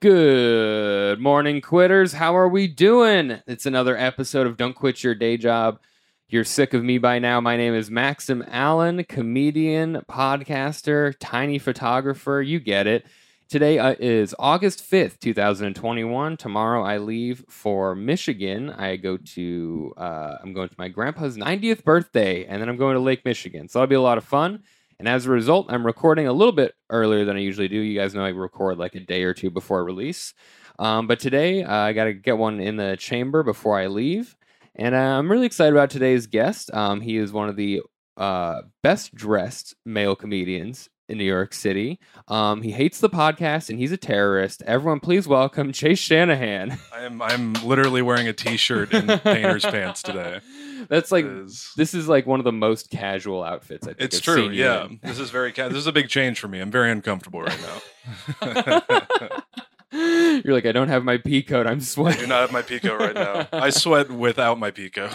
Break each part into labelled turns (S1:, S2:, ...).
S1: Good morning, quitters. How are we doing? It's another episode of Don't Quit Your Day Job. You're sick of me by now. My name is Maxim Allen, comedian, podcaster, tiny photographer. You get it. Today uh, is August 5th, 2021. Tomorrow I leave for Michigan. I go to, uh, I'm going to my grandpa's 90th birthday, and then I'm going to Lake Michigan. So that'll be a lot of fun. And as a result, I'm recording a little bit earlier than I usually do. You guys know I record like a day or two before release. Um, but today, uh, I got to get one in the chamber before I leave. And uh, I'm really excited about today's guest. Um, he is one of the uh, best dressed male comedians in New York City. Um, he hates the podcast and he's a terrorist. Everyone, please welcome Chase Shanahan.
S2: I'm I'm literally wearing a t-shirt and painter's pants today.
S1: That's like,
S2: It is-
S1: this is like one of the most casual outfits I think
S2: it's
S1: I've
S2: true.
S1: seen you
S2: Yeah,
S1: in.
S2: this is very ca- this is a big change for me. I'm very uncomfortable right now.
S1: You're like, I don't have my pea coat. I'm
S2: I
S1: sweating.
S2: do not have my pico right now. I sweat without my pico.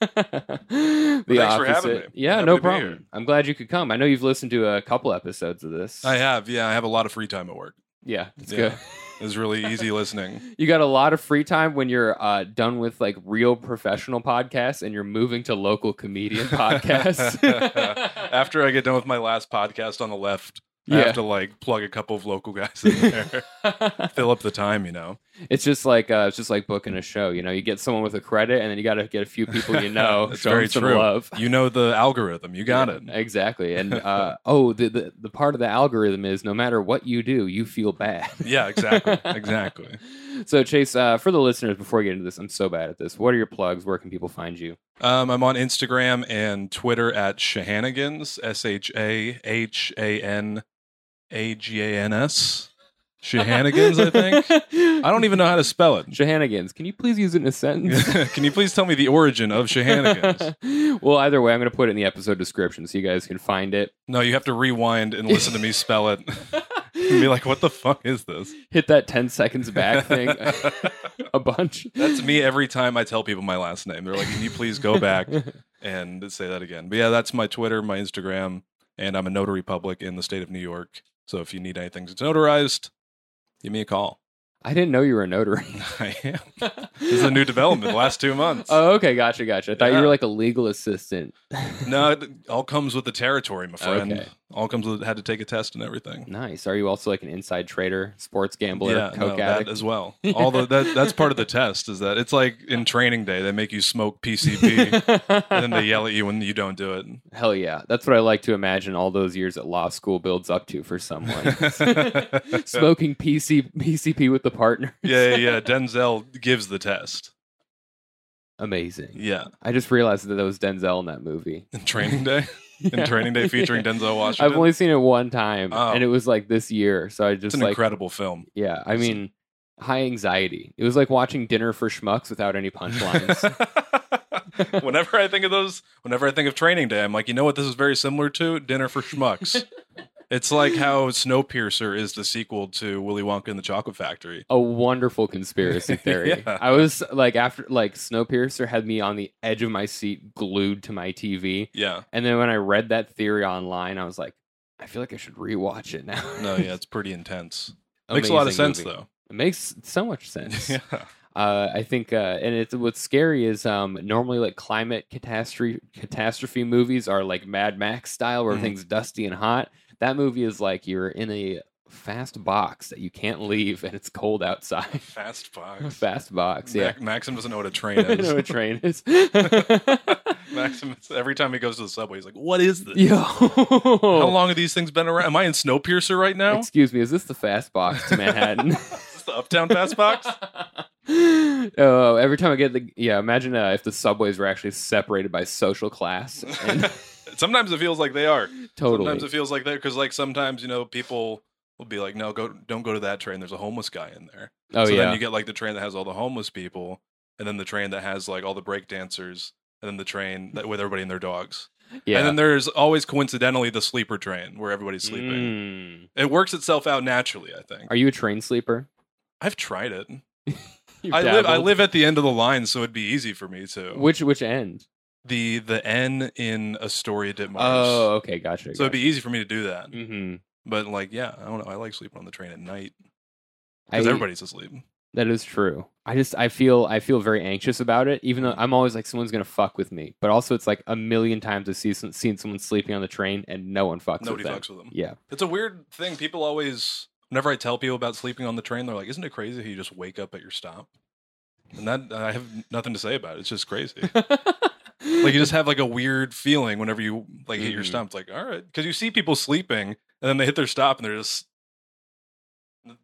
S1: the
S2: Thanks
S1: opposite.
S2: for having me.
S1: Yeah,
S2: Happy
S1: no
S2: to be here.
S1: problem. I'm glad you could come. I know you've listened to a couple episodes of this.
S2: I have, yeah, I have a lot of free time at work.
S1: yeah, it's
S2: Yeah. It's really easy listening.
S1: good. You got a lot of free time when you're uh, done with like real professional podcasts and you're moving to local comedian podcasts.
S2: After I get done with my last podcast on the left, I
S1: Yeah.
S2: have to like plug a couple of local guys in there, fill up the time, you know.
S1: it's just like uh, it's just like booking a show. You know, you get someone with a credit, and then you got to get a few people you know,
S2: That's
S1: show 'em
S2: very
S1: some
S2: true.
S1: love.
S2: You know the algorithm. You got
S1: Yeah,
S2: it.
S1: exactly. And uh, oh, the, the the part of the algorithm is no matter what you do, you feel bad.
S2: Yeah, exactly. Exactly.
S1: So Chase, uh, for the listeners, before we get into this, I'm so bad at this. What are your plugs? Where can people find you?
S2: Um, I'm on Instagram and Twitter at Shahanigans, S H A H A N A G A N S. Shahanigans, I think. I don't even know how to spell it.
S1: Shahanigans. Can you please use it in a sentence?
S2: Can you please tell me the origin of Shahanigans?
S1: well, either way, I'm going to put it in the episode description so you guys can find it.
S2: No, you have to rewind and listen to me spell it and be like, what the fuck is this?
S1: Hit that 10 seconds back thing a bunch.
S2: That's me every time I tell people my last name. They're like, can you please go back and say that again? But yeah, that's my Twitter, my Instagram, and I'm a notary public in the state of New York. So if you need anything that's notarized, give me a call.
S1: I didn't know you were a notary.
S2: I am. This is a new development the last two months.
S1: Oh, okay, gotcha, gotcha. I thought you
S2: Yeah.
S1: were like a legal assistant.
S2: no, it all comes with the territory, my friend.
S1: Okay.
S2: All comes with had to take a test and everything.
S1: Nice. Are you also like an inside trader, sports gambler,
S2: yeah, no,
S1: coke
S2: that
S1: addict?
S2: as well. All the, that that's part of the test is that it's like in training day they make you smoke PCP and then they yell at you when you don't do it.
S1: Hell yeah. That's what I like to imagine all those years at law school builds up to for someone. Smoking PC PCP with the partner.
S2: yeah, yeah, yeah. Denzel gives the test.
S1: Amazing.
S2: Yeah,
S1: I just realized that that was Denzel in that movie.
S2: in Training Day, in Training Day featuring Denzel Washington.
S1: I've only seen it one time
S2: Oh.
S1: and it was like this year. So I
S2: it's
S1: just
S2: an
S1: like
S2: incredible film.
S1: Yeah, I mean high anxiety. It was like watching dinner for schmucks without any punchlines.
S2: whenever I think of those, whenever I think of Training Day, I'm like, you know what? This is very similar to Dinner for Schmucks. it's like how Snowpiercer is the sequel to Willy Wonka and the Chocolate Factory.
S1: a wonderful conspiracy theory.
S2: Yeah.
S1: I was like after like Snowpiercer had me on the edge of my seat glued to my TV.
S2: Yeah,
S1: And then when I read that theory online, I was like, I feel like I should rewatch it now.
S2: no, yeah, it's pretty intense. Makes a lot of
S1: Amazing
S2: sense
S1: movie.
S2: though.
S1: It makes so much sense.
S2: yeah,
S1: uh, I think, uh, and it's what's scary is um, normally like climate catastrophe catastrophe movies are like Mad Max style where
S2: Mhm.
S1: things dusty and hot. That movie is like you're in a fast box that you can't leave and it's cold outside.
S2: fast fox.
S1: fast box, yeah.
S2: Mac- Maxim doesn't know what a train
S1: I know
S2: is.
S1: what train is.
S2: Maxim, every time he goes to the subway, he's like, "What is this?
S1: Yo.
S2: How long have these things been around? Am I in Snowpiercer right now?
S1: Excuse me, is this the fast box to Manhattan?
S2: Is this the Uptown Fast Box?
S1: oh, every time I get the yeah, imagine uh, if the subways were actually separated by social class. And
S2: Sometimes it feels like they are. Sometimes
S1: totally.
S2: it feels like they're because, like, sometimes you know people will be like, "No, go, don't go to that train. There's a homeless guy in there."
S1: Oh
S2: so
S1: yeah.
S2: then you get like the train that has all the homeless people, and then the train that has like all the break dancers, and then the train that with everybody and their dogs.
S1: yeah.
S2: And then there's always coincidentally the sleeper train where everybody's sleeping.
S1: Mm.
S2: It works itself out naturally, I think.
S1: Are you a train sleeper?
S2: I've tried it.
S1: You've
S2: I live, I
S1: dabbled.
S2: live at the end of the line, so it'd be easy for me to.
S1: Which which end?
S2: the the N in Astoria Ditmars.
S1: Oh, okay, gotcha.
S2: so it'd be easy for me to do that.
S1: hmm
S2: But like, yeah, I don't know. I like sleeping on the train at night. because
S1: I-
S2: everybody's asleep.
S1: That is true. I just I feel I feel very anxious about it, even though I'm always like someone's gonna fuck with me. But also, it's like a million times I've seen, seen someone sleeping on the train and no one fucks.
S2: Nobody
S1: with them.
S2: fucks with them.
S1: Yeah,
S2: It's a weird thing. People always, whenever I tell people about sleeping on the train, they're like, "Isn't it crazy how you just wake up at your stop?" And that I have nothing to say about it. It's just crazy. like you just have like a weird feeling whenever you like hit your
S1: Mhm.
S2: stop. It's like, all right, because you see people sleeping, and then they hit their stop, and they're just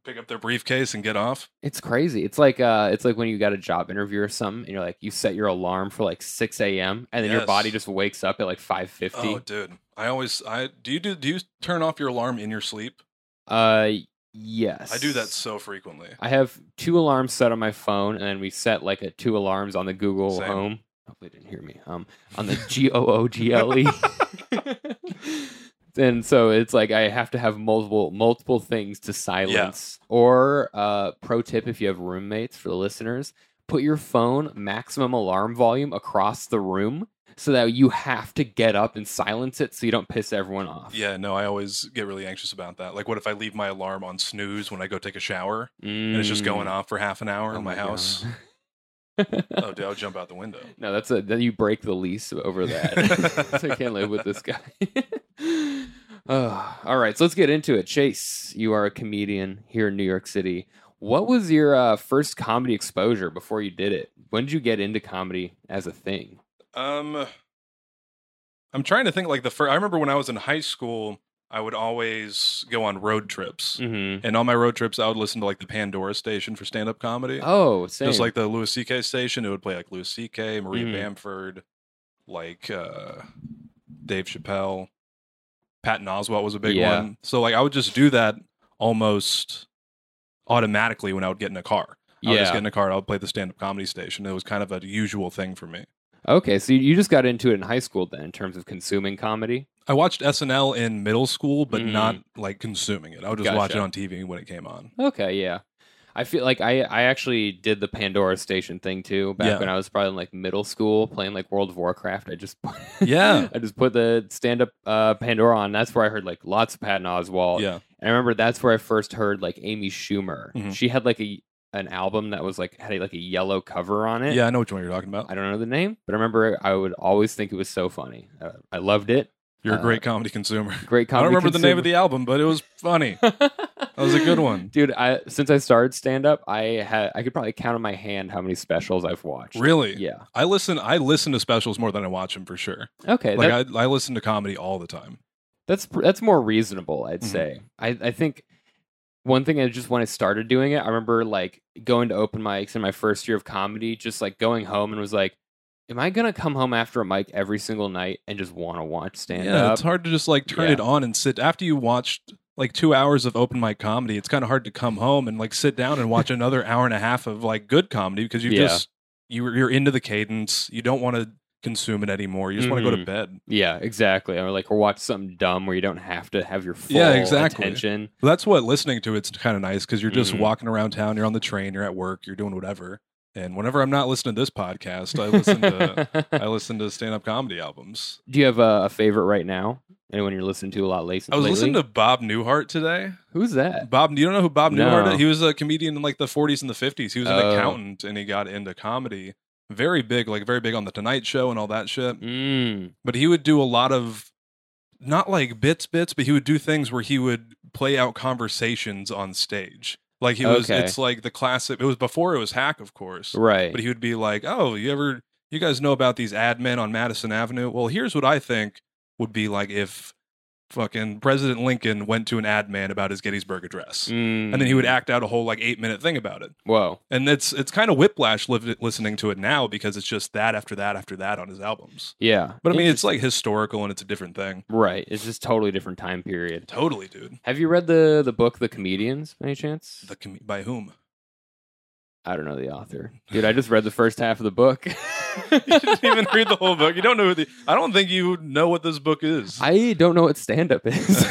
S2: pick up their briefcase and get off.
S1: it's crazy. It's like uh, it's like when you got a job interview or something, and you're like you set your alarm for like 6 a.m. and then your
S2: Yes.
S1: body just wakes up at like 5:50.
S2: Oh, dude, I always I do you do do you turn off your alarm in your sleep?
S1: Uh, yes,
S2: I do that so frequently.
S1: I have two alarms set on my phone, and then we set like a two alarms on the Google
S2: Same.
S1: Home. Hopefully, they didn't hear me. Um, on the G O O G L E. And so it's like I have to have multiple multiple things to silence. Or uh, pro tip if you have roommates for the listeners, put your phone maximum alarm volume across the room so that you have to get up and silence it so you don't piss everyone off.
S2: Yeah, no, I always get really anxious about that. Like, what if I leave my alarm on snooze when I go take a shower and it's just going
S1: Mm.
S2: off for half an hour
S1: Oh
S2: in my,
S1: God.
S2: house? oh, dude, I'll jump out the window.
S1: No, that's a then you break the lease over that. so I can't live with this guy. Ugh. all right, so let's get into it. Chase, you are a comedian here in New York City. What was your uh, first comedy exposure before you did it? When did you get into comedy as a thing?
S2: Um, I'm trying to think. Like the first, I remember when I was in high school, I would always go on road trips,
S1: Mm-hmm.
S2: and on my road trips, I would listen to like the Pandora station for stand-up comedy.
S1: Oh, same.
S2: Just like the Louis C.K. station, it would play like Louis C.K., Maria
S1: Mhm.
S2: Bamford, like uh, Dave Chappelle, Patton Oswalt was a big
S1: Yeah.
S2: one. So like I would just do that almost automatically when I would get in a car. I would just
S1: Yeah.
S2: get in a car. and I would play the stand-up comedy station. It was kind of a usual thing for me.
S1: okay, so you- you just got into it in high school then, in terms of consuming comedy.
S2: I watched SNL in middle school, but
S1: Mhm.
S2: not like consuming it. I would just watch it
S1: Gotcha.
S2: on TV when it came on.
S1: Okay, yeah. I feel like I, I actually did the Pandora Station thing too back
S2: Yeah.
S1: when I was probably in like middle school playing like World of Warcraft. I just put,
S2: Yeah.
S1: I just put the stand up uh, Pandora on. That's where I heard like lots of Patton Oswalt.
S2: Yeah,
S1: And I remember that's where I first heard like Amy Schumer.
S2: Mhm.
S1: She had like a an album that was like had like a yellow cover on it.
S2: yeah, I know which one you're talking
S1: eh.
S2: about.
S1: I don't know the name, but I remember I would always think it was so funny. Uh, I loved it.
S2: You're a
S1: uh,
S2: great comedy consumer.
S1: Great
S2: I don't
S1: comedy.
S2: remember the name of the album, but it was funny.
S1: that
S2: was a good one.
S1: dude. I since I started stand up, I had I could probably count on my hand how many specials I've watched.
S2: Really?
S1: Yeah.
S2: I listen. I listen to specials more than I watch them for sure.
S1: Okay.
S2: Like
S1: that-
S2: I, I listen to comedy all the time.
S1: that's pr- that's more reasonable, I'd
S2: Mhm.
S1: say. I I think one thing I just when I started doing it, I remember like going to open mics in my first year of comedy, just like going home and was like. Am I gonna come home after a mic every single night and just want to watch stand
S2: yeah,
S1: up?
S2: it's hard to just like turn
S1: Yeah.
S2: it on and sit after you watched like two hours of open mic comedy. It's kind of hard to come home and like sit down and watch another hour and a half of like good comedy because you
S1: Yeah.
S2: just you you're into the cadence. You don't want to consume it anymore. You just want to go to
S1: Mhm.
S2: bed.
S1: yeah, exactly. Or like, or watch something dumb where you don't have to have your full
S2: Yeah, exactly.
S1: attention.
S2: That's what listening to it's kind of nice because you're just
S1: Mhm.
S2: walking around town. You're on the train. You're at work. You're doing whatever. And whenever I'm not listening to this podcast, I listen to I listen to stand up comedy albums.
S1: Do you have a, a favorite right now? Anyone you're listening to a lot lately?
S2: I was listening to Bob Newhart today.
S1: who's that?
S2: Bob, you don't know who Bob Newhart
S1: No.
S2: is? He was a comedian in like the 40s and the 50s. He was an
S1: Oh.
S2: accountant and he got into comedy. Very big, like very big on the Tonight Show and all that shit.
S1: Mm.
S2: But he would do a lot of not like bits, bits, but he would do things where he would play out conversations on stage. Like he was,
S1: Okay.
S2: it's like the classic. It was before it was hack, of course.
S1: Right.
S2: But he would be like, "Oh, you ever you guys know about these ad men on Madison Avenue? Well, here's what I think would be like if fucking President Lincoln went to an ad man about his Gettysburg address."
S1: Mm.
S2: And then he would act out a whole like 8-minute thing about it.
S1: Whoa.
S2: And it's it's kind of whiplash liv- listening to it now because it's just that after that after that on his albums.
S1: Yeah.
S2: But I mean, it's like historical and it's a different thing.
S1: right. It's just totally different time period.
S2: Totally, dude.
S1: Have you read the the book The Comedians? by Any chance?
S2: The com- by whom?
S1: I don't know the author, dude. I just read the first half of the book.
S2: you didn't even read the whole book. You don't know who the I don't think you know what this book is.
S1: I don't know what stand up is.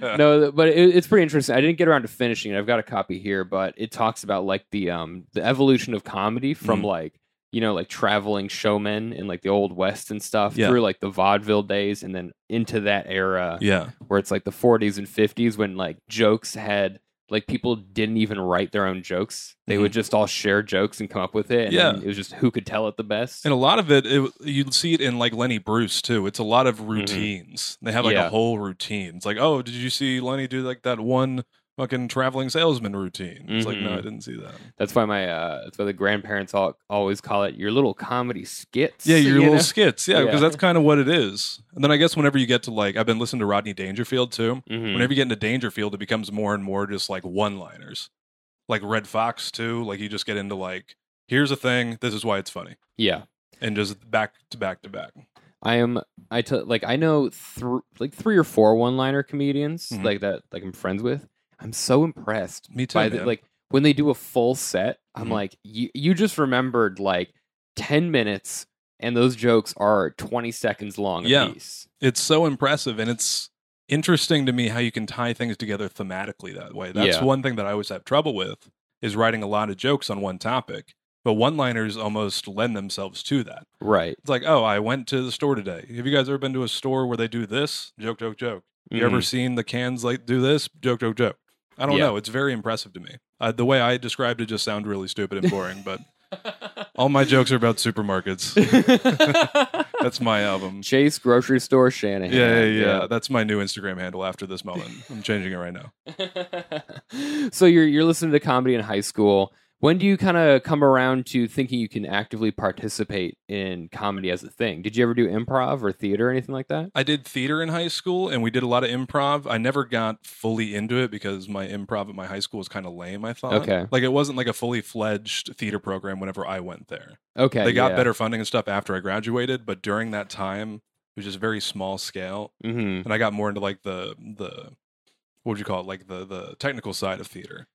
S1: no but it, it's pretty interesting i didn't get around to finishing it i've got a copy here but it talks about like the um the evolution of comedy from
S2: Mhm.
S1: like you know like traveling showmen in like the old west and stuff
S2: Yeah.
S1: through like the vaudeville days and then into that era
S2: yeah.
S1: where it's like the 40s and 50s when like jokes had like people didn't even write their own jokes. They would just all share jokes and come up with it. And
S2: Mm-hmm. Yeah.
S1: then it was just who could tell it the best.
S2: And a lot of it, it you see it in like Lenny Bruce too. It's a lot of routines. They have like
S1: Mm-hmm. Yeah.
S2: a whole routine. It's like, oh, did you see Lenny do like that one fucking traveling salesman routine? It's like, no, I
S1: Mhm.
S2: didn't see that.
S1: That's why my uh, that's why the grandparents all, always call it your little comedy skits.
S2: Yeah, your
S1: you
S2: little
S1: know?
S2: skits. Yeah, because
S1: Yeah.
S2: that's kind of what it is. And then I guess whenever you get to like, I've been listening to Rodney Dangerfield too.
S1: Mhm.
S2: Whenever you get into Dangerfield, it becomes more and more just like one liners. Like Red Fox too. Like you just get into like, here's a thing. This is why it's funny.
S1: Yeah.
S2: And just back to back to back.
S1: I am I t- like I know thr like three or four one liner comedians
S2: Mhm.
S1: like that like I'm friends with. I'm so impressed
S2: Me too.
S1: by the,
S2: man.
S1: like when they do a full set. I'm
S2: Mhm.
S1: like you you just remembered like ten minutes and those jokes are twenty seconds long a
S2: Yeah.
S1: piece.
S2: it's so impressive and it's interesting to me how you can tie things together thematically that way that's
S1: Yeah.
S2: one thing that i always have trouble with is writing a lot of jokes on one topic but one liners almost lend themselves to that
S1: Right.
S2: it's like oh i went to the store today have you guys ever been to a store where they do this joke joke joke you ever seen the cans like do this joke joke joke i don't
S1: Mm-hmm. Yeah.
S2: know it's very impressive to me uh, the way i described it just sounded really stupid and boring but all my jokes are about supermarkets
S1: Mhm.
S2: that's my album
S1: Chase grocery store Shanahan.
S2: Yeah, yeah, yeah, uh, That's my new Instagram handle after this moment. I'm changing it right now.
S1: so you're you're listening to comedy in high school. When do you kind of come around to thinking you can actively participate in comedy as a thing? Did you ever do improv or theater or anything like that?
S2: I did theater in high school and we did a lot of improv. I never got fully into it because my improv at my high school was kind of lame, I thought.
S1: Okay.
S2: Like it wasn't like a fully fledged theater program whenever I went there.
S1: Okay,
S2: They got
S1: yeah.
S2: better funding and stuff after I graduated, but during that time, it was just very small scale.
S1: hmm
S2: And I got more into like the, the, what would you call it? Like the, the technical side of theater.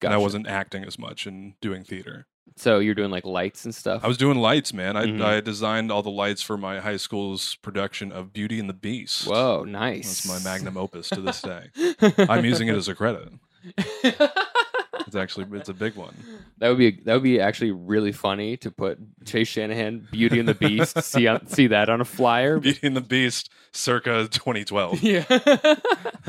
S2: And I
S1: Gotcha.
S2: wasn't acting as much and doing theater.
S1: So you're doing like lights and stuff.
S2: I was doing lights, man. I,
S1: Mhm.
S2: I designed all the lights for my high school's production of Beauty and the Beast.
S1: Whoa, nice.
S2: That's my magnum opus to this day.
S1: magnet.
S2: I'm using it as a credit.
S1: that
S2: It's actually it's a big one.
S1: would be that would be actually really funny to put Chase Shanahan, Beauty and the Beast, see on, see that on a flyer.
S2: Beauty and the Beast, circa 2012.
S1: Yeah.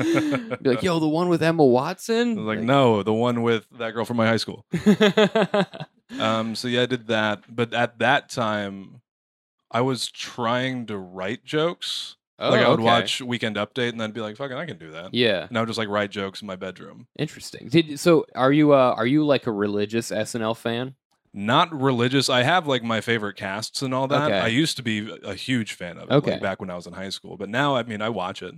S1: be like, yo, the one with Emma Watson.
S2: I was like, no, the one with that girl from my high school. Um, so yeah, I did that. But at that time, I was trying to write jokes.
S1: Oh,
S2: like I would
S1: okay.
S2: watch Weekend Update and then be like, fucking, I can do that.
S1: Yeah,
S2: And I would just like write jokes in my bedroom.
S1: interesting. Did so? Are you uh, are you like a religious SNL fan?
S2: not religious. I have like my favorite casts and all that.
S1: Okay.
S2: I used to be a huge fan of it
S1: Okay.
S2: like, back when I was in high school, but now I mean I watch it.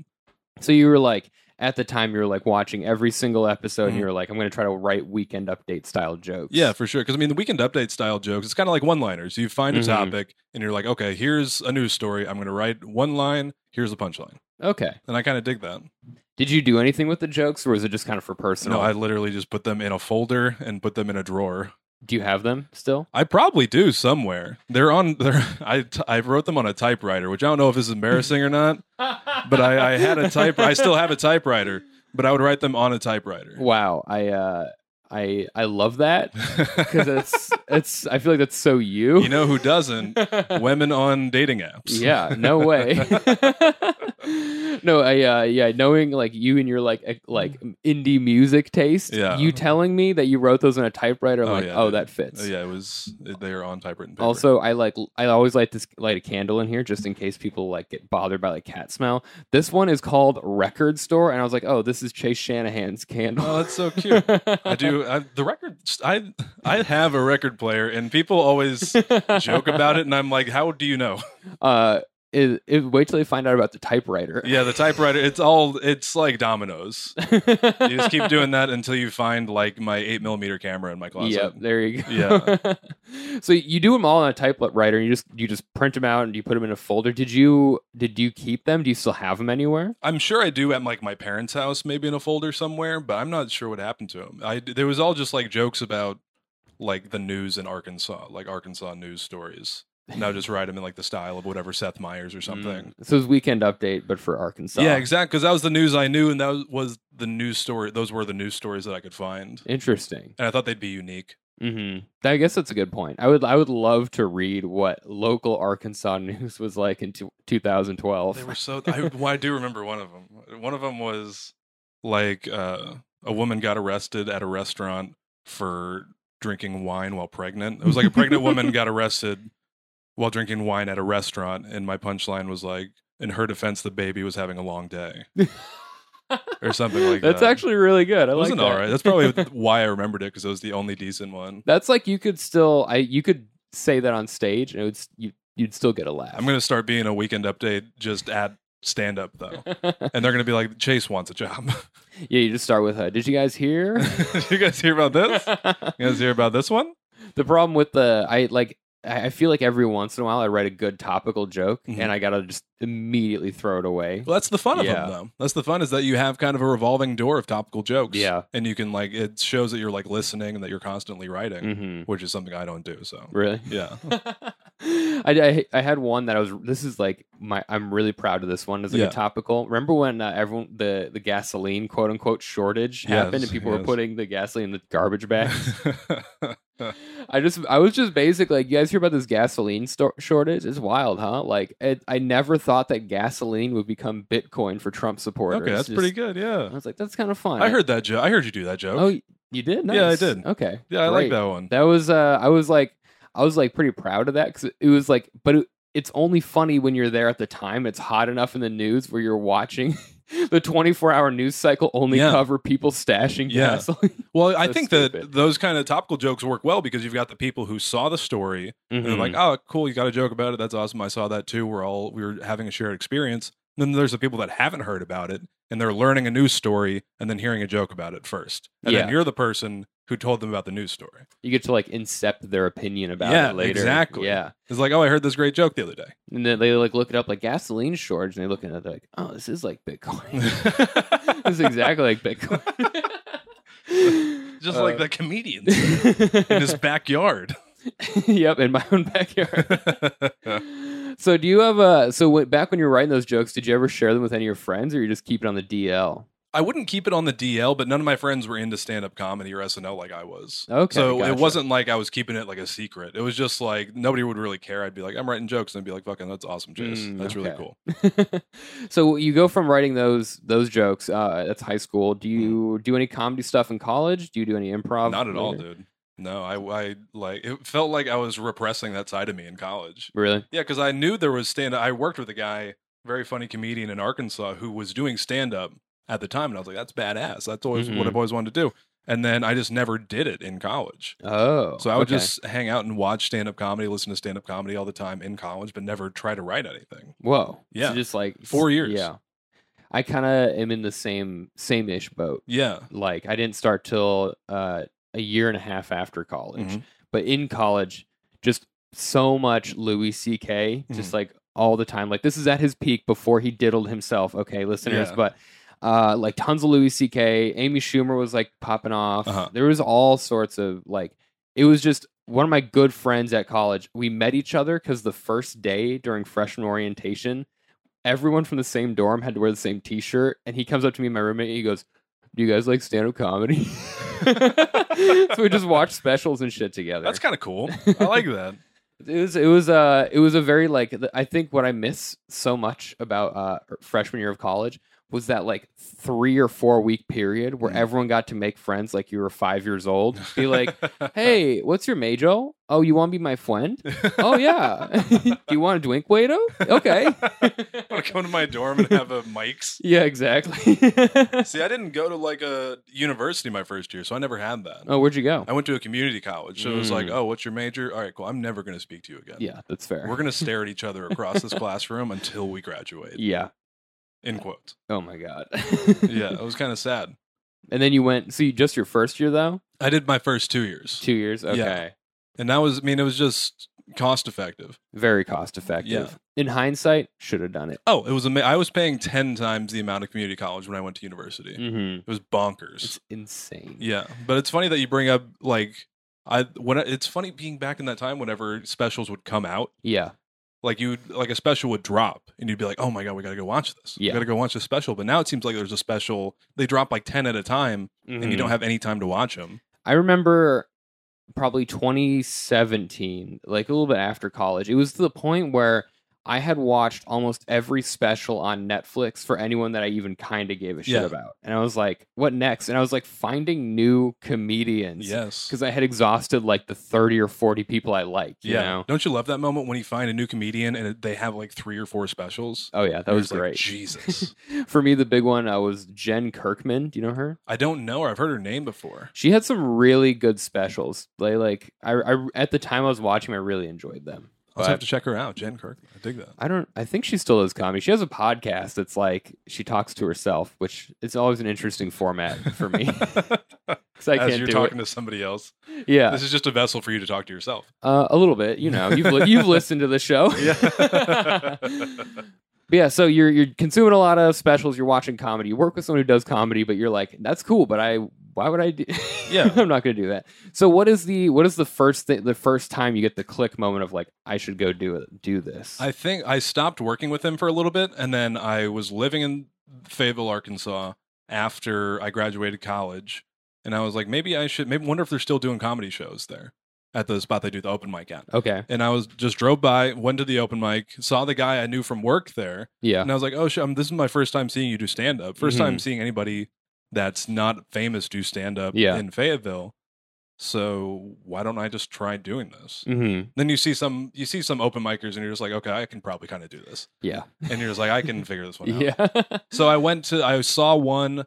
S1: So you were like at the time you were like watching every single episode. and You were like, I'm going to try to write Weekend Update style jokes.
S2: Mm-hmm. Yeah, for sure. Because I mean the weekend update style jokes, it's kind of like one liners. You find a
S1: Mhm.
S2: topic and you're like, okay, here's a news story. I'm gonna write one line. Here's the punchline,
S1: Okay.
S2: and I kind of dig that.
S1: Did you do anything with the jokes, or was it just kind of for personal?
S2: no, I literally just put them in a folder and put them in a drawer.
S1: Do you have them still?
S2: I probably do somewhere. They're on. They're I t- I wrote them on a typewriter, which I don't know if is embarrassing or not. But I, I had a type. I still have a typewriter, but I would write them on a typewriter.
S1: Wow. I uh, I I love that because it's it's. I feel like that's so you.
S2: you know who doesn't? Women on dating apps.
S1: Yeah, no way. no, I uh, yeah, knowing like you and your like ec- like indie music taste,
S2: Yeah.
S1: you telling me that you wrote those on a typewriter, I'm
S2: Oh,
S1: like,
S2: yeah,
S1: oh,
S2: dude.
S1: that fits.
S2: yeah. It was they are on typewritten. Paper.
S1: Also, I like I always like to light a candle in here just in case people like get bothered by like cat smell. This one is called Record Store, and I was like, oh, this is Chase Shanahan's candle.
S2: oh, that's so cute. I do I, the record. I I have a record player, and people always joke about it, and I'm like, how do you know?
S1: Uh, it, it, wait till they find out about the typewriter.
S2: Yeah, the typewriter. It's all. It's like dominoes. You just keep doing that until you find like my eight millimeter camera in my closet.
S1: Yep, there you go.
S2: Yeah.
S1: so you do them all on a typewriter, and you just you just print them out and you put them in a folder. Did you did you keep them? Do you still have them anywhere?
S2: I'm sure I do at like my parents' house, maybe in a folder somewhere, but I'm not sure what happened to him. I there was all just like jokes about like the news in Arkansas, like Arkansas news stories. And I would just write them in like the style of whatever Seth Meyers or something.
S1: Mm. So it's weekend update, but for Arkansas.
S2: Yeah, exactly. Because that was the news I knew, and that was, was the news story. Those were the news stories that I could find,
S1: Interesting.
S2: and I thought they'd be unique.
S1: hmm I guess that's a good point. I would I would love to read what local Arkansas news was like in two,
S2: They
S1: 2012.
S2: were so. I, well, I do remember one of them. One of them was like uh a woman got arrested at a restaurant for drinking wine while pregnant. It was like a pregnant woman got arrested while drinking wine at a restaurant, and my punchline was like, in her defense, the baby was having a long day or something like
S1: That's
S2: that.
S1: actually really good. I
S2: It
S1: like
S2: wasn't
S1: that.
S2: all right. That's probably why I remembered it because it was the only decent one.
S1: That's like you could still I you could say that on stage and it would s- you you'd still get a laugh.
S2: I'm gonna start being a weekend update just at stand up though, and they're gonna be like, Chase wants a job.
S1: yeah, you just start with uh, did you guys hear?
S2: Did you guys hear about this? You guys hear about this one?
S1: the problem with the I like I I feel like every once in a while I write a good topical joke
S2: Mhm.
S1: and I gotta just immediately throw it away.
S2: Well, that's the fun of
S1: Yeah.
S2: them, though. That's the fun is that you have kind of a revolving door of topical jokes.
S1: Yeah.
S2: and you can like it shows that you're like listening and that you're constantly writing,
S1: hmm
S2: which is something I don't do. So
S1: Really?
S2: yeah,
S1: I, I I had one that I was. This is like my. I'm really proud of this one. It's like
S2: Yeah.
S1: a topical. Remember when uh, everyone the the gasoline quote unquote shortage happened
S2: Yes,
S1: and people were
S2: yes.
S1: putting the gasoline in the garbage bag. I just I was just basically like, you guys hear about this gasoline sto- shortage? It's wild, huh? Like it, I never thought that gasoline would become Bitcoin for Trump supporters.
S2: okay, that's
S1: Just-
S2: pretty good. Yeah,
S1: I was like, that's kind of fun.
S2: I heard that joke. I heard you do that joke.
S1: Oh, y- you did?
S2: Yeah, I
S1: Nice.
S2: did.
S1: Okay.
S2: yeah, I like
S1: great.
S2: that one.
S1: That was uh I was like I was like pretty proud of that because it was like but it, it's only funny when you're there at the time. It's hot enough in the news where you're watching the 24 hour news cycle only
S2: Yeah.
S1: cover people stashing
S2: Yeah.
S1: gasoline.
S2: well, I
S1: so
S2: think
S1: stupid.
S2: that those kind of topical jokes work well because you've got the people who saw the story and they're
S1: Mm-hmm.
S2: like, "Oh, cool, you got a joke about it. That's awesome. I saw that too. We're all we were having a shared experience." And then there's the people that haven't heard about it and they're learning a news story and then hearing a joke about it first. And then
S1: Yeah.
S2: you're the person who told them about the news story.
S1: you get to like incept their opinion about
S2: Yeah,
S1: it later.
S2: exactly.
S1: Yeah.
S2: It's like, "Oh, I heard this great joke the other
S1: And then they like look it up like gasoline shortage and they look at it they're like, oh, this is like Bitcoin.
S2: day."
S1: this is exactly like Bitcoin.
S2: Just
S1: Uh,
S2: like the comedians in his backyard.
S1: yep, in my own backyard.
S2: I
S1: so do you have a so when, back when you were writing those jokes did you ever share them with any of your friends or you just keep it on the dl
S2: wouldn't keep it on the DL, but none of my friends were into stand up comedy or SNL like I was.
S1: okay
S2: so
S1: gotcha.
S2: it wasn't like I was keeping it like a secret. It was just like nobody would really care. I'd be like, I'm writing jokes, and I'd be like, "Fucking, that's awesome, Chase.
S1: Mm,
S2: that's really
S1: okay.
S2: cool."
S1: so you go from writing those those jokes uh that's high school do you do any comedy stuff in college do you do any improv
S2: Mm-hmm. Not at all,
S1: later?
S2: dude. No, I, I like it felt like I was repressing that side of me in college.
S1: really
S2: Yeah, because I knew there was stand up. I worked with a guy, very funny comedian in Arkansas, who was doing stand up at the time, and I was like, "That's badass. That's always what
S1: Mhm.
S2: I've always wanted to do." And then I just never did it in college.
S1: oh
S2: So I would
S1: okay.
S2: just hang out and watch stand up comedy, listen to stand up comedy all the time in college, but never try to write anything.
S1: whoa
S2: Yeah.
S1: so just like
S2: Four years.
S1: yeah i kind of am in the same same ish boat
S2: Yeah.
S1: like i didn't start till uh a year and a half after college
S2: Mhm.
S1: but in college, just so much Louis C.K.
S2: Mm-hmm.
S1: just like all the time. Like this is at his peak before he diddled himself. Okay, listeners,
S2: Yeah.
S1: but uh, like tons of Louis C.K. Amy Schumer was like popping off.
S2: Uh-huh.
S1: There was all sorts of like it was just one of my good friends at college. We met each other because the first day during freshman orientation, everyone from the same dorm had to wear the same T-shirt, and he comes up to me, my roommate, and he goes. Do you guys like stand-up comedy? so we just watched specials and shit together
S2: That's kind of cool. I like that.
S1: it was it was uh it was a very like th- I think what I miss so much about uh freshman year of college was that like three or four week period where
S2: Mm.
S1: everyone got to make friends like you were five years old. Be like, hey, what's your major? Oh, you want to be my friend? Oh yeah. Do you want a drink waiter? Okay.
S2: want to come to my dorm and have a mics.
S1: yeah, exactly.
S2: See, I didn't go to like a university my first year, so I never had that.
S1: oh, where'd you go?
S2: I went to a community college, so it was like,
S1: Mm.
S2: oh, what's your major? All right, cool. I'm never going to speak to you again.
S1: Yeah, that's fair.
S2: We're going to stare at each other across this classroom until we graduate.
S1: yeah.
S2: In quotes.
S1: Oh my god.
S2: Yeah, it was kind of sad.
S1: And then you went. So you just your first year though,
S2: I did my first two years,
S1: two years. Okay.
S2: and that was, I mean, it was just cost effective.
S1: very cost effective. In hindsight, should have done it.
S2: Oh, it was ama- I was paying ten times the amount of community college when I went to university.
S1: Mm-hmm.
S2: It was bonkers.
S1: It's insane.
S2: Yeah, but it's funny that you bring up like I when I, it's funny being back in that time whenever specials would come out.
S1: Yeah.
S2: Like you like a special would drop and you'd be like, "Oh my god, we got to go watch this. We
S1: Yeah.
S2: got to go watch this special." But now it seems like there's a special they drop like 10 at a time and you
S1: Mhm.
S2: don't have any time to watch them.
S1: I remember probably 2017, like a little bit after college. It was to the point where I had watched almost every special on Netflix for anyone that I even kind of gave a shit
S2: Yeah.
S1: about. And I was like, what next? And I was like finding new comedians.
S2: Yes.
S1: Because I had exhausted like the 30 or 40 people I like, you
S2: yeah.
S1: know?
S2: Don't you love that moment when you find a new comedian and it- they have like three or four specials?
S1: Oh, yeah. That
S2: You're
S1: was
S2: just like,
S1: great.
S2: Jesus.
S1: For me, the big one uh, was Jen Kirkman. Do you know her?
S2: I don't know her. I've heard her name before.
S1: She had some really good specials. They like I, I at the time I was watching, 'em, I really enjoyed them.
S2: I'll just have
S1: But
S2: to check her out. Jen Kirk. I dig that.
S1: I don't. I think she still does comedy. She has a podcast that's like she talks to herself, which is always an interesting format for me because I
S2: As
S1: can't
S2: you're
S1: do
S2: talking to somebody else,
S1: it. Yeah,
S2: this is just a vessel for you to talk to yourself.
S1: uh, a little bit. You know, you've li- you've listened to the show.
S2: Yeah.
S1: But yeah, so you're you're consuming a lot of specials. You're watching comedy. You work with someone who does comedy, but you're like, that's cool. But I, why would I do?
S2: Yeah.
S1: I'm not going to do that. So what is the what is the first thing? The first time you get the click moment of like, I should go do it, do this.
S2: I think I stopped working with him for a little bit, and then I was living in Fayetteville, Arkansas, after I graduated college, and I was like, maybe I should. Maybe wonder if they're still doing comedy shows there at the spot they do the open mic at.
S1: okay,
S2: And I was just drove by, went to the open mic, saw the guy I knew from work there,
S1: yeah,
S2: and I was like, oh, sh- um, this is my first time seeing you do stand up. 1st time
S1: Mhm.
S2: seeing anybody that's not famous do stand up
S1: Yeah.
S2: in Fayetteville. So why don't I just try doing this?
S1: hmm
S2: Then you see some you see some open micers and you're just like, okay, I can probably kind of do this.
S1: yeah,
S2: And you're just like, I can figure this one out.
S1: yeah.
S2: So I went to I saw one,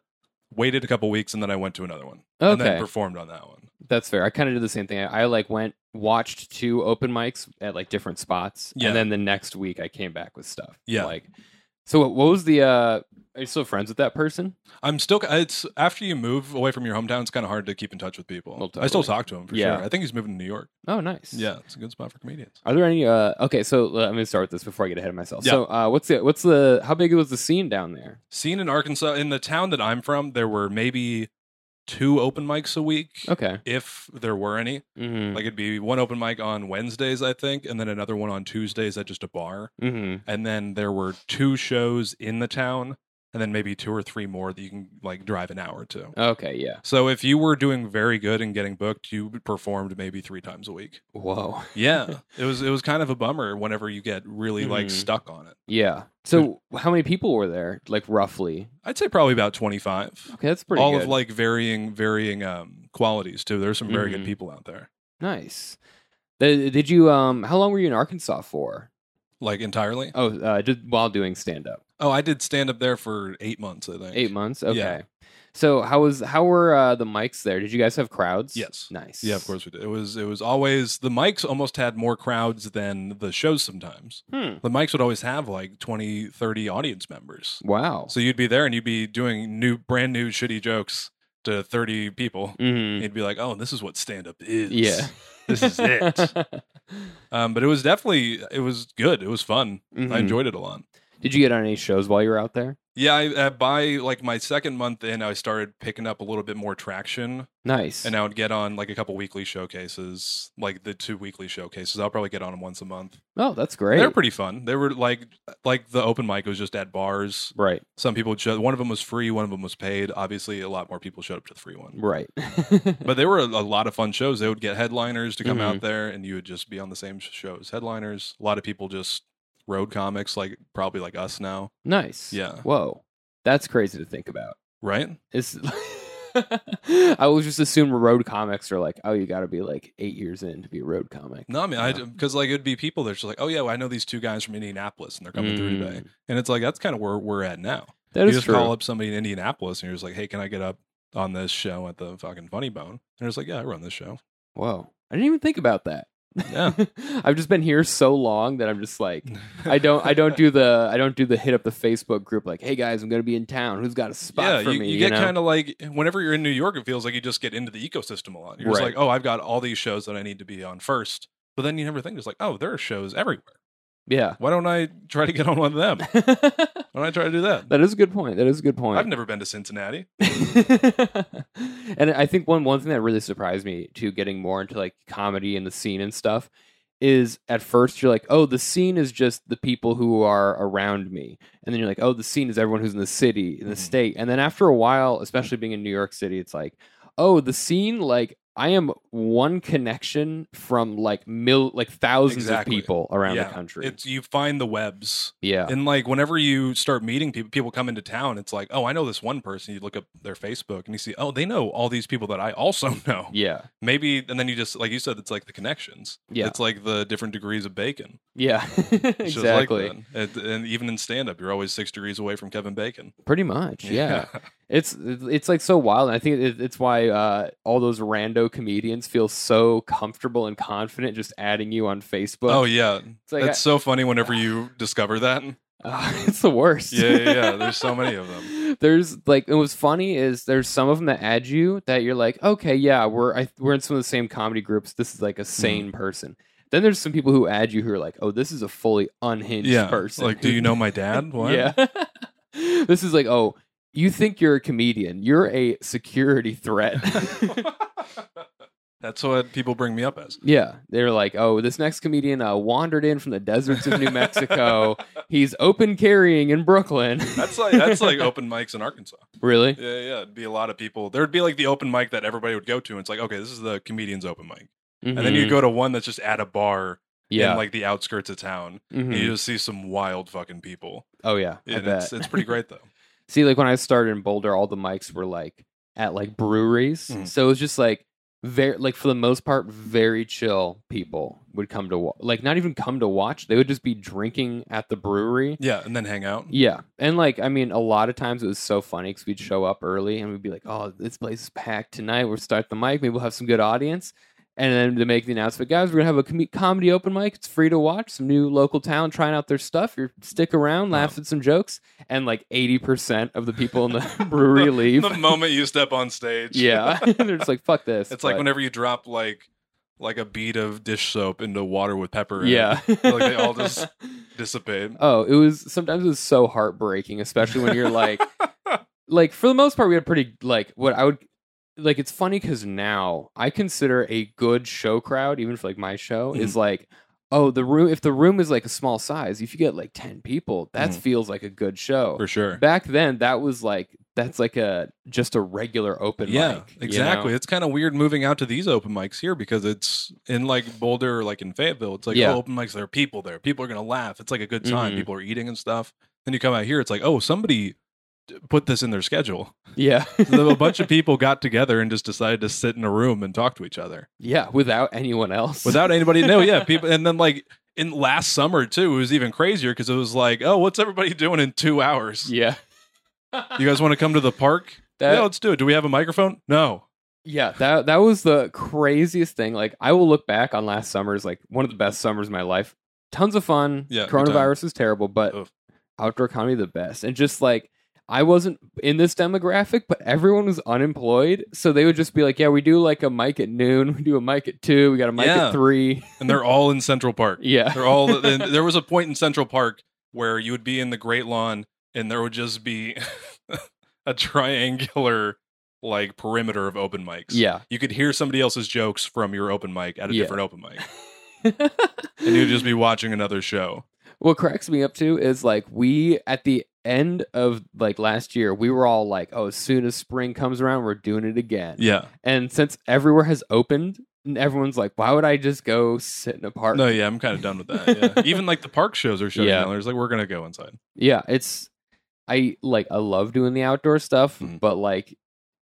S2: waited a couple weeks, and then I went to another one. And
S1: Okay.
S2: then performed on that one.
S1: That's fair. I kind of did the same thing. I, I like went watched two open mics at like different spots,
S2: Yeah.
S1: and then the next week I came back with stuff.
S2: Yeah.
S1: like so. What, what was the? uh Are you still friends with that person?
S2: I'm still it's after you move away from your hometown, it's kinda hard to keep in touch with people.
S1: Well,
S2: I still
S1: totally.
S2: talk to him for
S1: Yeah.
S2: sure. I think he's moving to New York.
S1: Oh, nice.
S2: Yeah, it's a good spot for comedians.
S1: Are there any? Uh, okay, so let me start with this before I get ahead of myself.
S2: Yeah.
S1: So, uh, what's the what's the how big was the scene down there?
S2: Seen in Arkansas, in the town that I'm from, there were maybe two open mics a week.
S1: Okay,
S2: If there were any,
S1: mm-hmm.
S2: like it'd be one open mic on Wednesdays, I think, and then another one on Tuesdays at just a bar.
S1: Mm-hmm.
S2: and then there were two shows in the town and then maybe two or three more that you can like drive an hour
S1: Oh.
S2: to
S1: okay, yeah.
S2: so if you were doing very good and getting booked you performed maybe three times a week
S1: Whoa,
S2: yeah it was it was kind of a bummer whenever you get really like
S1: Mhm.
S2: stuck on it
S1: yeah. So, how many people were there? Like roughly?
S2: i'd say probably about 25
S1: Okay, that's Oh, pretty.
S2: all
S1: good.
S2: of like varying varying um qualities too there's some very
S1: Mhm.
S2: good people out there
S1: nice. Th- Did you? Um, how long were you in Arkansas for?
S2: like entirely
S1: Oh, uh, did, while doing stand up,
S2: oh i did stand up there for eight months i think
S1: eight months. Okay.
S2: Yeah.
S1: So how was how were uh, the mics there? Did you guys have crowds?
S2: Yes.
S1: Nice.
S2: yeah of course we did it was it was always the mics almost had more crowds than the shows sometimes
S1: Hmm.
S2: the mics would always have like 20 30 audience members
S1: Wow.
S2: so you'd be there and you'd be doing new brand new shitty jokes to 30 people
S1: Mhm.
S2: you'd be like oh this is what stand up is
S1: Yeah.
S2: this is it um, but it was definitely it was good it was fun i
S1: Mhm.
S2: enjoyed it a lot
S1: Did you get on any shows while you were out there?
S2: yeah I, uh, by like my second month in i started picking up a little bit more traction
S1: Nice.
S2: and i would get on like a couple weekly showcases like the two weekly showcases i'll probably get on them once a month
S1: oh, that's great.
S2: they're pretty fun they were like like the open mic was just at bars
S1: right.
S2: some people showed one of them was free one of them was paid obviously a lot more people showed up to the free one
S1: Right.
S2: but they were a, a lot of fun shows they would get headliners to come
S1: Mhm.
S2: out there and you would just be on the same sh- shows headliners a lot of people just road comics like probably like us now
S1: nice.
S2: Yeah.
S1: Whoa. That's crazy to think about.
S2: right
S1: It's I always just assume road comics are like, oh, you got to be like eight years in to be a road comic.
S2: no i mean
S1: Yeah.
S2: i because like it'd be people that's just like oh yeah well, i know these two guys from indianapolis and they're coming through today
S1: Mm.
S2: and it's like that's kind of where we're at now
S1: That
S2: you
S1: is
S2: just
S1: true.
S2: call up somebody in indianapolis and you're just like hey can i get up on this show at the fucking funny bone and it's like yeah i run this show
S1: Whoa. I didn't even think about that.
S2: Yeah.
S1: I've just been here so long that I'm just like I don't I don't do the I don't do the hit up the Facebook group like, hey guys, I'm gonna be in town. Who's got a spot for
S2: you,
S1: me?
S2: you get kind of like whenever you're in New York, it feels like you just get into the ecosystem a lot. You're just
S1: Right.
S2: like, oh, I've got all these shows that I need to be on first. But then you never think it's like, oh, there are shows everywhere.
S1: Yeah.
S2: Why don't I try to get on one of them? Why don't I try to do that?
S1: that is a good point. That is a good point.
S2: I've never been to Cincinnati.
S1: and I think one one thing that really surprised me to getting more into like comedy and the scene and stuff is at first you're like, oh, the scene is just the people who are around me, and then you're like, oh, the scene is everyone who's in the city in the
S2: Mhm.
S1: state, and then after a while, especially being in New York City, it's like, oh, the scene like I am one connection from like mil like thousands
S2: Exactly.
S1: of people around
S2: Yeah.
S1: the country.
S2: It's you find the webs.
S1: yeah.
S2: And like whenever you start meeting people, people come into town. It's like, oh, I know this one person. You look up their Facebook and you see, oh, they know all these people that I also know.
S1: yeah.
S2: Maybe, and then you just like you said, it's like the connections.
S1: Yeah.
S2: it's like the different degrees of bacon.
S1: Yeah.
S2: It's just like
S1: exactly.
S2: that. and, and even in stand up, you're always six degrees away from Kevin Bacon.
S1: Pretty much. yeah. It's it's like so wild. And I think it, it's why uh, all those rando comedians feel so comfortable and confident just adding you on Facebook.
S2: oh yeah,
S1: it's like
S2: that's so funny. Whenever you discover that,
S1: uh, it's the worst.
S2: yeah, yeah, yeah. There's so many of them.
S1: There's like and what's funny is there's some of them that add you that you're like, okay, yeah, we're I, we're in some of the same comedy groups. This is like
S2: Hmm.
S1: a sane person. Then there's some people who add you who are like, oh, this is a fully unhinged
S2: Yeah,
S1: person.
S2: like, do you know my dad? What?
S1: Yeah. this is like, oh, you think you're a comedian? You're a security threat.
S2: That's what people bring me up as.
S1: Yeah, they're like, oh, this next comedian uh, wandered in from the deserts of New Mexico. He's open carrying in Brooklyn.
S2: That's like that's like open mics in Arkansas.
S1: really?
S2: Yeah, yeah. It'd be a lot of people. There would be like the open mic that everybody would go to. And it's like, okay, this is the comedian's open mic. And then you
S1: Mhm.
S2: go to one that's just at a bar
S1: Mm-hmm. yeah,
S2: in like the outskirts of town.
S1: mhm.
S2: And you just see some wild fucking people.
S1: oh yeah, I
S2: And
S1: bet.
S2: it's it's pretty great though.
S1: See, like when I started in Boulder, all the mics were like at like breweries,
S2: Mhm.
S1: so it was just like very, like for the most part, very chill people would come to wa- like not even come to watch. They would just be drinking at the brewery.
S2: Yeah, and then hang out.
S1: Yeah. And like, I mean, a lot of times it was so funny because we'd show up early and we'd be like, oh, this place is packed tonight. We'll start the mic. Maybe we'll have some good audience. And then to make the announcement, guys, we're going to have a com- comedy open mic. It's free to watch. Some new local talent trying out their stuff. You stick around, laugh at some jokes. And like 80% of the people in the brewery leave.
S2: the moment you step on stage.
S1: yeah. They're just like, fuck this.
S2: It's like
S1: but-
S2: whenever you drop like like a bead of dish soap into water with pepper in it,
S1: Yeah.
S2: Like, they all just- dissipate.
S1: Oh, it was sometimes it was so heartbreaking, especially when you're like, like for the most part, we had pretty like what I would like. It's funny because now I consider a good show crowd, even for like my show,
S2: Mm-hmm.
S1: is like, oh, the room. If the room is like a small size, if you get like ten people, that
S2: Mhm.
S1: feels like a good show.
S2: For sure.
S1: Back then, that was like that's like a just a regular open
S2: yeah,
S1: mic. you know?
S2: exactly. It's kind of weird moving out to these open mics here because it's in like Boulder or like in Fayetteville. It's like,
S1: Yeah.
S2: oh, open mics, there are people there. People are going to laugh. It's like a good time.
S1: Mhm.
S2: People are eating and stuff. Then you come out here, it's like, oh, somebody d- put this in their schedule.
S1: Yeah,
S2: So a bunch of people got together and just decided to sit in a room and talk to each other
S1: yeah, without anyone else.
S2: without anybody. No, yeah, people. And then like in last summer too, it was even crazier because it was like, oh, what's everybody doing in two hours?
S1: yeah. Uh,
S2: You guys want to come to the park?
S1: That-
S2: yeah, let's do it. Do we have a microphone? No.
S1: Yeah, that that was the craziest thing. Like I will look back on last summer as like one of the best summers of my life. Tons of fun.
S2: Yeah, good time.
S1: Coronavirus is terrible, but
S2: Ugh.
S1: outdoor comedy the best. And just like I wasn't in this demographic, but everyone was unemployed, so they would just be like, "Yeah, we do like a mic at noon, we do a mic at two, we got a mic
S2: Yeah.
S1: at three.
S2: And they're all in Central Park.
S1: Yeah,
S2: They're all. and there was a point in Central Park where you would be in the Great Lawn, and there would just be a triangular like perimeter of open mics.
S1: yeah,
S2: you could hear somebody else's jokes from your open mic at a
S1: Yeah.
S2: different open mic, and you'd just be watching another show.
S1: what cracks me up too is like we at the end of like last year, we were all like, "Oh, as soon as spring comes around, we're doing it again."
S2: Yeah.
S1: And since everywhere has opened, and everyone's like, why would I just go sit in a park?
S2: No, yeah, I'm kind of done with that. Yeah. Even like the park shows are shutting
S1: Yeah.
S2: down. There's like we're gonna go inside.
S1: Yeah, it's I like I love doing the outdoor stuff,
S2: Mhm.
S1: but like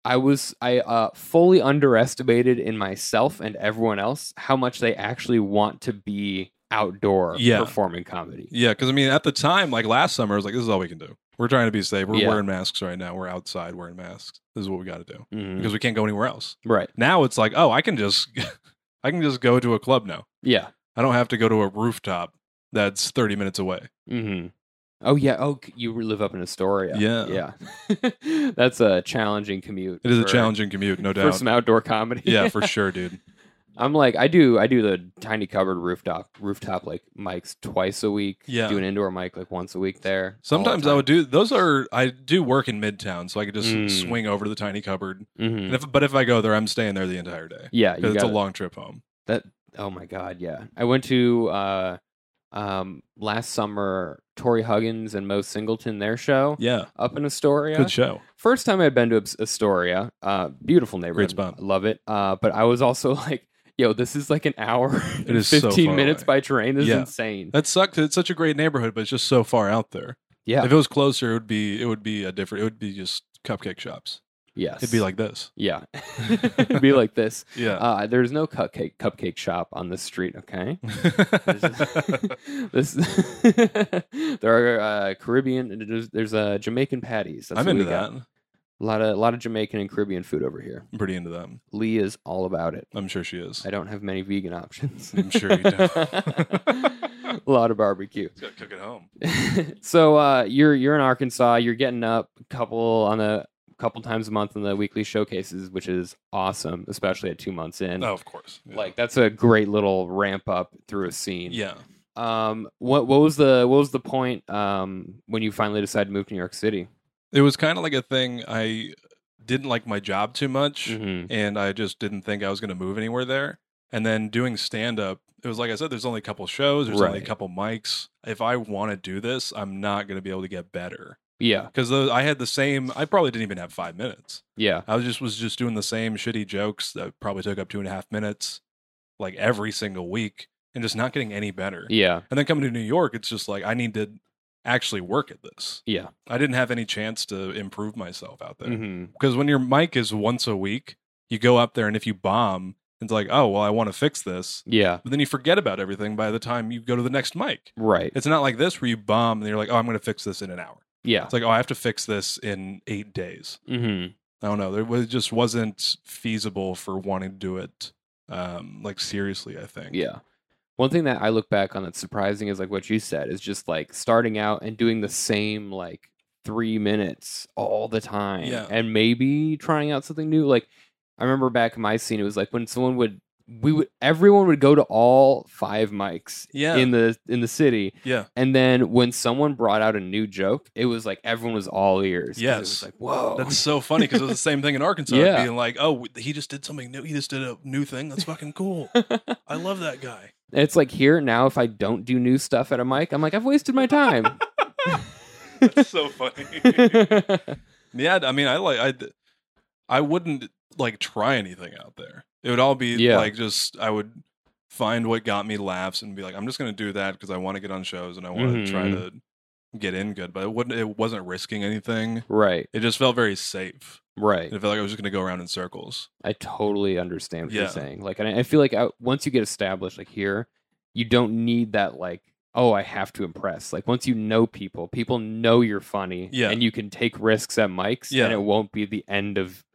S1: I was I uh fully underestimated in myself and everyone else how much they actually want to be outdoor
S2: Yeah.
S1: performing comedy.
S2: Yeah, because I mean, at the time, like last summer, I was like, this is all we can do. We're trying to be safe. We're
S1: Yeah.
S2: wearing masks right now. We're outside wearing masks. This is what we got to do
S1: Mhm.
S2: because we can't go anywhere else.
S1: Right.
S2: now it's like oh i can just i can just go to a club now
S1: Yeah.
S2: i don't have to go to a rooftop that's 30 minutes away
S1: hmm Oh yeah. Oh, c- you live up in Astoria.
S2: Yeah.
S1: Yeah. That's a challenging commute.
S2: it is a
S1: for-
S2: challenging commute no
S1: for
S2: doubt
S1: some outdoor comedy.
S2: yeah for sure dude
S1: I'm like I do I do the tiny cupboard rooftop rooftop like mics twice a week.
S2: Yeah.
S1: Do an indoor mic like once a week there. all the
S2: sometimes i
S1: time.
S2: would do those are i do work in midtown so i could just
S1: Mm.
S2: swing over to the tiny cupboard
S1: Mhm.
S2: and if, but if i go there i'm staying there the entire day
S1: Yeah, you
S2: because it's a
S1: gotta-
S2: long trip home
S1: Oh my god, yeah. I went to uh um, last summer, Tori Huggins and Mo Singleton, their show
S2: Yeah.
S1: up in Astoria.
S2: Good show.
S1: First time I'd been to Abs- Astoria, uh, beautiful neighborhood,
S2: spot.
S1: I love it. Uh, but I was also like, yo, this is like an hour, and
S2: is so
S1: fifteen
S2: far
S1: minutes
S2: away.
S1: by train. This
S2: Yeah.
S1: is insane.
S2: That sucked. It's such a great neighborhood, but it's just so far out there.
S1: Yeah,
S2: If it was closer, it would be it would be a different. It would be just cupcake shops.
S1: yes,
S2: It'd be like this.
S1: yeah, it'd be like this.
S2: Yeah.
S1: Uh, there's no cupcake cupcake shop on this street. Okay. this, there are uh, Caribbean. There's, there's uh, Jamaican patties. That's
S2: I'm
S1: what
S2: into
S1: we got.
S2: that.
S1: A lot of a lot of Jamaican and Caribbean food over here.
S2: I'm pretty into that.
S1: Lee is all about it.
S2: I'm sure she is.
S1: I don't have many vegan options.
S2: I'm sure you don't.
S1: a lot of barbecue.
S2: She's got to cook at home.
S1: so uh, you're you're in Arkansas. You're getting up a couple on a couple times a month in the weekly showcases, which is awesome, especially at two months in.
S2: Oh, of course. Yeah.
S1: Like that's a great little ramp up through a scene.
S2: yeah.
S1: Um, what what was the what was the point um when you finally decided to move to New York City?
S2: It was kind of like a thing. I didn't like my job too much, and I just didn't think I was going to move anywhere there. And then doing stand up, it was like I said, there's only a couple shows, there's only a
S1: Right.
S2: couple mics. If I want to do this, I'm not going to be able to get better.
S1: Yeah,
S2: because I had the same. I probably didn't even have five minutes.
S1: yeah,
S2: I was just was just doing the same shitty jokes that probably took up two and a half minutes, like every single week, and just not getting any better.
S1: yeah,
S2: And then coming to New York, it's just like I need to actually work at this.
S1: yeah.
S2: I didn't have any chance to improve myself out there
S1: hmm
S2: because when your mic is once a week, you go up there and if you bomb, it's like oh well I want to fix this,
S1: Yeah,
S2: but then you forget about everything by the time you go to the next mic.
S1: right.
S2: It's not like this where you bomb and you're like oh I'm going to fix this in an hour.
S1: Yeah.
S2: It's like, oh, I have to fix this in eight days.
S1: Mm-hmm.
S2: I don't know. There was, it just wasn't feasible for wanting to do it um, like seriously, I think.
S1: Yeah. One thing that I look back on that's surprising is like what you said is just like starting out and doing the same like three minutes all the time.
S2: Yeah.
S1: And maybe trying out something new. Like I remember back in my scene, it was like when someone would we would everyone would go to all five mics
S2: Yeah.
S1: in the in the city.
S2: yeah.
S1: And then when someone brought out a new joke, it was like everyone was all ears. 'cause It was
S2: Yes.
S1: like, whoa.
S2: That's so funny because it was the same thing in Arkansas.
S1: Yeah.
S2: Being like, oh, w- he just did something new. He just did a new thing. That's fucking cool. I love that guy.
S1: it's like here now, if I don't do new stuff at a mic, I'm like, I've wasted my time.
S2: That's so funny. yeah. I mean, I like, I, d- I wouldn't like try anything out there. It would all be
S1: Yeah.
S2: like just, I would find what got me laughs and be like, I'm just going to do that because I want to get on shows and I want to try to
S1: Mhm.
S2: get in good. But it, wouldn't, it wasn't risking anything.
S1: right,
S2: It just felt very safe.
S1: right.
S2: It felt like I was just going to go around in circles.
S1: I totally understand what
S2: Yeah.
S1: you're saying. Like, and I, I feel like I, once you get established, like here, you don't need that. Like, oh, I have to impress. Like once you know people, people know you're funny,
S2: Yeah.
S1: and you can take risks at mics,
S2: Yeah.
S1: and it won't be the end of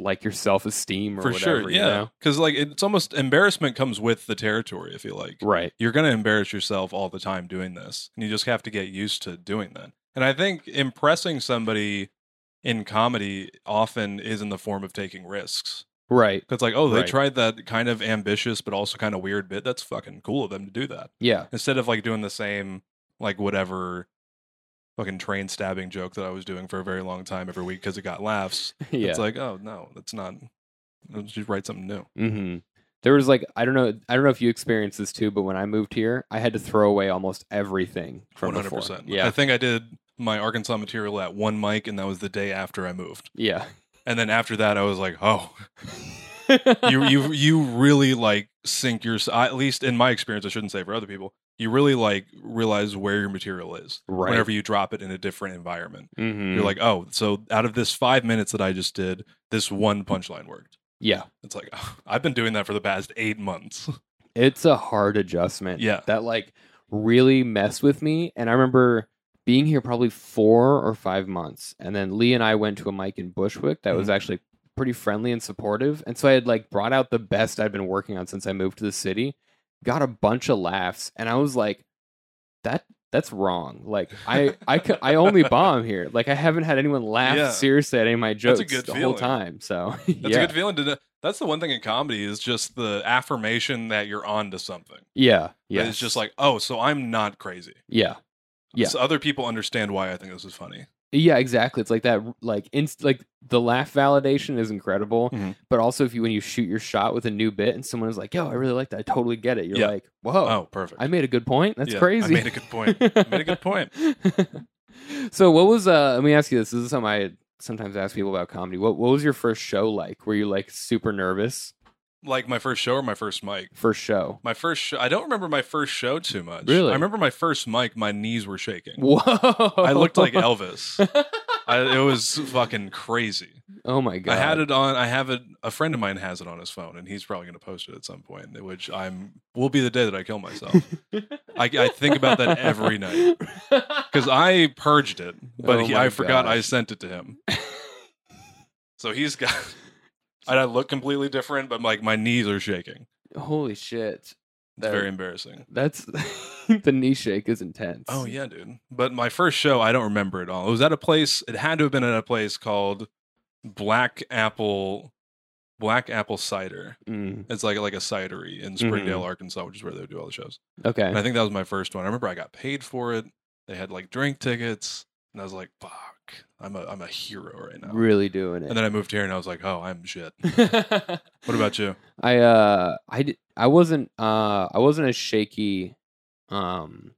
S1: like your self esteem or
S2: For
S1: whatever.
S2: sure.
S1: you
S2: Yeah.
S1: know?
S2: Because like it's almost embarrassment comes with the territory, I feel like.
S1: right.
S2: You're going to embarrass yourself all the time doing this. And you just have to get used to doing that. And I think impressing somebody in comedy often is in the form of taking risks.
S1: Right.
S2: It's like, oh, they
S1: Right.
S2: tried that kind of ambitious but also kind of weird bit. That's fucking cool of them to do that.
S1: Yeah.
S2: Instead of like doing the same, like whatever fucking train stabbing joke that I was doing for a very long time every week because it got laughs.
S1: Yeah.
S2: It's like, oh, no, that's not. Just write something new.
S1: hmm There was like I don't know I don't know if you experienced this too, but when I moved here, I had to throw away almost everything from
S2: One hundred
S1: before.
S2: percent. I
S1: Yeah.
S2: think I did my Arkansas material at one mic, and that was the day after I moved.
S1: Yeah.
S2: And then after that, I was like, oh, you you you really like sink your. I- At least in my experience, I shouldn't say for other people. You really like realize where your material is
S1: right.
S2: whenever you drop it in a different environment.
S1: Mhm.
S2: You're like, oh, so out of this five minutes that I just did, this one punchline worked.
S1: yeah.
S2: It's like "Oh, I've been doing that for the past eight months.
S1: It's a hard adjustment.
S2: Yeah.
S1: That like really messed with me. And I remember being here probably four or five months. And then Lee and I went to a mic in Bushwick that was
S2: Mhm.
S1: actually pretty friendly and supportive. And so I had like brought out the best I'd been working on since I moved to the city, got a bunch of laughs. And I was like, that that's wrong. Like I I c- I only bomb here. Like I haven't had anyone laugh
S2: Yeah.
S1: seriously at any of my jokes
S2: That's a good
S1: the whole
S2: feeling.
S1: time. So
S2: That's
S1: yeah.
S2: a good feeling to. know. That's the one thing in comedy is just the affirmation that you're onto something.
S1: yeah.
S2: But
S1: Yeah.
S2: It's just like, oh, so I'm not crazy.
S1: yeah. Yeah.
S2: So other people understand why I think this is funny.
S1: Yeah, exactly. It's like that. Like, inst- like the laugh validation is incredible,
S2: Mhm.
S1: but also if you when you shoot your shot with a new bit and someone is like, "Yo, I really like that. I totally get it." You're
S2: Yeah.
S1: like, "Whoa,
S2: Oh, perfect.
S1: I made a good point. That's
S2: Yeah, I
S1: crazy."
S2: made a good point. I made a good point.
S1: so, what was? uh Let me ask you this. This is something I sometimes ask people about comedy. What What was your first show like? Were you like super nervous
S2: Like my first show or my first mic?
S1: first show?
S2: My first show. I don't remember my first show too much.
S1: Really?
S2: I remember my first mic. My knees were shaking.
S1: Whoa!
S2: I looked like Elvis. I, it was fucking crazy.
S1: oh my god!
S2: I had it on. I have it. A friend of mine has it on his phone, and he's probably going to post it at some point. Which I'm will be the day that I kill myself. I, I think about that every night because I purged it, but
S1: Oh
S2: he,
S1: my
S2: I forgot I
S1: gosh.
S2: sent it to him. so he's got. And I look completely different, but like my knees are shaking.
S1: Holy shit!
S2: It's
S1: That-
S2: very embarrassing.
S1: That's the knee shake is intense.
S2: Oh yeah, dude. But my first show, I don't remember at all. It was at a place. It had to have been at a place called Black Apple, Black Apple Cider.
S1: Mm,
S2: It's like like a cidery in Springdale, Arkansas, which is where they would do all the shows.
S1: Mm-hmm. okay.
S2: And I think that was my first one. I remember I got paid for it. They had like drink tickets, and I was like, "Fuck, I'm a I'm a hero right now."
S1: Really doing it.
S2: And then I moved here, and I was like, "Oh, I'm shit." What about you?
S1: I uh I did, I wasn't uh I wasn't as shaky um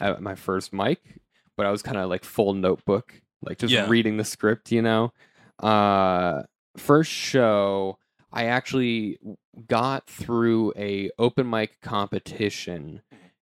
S1: at my first mic, but I was kind of like full notebook, like just
S2: Yeah.
S1: reading the script, you know. Uh first show I actually got through a open mic competition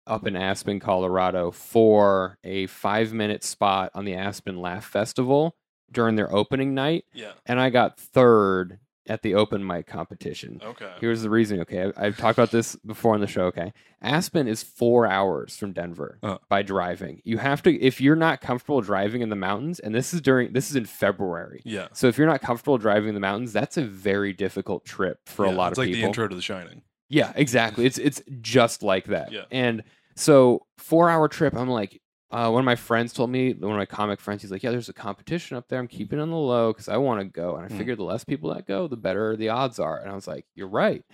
S1: up in Aspen, Colorado for a 5-minute spot on the Aspen Laugh Festival during their opening night
S2: Yeah.
S1: and I got 3rd at the open mic competition.
S2: Okay.
S1: Here's the reason. Okay, I, I've talked about this before on the show. Okay, Aspen is four hours from Denver
S2: Uh.
S1: by driving. You have to if you're not comfortable driving in the mountains, and this is during this is in February.
S2: Yeah.
S1: So if you're not comfortable driving in the mountains, that's a very difficult trip for
S2: Yeah,
S1: a lot
S2: it's
S1: of
S2: like
S1: people.
S2: the intro to The Shining.
S1: Yeah, exactly. It's it's just like that.
S2: Yeah.
S1: And so four hour trip. I'm like, uh, one of my friends told me, one of my comic friends, he's like, yeah, there's a competition up there. I'm keeping on the low because I want to go. And I
S2: Mm.
S1: figured the less people that go, the better the odds are. And I was like, you're right.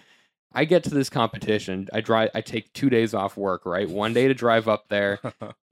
S1: I get to this competition. I drive. I take two days off work. Right, one day to drive up there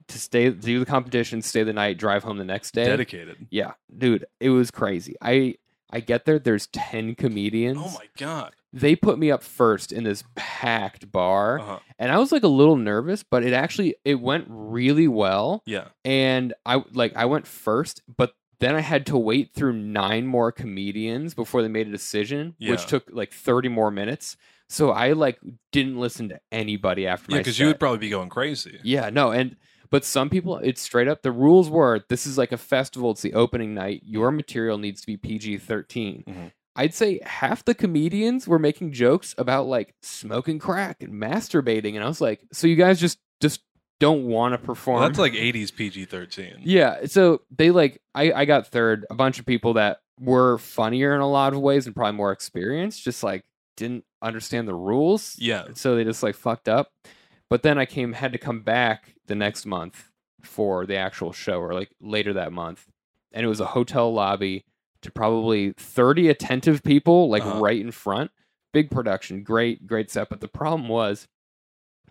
S1: to stay, do the competition, stay the night, drive home the next day.
S2: Dedicated.
S1: yeah, dude, it was crazy. I I get there. There's ten comedians
S2: Oh my god.
S1: they put me up first in this packed bar
S2: Uh-huh.
S1: and i was like a little nervous but it actually it went really well
S2: Yeah.
S1: and i like i went first but then i had to wait through nine more comedians before they made a decision
S2: Yeah.
S1: which took like 30 more minutes so i like didn't listen to anybody after
S2: Yeah,
S1: my
S2: because you would
S1: set.
S2: probably be going crazy.
S1: yeah no and but some people it's straight up the rules were this is like a festival it's the opening night your material needs to be pg-13
S2: Mhm.
S1: I'd say half the comedians were making jokes about like smoking crack and masturbating, and I was like, "So you guys just just don't want to perform?"
S2: Well, that's like 80s PG 13.
S1: yeah. So they like, I I got third. A bunch of people that were funnier in a lot of ways and probably more experienced, just like didn't understand the rules,
S2: Yeah.
S1: so they just like fucked up. But then I came had to come back the next month for the actual show, or like later that month, and it was a hotel lobby to probably thirty attentive people, like
S2: Uh-huh.
S1: right in front. Big production, great, great set. But the problem was,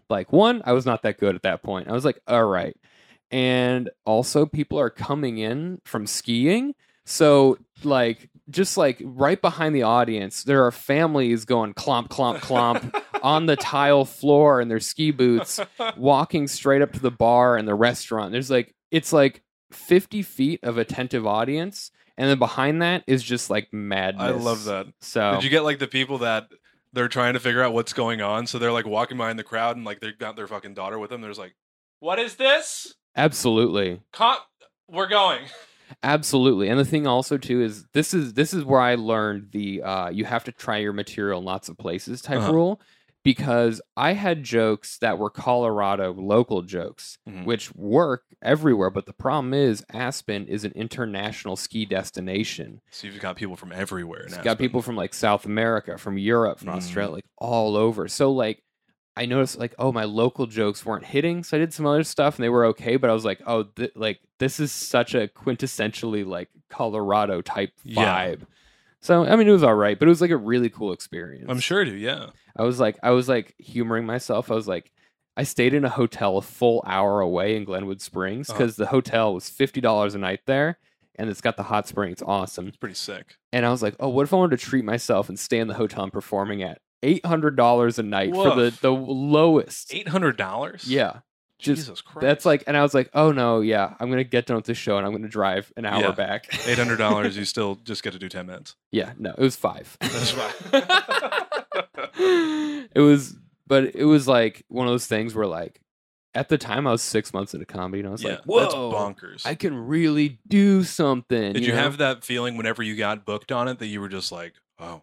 S1: like, one, I was not that good at that point. I was like, all right. And also, people are coming in from skiing. So, like, just like right behind the audience, there are families going clomp, clomp, clomp on the tile floor in their ski boots, walking straight up to the bar and the restaurant. There's like it's like 50 feet of attentive audience, and then behind that is just like madness.
S2: I love that.
S1: So
S2: Did you get like the people that they're trying to figure out what's going on? So they're like walking behind the crowd and like they've got their fucking daughter with them. There's like, what is this?
S1: absolutely,
S2: Con- We're going.
S1: absolutely. And the thing also too is this is this is where I learned the uh, you have to try your material in lots of places type
S2: Uh-huh.
S1: rule because I had jokes that were Colorado local jokes.
S2: Mm.
S1: which work everywhere. But the problem is, Aspen is an international ski destination.
S2: So you've got people from everywhere
S1: It's
S2: now.
S1: got people from like South America, from Europe, from
S2: Mm.
S1: Australia, like all over. So like, I noticed like, oh, my local jokes weren't hitting, so I did some other stuff and they were okay. But I was like, oh, th- like this is such a quintessentially like Colorado type vibe.
S2: Yeah.
S1: So I mean, it was all right, but it was like a really cool experience.
S2: I'm sure to, yeah.
S1: I was like, I was like humoring myself. I was like, I stayed in a hotel a full hour away in Glenwood Springs
S2: Uh-huh.
S1: because the hotel was fifty dollars a night there, and it's got the hot spring. It's awesome.
S2: Pretty sick.
S1: And I was like, oh, what if I wanted to treat myself and stay in the hotel I'm performing at? Eight hundred dollars a night for the
S2: Woof.
S1: the lowest.
S2: Eight hundred dollars.
S1: Yeah, just-
S2: Jesus Christ.
S1: that's like, and I was like, oh no, yeah, I'm gonna get done with this show and I'm gonna drive an hour
S2: Yeah.
S1: back.
S2: eight hundred dollars. you still just get to do ten minutes.
S1: Yeah, no, it was five.
S2: That's fine.
S1: it was, but it was like one of those things where, like, at the time I was six months into comedy, and I was
S2: yeah,
S1: like, "Whoa,
S2: that's bonkers.
S1: I can really do something."
S2: Did you,
S1: know?
S2: have that feeling whenever you got booked on it that you were just like, oh,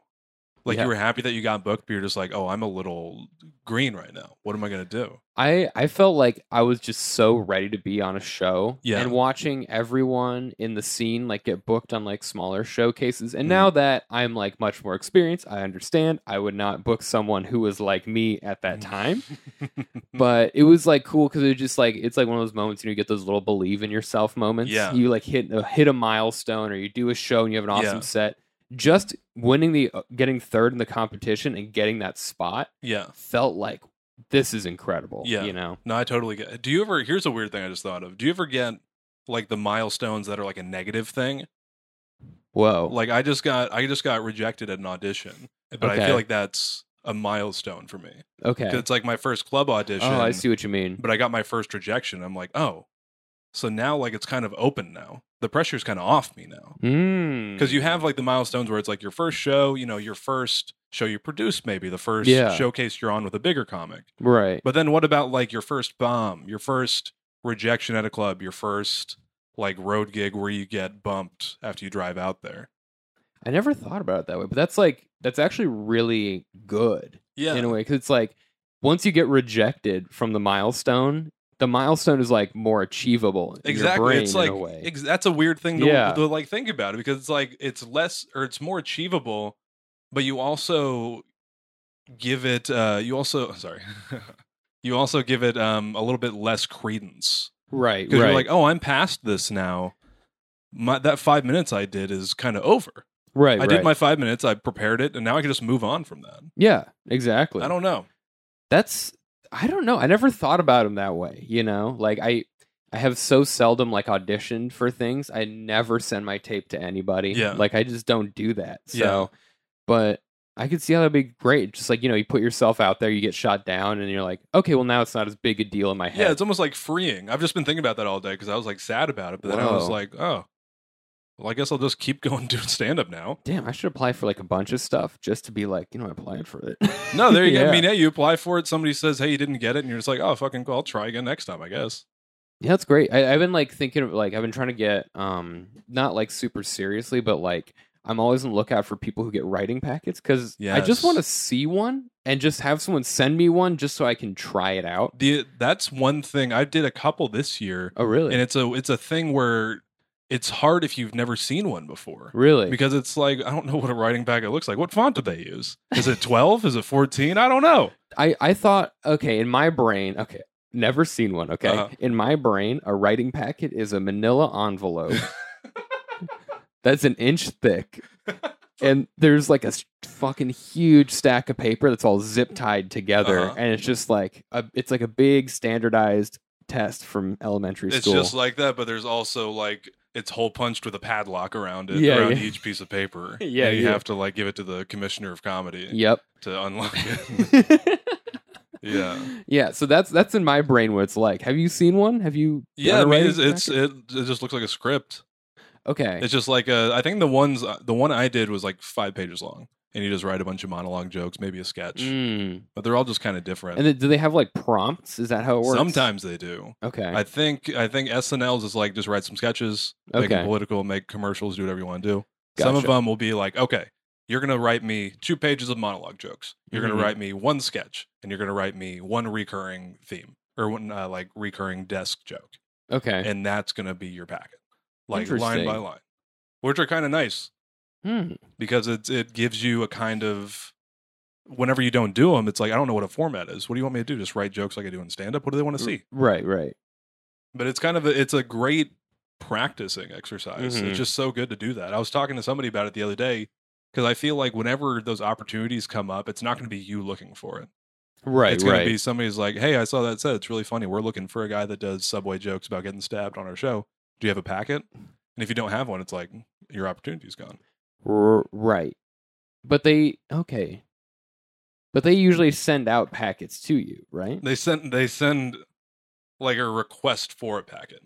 S2: like
S1: Yeah.
S2: you were happy that you got booked, but you're just like, oh, I'm a little green right now. What am I gonna do?
S1: I I felt like I was just so ready to be on a show,
S2: Yeah.
S1: and watching everyone in the scene like get booked on like smaller showcases. And
S2: Mhm.
S1: now that I'm like much more experienced, I understand. I would not book someone who was like me at
S2: Mm.
S1: that time. Mm-hmm. but it was like cool because it was just like it's like one of those moments you, know, you get those little believe in yourself moments.
S2: Yeah.
S1: you like hit a, hit a milestone or you do a show and you have an awesome
S2: Yeah.
S1: set. Just winning the uh, getting third in the competition and getting that spot
S2: yeah.
S1: felt like this is incredible.
S2: Yeah.
S1: you know.
S2: No, I totally get. Do you ever? Here's a weird thing I just thought of. Do you ever get like the milestones that are like a negative thing?
S1: Whoa.
S2: Like I just got, I just got rejected at an audition, but I
S1: Okay.
S2: feel like that's a milestone for me. 'Cause
S1: okay.
S2: It's like my first club audition.
S1: Oh, I see what you mean.
S2: But I got my first rejection. I'm like, oh, so now like it's kind of open now. The pressure's kind of off me now. because
S1: Because
S2: you have like the milestones where it's like your first show, you know, your first show you produced, maybe the first
S1: Yeah.
S2: showcase you're on with a bigger comic.
S1: right.
S2: But then what about like your first bomb, your first rejection at a club, your first like road gig where you get bumped after you drive out there?
S1: I never thought about it that way, but that's like that's actually really good
S2: Yeah,
S1: in a way because it's like once you get rejected from the milestone, the milestone is like more achievable. in your
S2: exactly.
S1: brain
S2: It's
S1: in
S2: like
S1: a way.
S2: ex- that's a weird thing to,
S1: Yeah.
S2: to like think about it because it's like it's less or it's more achievable, but you also give it. uh You also sorry. You also give it um, a little bit less credence
S1: right.
S2: because
S1: Right.
S2: you're like, oh, I'm past this now. My, that five minutes I did is kind of over.
S1: right.
S2: "Oh, I
S1: right.
S2: did my five minutes, I prepared it, and now I can just move on from that.
S1: Yeah. Exactly.
S2: I don't know.
S1: that's I don't know. I never thought about him that way, you know? Like I I have so seldom like auditioned for things. I never send my tape to anybody.
S2: Yeah.
S1: Like I just don't do that. So
S2: Yeah.
S1: but I could see how that'd be great. Just like, you know, you put yourself out there, you get shot down, and you're like, okay, well now it's not as big a deal in my
S2: Yeah,
S1: head.
S2: it's almost like freeing. I've just been thinking about that all day because I was like sad about it, but then I was
S1: Whoa.
S2: like, oh, well, I guess I'll just keep going doing stand up now.
S1: Damn, I should apply for like a bunch of stuff just to be like, you know, I applied for it.
S2: No, there you go.
S1: Yeah.
S2: I mean, yeah, you apply for it. Somebody says, hey, you didn't get it, and you're just like, oh, fucking cool. I'll try again next time, I guess.
S1: Yeah, that's great. I, I've been like thinking of like I've been trying to get um not like super seriously, but like I'm always on the lookout for people who get writing packets because I just
S2: Yes.
S1: want to see one and just have someone send me one just so I can try it out.
S2: The, that's one thing. I did a couple this year,
S1: Oh, really?
S2: and it's a it's a thing where it's hard if you've never seen one before.
S1: really?
S2: because it's like I don't know what a writing packet looks like. What font do they use? Is it 12? Is it 14? I don't know.
S1: I I thought okay in my brain okay never seen one okay
S2: Uh-huh.
S1: in my brain a writing packet is a Manila envelope that's an inch thick. And there's like a s- fucking huge stack of paper that's all zip tied together,
S2: Uh-huh.
S1: and it's just like a, it's like a big standardized test from elementary
S2: It's
S1: school.
S2: just like that, but there's also like it's hole punched with a padlock around it,
S1: Yeah,
S2: around
S1: yeah.
S2: each piece of paper.
S1: Yeah,
S2: And you
S1: yeah.
S2: have to like give it to the commissioner of comedy
S1: yep.
S2: to unlock it. yeah,
S1: yeah. So that's that's in my brain what it's like. Have you seen one? Have you?
S2: yeah. I
S1: done a
S2: mean, it's,
S1: writing
S2: it's
S1: packet?
S2: it, it just looks like a script.
S1: okay.
S2: It's just like a, I think the ones uh, the one I did was like five pages long, and you just write a bunch of monologue jokes, maybe a sketch,
S1: Mm.
S2: but they're all just kind of different.
S1: And then, do they have like prompts? Is that how it works?
S2: Sometimes they do.
S1: Okay.
S2: I think I think SNLs is like just write some sketches, make
S1: Okay.
S2: them political, make commercials, do whatever you want to do. Some of
S1: Gotcha.
S2: them will be like, okay, you're gonna write me two pages of monologue jokes. You're
S1: Mhm.
S2: gonna write me one sketch, and you're gonna write me one recurring theme or one uh, like recurring desk joke,
S1: okay.
S2: and that's gonna be your packet, like line by
S1: Interesting.
S2: line, which are kind of nice
S1: Hmm.
S2: because it it gives you a kind of whenever you don't do them, it's like I don't know what a format is. What do you want me to do? Just write jokes like I do in stand up? What do they want to see?
S1: Right. Right.
S2: but it's kind of a, it's a great practicing exercise
S1: Mhm.
S2: it's just so good to do that i was talking to somebody about it the other day because i feel like whenever those opportunities come up it's not going to be you looking for it
S1: Right,
S2: it's going to be somebody's like, "Hey, I saw that set. It's really funny. We're looking for a guy that does subway jokes about getting stabbed on our show. Do you have a packet?" And if you don't have one, it's like your opportunity's gone.
S1: R- right. But they okay. But they usually send out packets to you, right?
S2: They send they send like a request for a packet.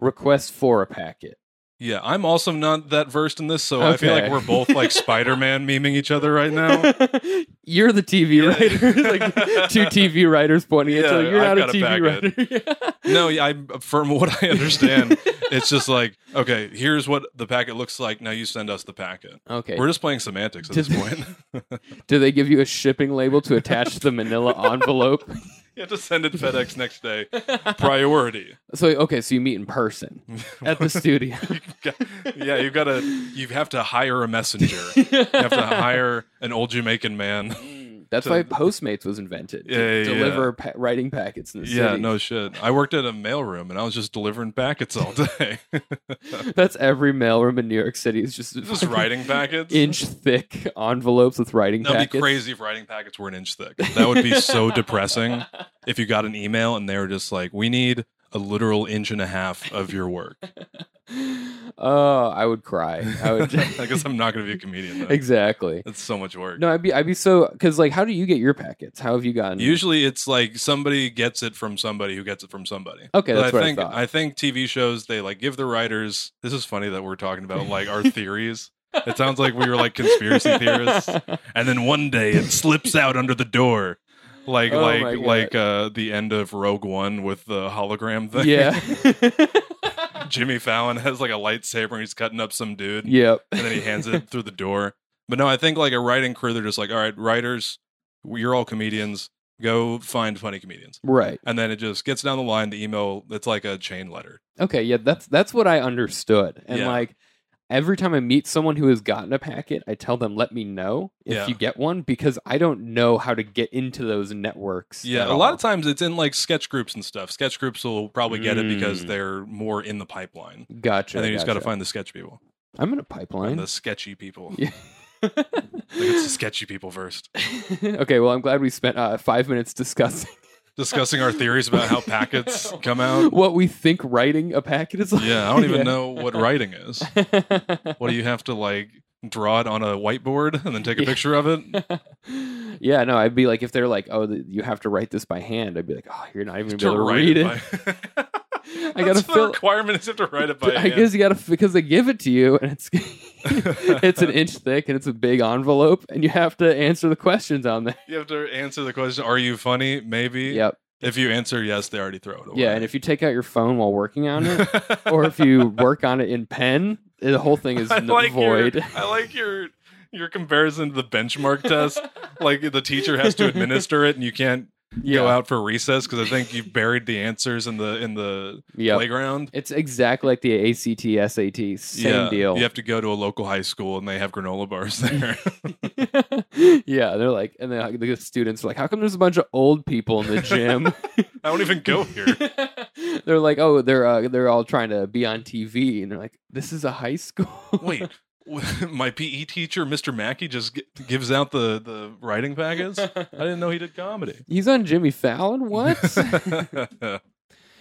S1: Request for a packet.
S2: Yeah, I'm also not that versed in this, so I feel
S1: Okay.
S2: like we're both like Spider-Man memeing each other right now.
S1: you're the TV
S2: Yeah.
S1: writer. like two TV writers pointing at each
S2: Yeah,
S1: other. You're
S2: I've
S1: not a
S2: got a
S1: TV writer.
S2: No, yeah, I from what I understand, it's just like, okay, here's what the packet looks like. Now you send us the packet.
S1: okay.
S2: We're just playing semantics at
S1: Did
S2: this
S1: they-
S2: point.
S1: Do they give you a shipping label to attach to the manila envelope?
S2: you have to send it FedEx next day. Priority.
S1: so okay, so you meet in person at the studio.
S2: yeah, you've got to you have to hire a messenger. You have to hire an old Jamaican man.
S1: That's
S2: to-
S1: why Postmates was invented to
S2: Yeah, yeah, yeah.
S1: deliver pa- writing packets in the
S2: Yeah,
S1: city.
S2: no shit. I worked at a mailroom and I was just delivering packets all day.
S1: That's every mailroom in New York City. It's just
S2: just writing packets.
S1: inch thick envelopes with writing
S2: That'd
S1: packets.
S2: be crazy if writing packets were an inch thick. That would be so depressing if you got an email and they were just like, "We need a literal inch and a half of your work."
S1: Oh, I would cry. I
S2: I,
S1: would.
S2: guess I'm not going to be a comedian. Though.
S1: exactly.
S2: That's so much work.
S1: No, I'd be. I'd be so because like, how do you get your packets? How have you gotten?
S2: Usually, it's like somebody gets it from somebody who gets it from somebody.
S1: Okay,
S2: But
S1: that's
S2: I
S1: what I
S2: think
S1: thought.
S2: think TV shows they like give the writers. This is funny that we're talking about like our theories. It sounds like we were like conspiracy theorists, and then one day it slips out under the door, like
S1: Oh my
S2: like
S1: God.
S2: like uh, the end of Rogue One with the hologram thing.
S1: yeah.
S2: Jimmy Fallon has like a lightsaber and he's cutting up some dude,
S1: yep.
S2: and then he hands it through the door. But no, I think like a writing crew, they're just like, all right, writers, you're all comedians. Go find funny comedians.
S1: Right.
S2: and then it just gets down the line the email it's like a chain letter
S1: Okay. Yeah. That's that's what I understood. And
S2: Yeah.
S1: like every time I meet someone who has gotten a packet, I tell them, "Let me know if
S2: Yeah.
S1: you get one," because I don't know how to get into those networks.
S2: yeah
S1: at
S2: a lot
S1: all.
S2: of times it's in like sketch groups and stuff sketch groups will probably get it because
S1: Mm.
S2: they're more in the pipeline
S1: Gotcha.
S2: and then you just got to
S1: gotcha.
S2: find the sketch people
S1: I'm in a
S2: and
S1: pipeline.
S2: the sketchy people
S1: Yeah.
S2: like it's the sketchy people first
S1: okay, well, I'm glad we spent uh, five minutes discussing
S2: discussing our theories about how packets come out
S1: what we think writing a packet is like.
S2: yeah i don't even know what writing is
S1: know.
S2: what do you have to like draw it on a whiteboard and then take a
S1: Yeah.
S2: picture of it
S1: yeah, no, I'd be like, if they're like, oh, th- you have to write this by hand, I'd be like, oh, you're not even going to be
S2: To
S1: able to
S2: write
S1: read it.
S2: by-
S1: I gotta
S2: That's the
S1: fill-
S2: requirement is you have to write it by
S1: But I
S2: hand.
S1: guess you got to, because they give it to you and it's. it's an inch thick and it's a big envelope and you have to answer the questions on there
S2: you have to answer the question are you funny maybe
S1: yep
S2: If you answer yes, they already throw it away.
S1: yeah and if you take out your phone while working on it or if you work on it in pen the whole thing is
S2: I
S1: n-
S2: like
S1: void
S2: Your, I like your your comparison to the benchmark test. Like the teacher has to administer it, and you can't
S1: yeah
S2: go out for recess because I think you buried the answers in the in the
S1: yep.
S2: playground.
S1: It's exactly like the ACT SAT, same
S2: yeah,
S1: deal.
S2: You have to go to a local high school, and they have granola bars there.
S1: yeah, they're like, and then the students are like, "How come there's a bunch of old people in the gym?"
S2: I don't even go here.
S1: they're like, "Oh, they're uh, they're all trying to be on TV," and they're like, "This is a high school."
S2: Wait. My PE teacher, Mr. Mackey, just g- gives out the, the writing packets. I didn't know he did comedy.
S1: he's on Jimmy Fallon. What?
S2: I've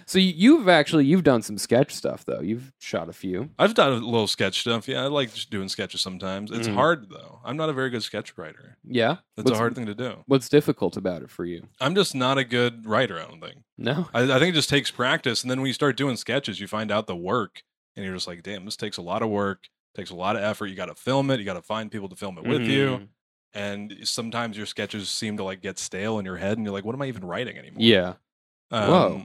S1: so you- you've actually you've done some sketch stuff though. You've shot a few.
S2: done a little sketch stuff. Yeah, I like just doing sketches sometimes. It's
S1: Mhm.
S2: hard though. I'm not a very good sketch writer.
S1: Yeah.
S2: That's a
S1: What's-
S2: hard thing to do.
S1: What's difficult about it for you?
S2: I'm just not a good writer. I don't think.
S1: No.
S2: I, I think it just takes practice, and then when you start doing sketches, you find out the work, and you're just like, damn, this takes a lot of work. Takes a lot of effort. You got to film it. You got to find people to film it with you.
S1: Mhm.
S2: And sometimes your sketches seem to like get stale in your head, and you're like, what am I even writing anymore?
S1: Yeah.
S2: Um,
S1: Whoa.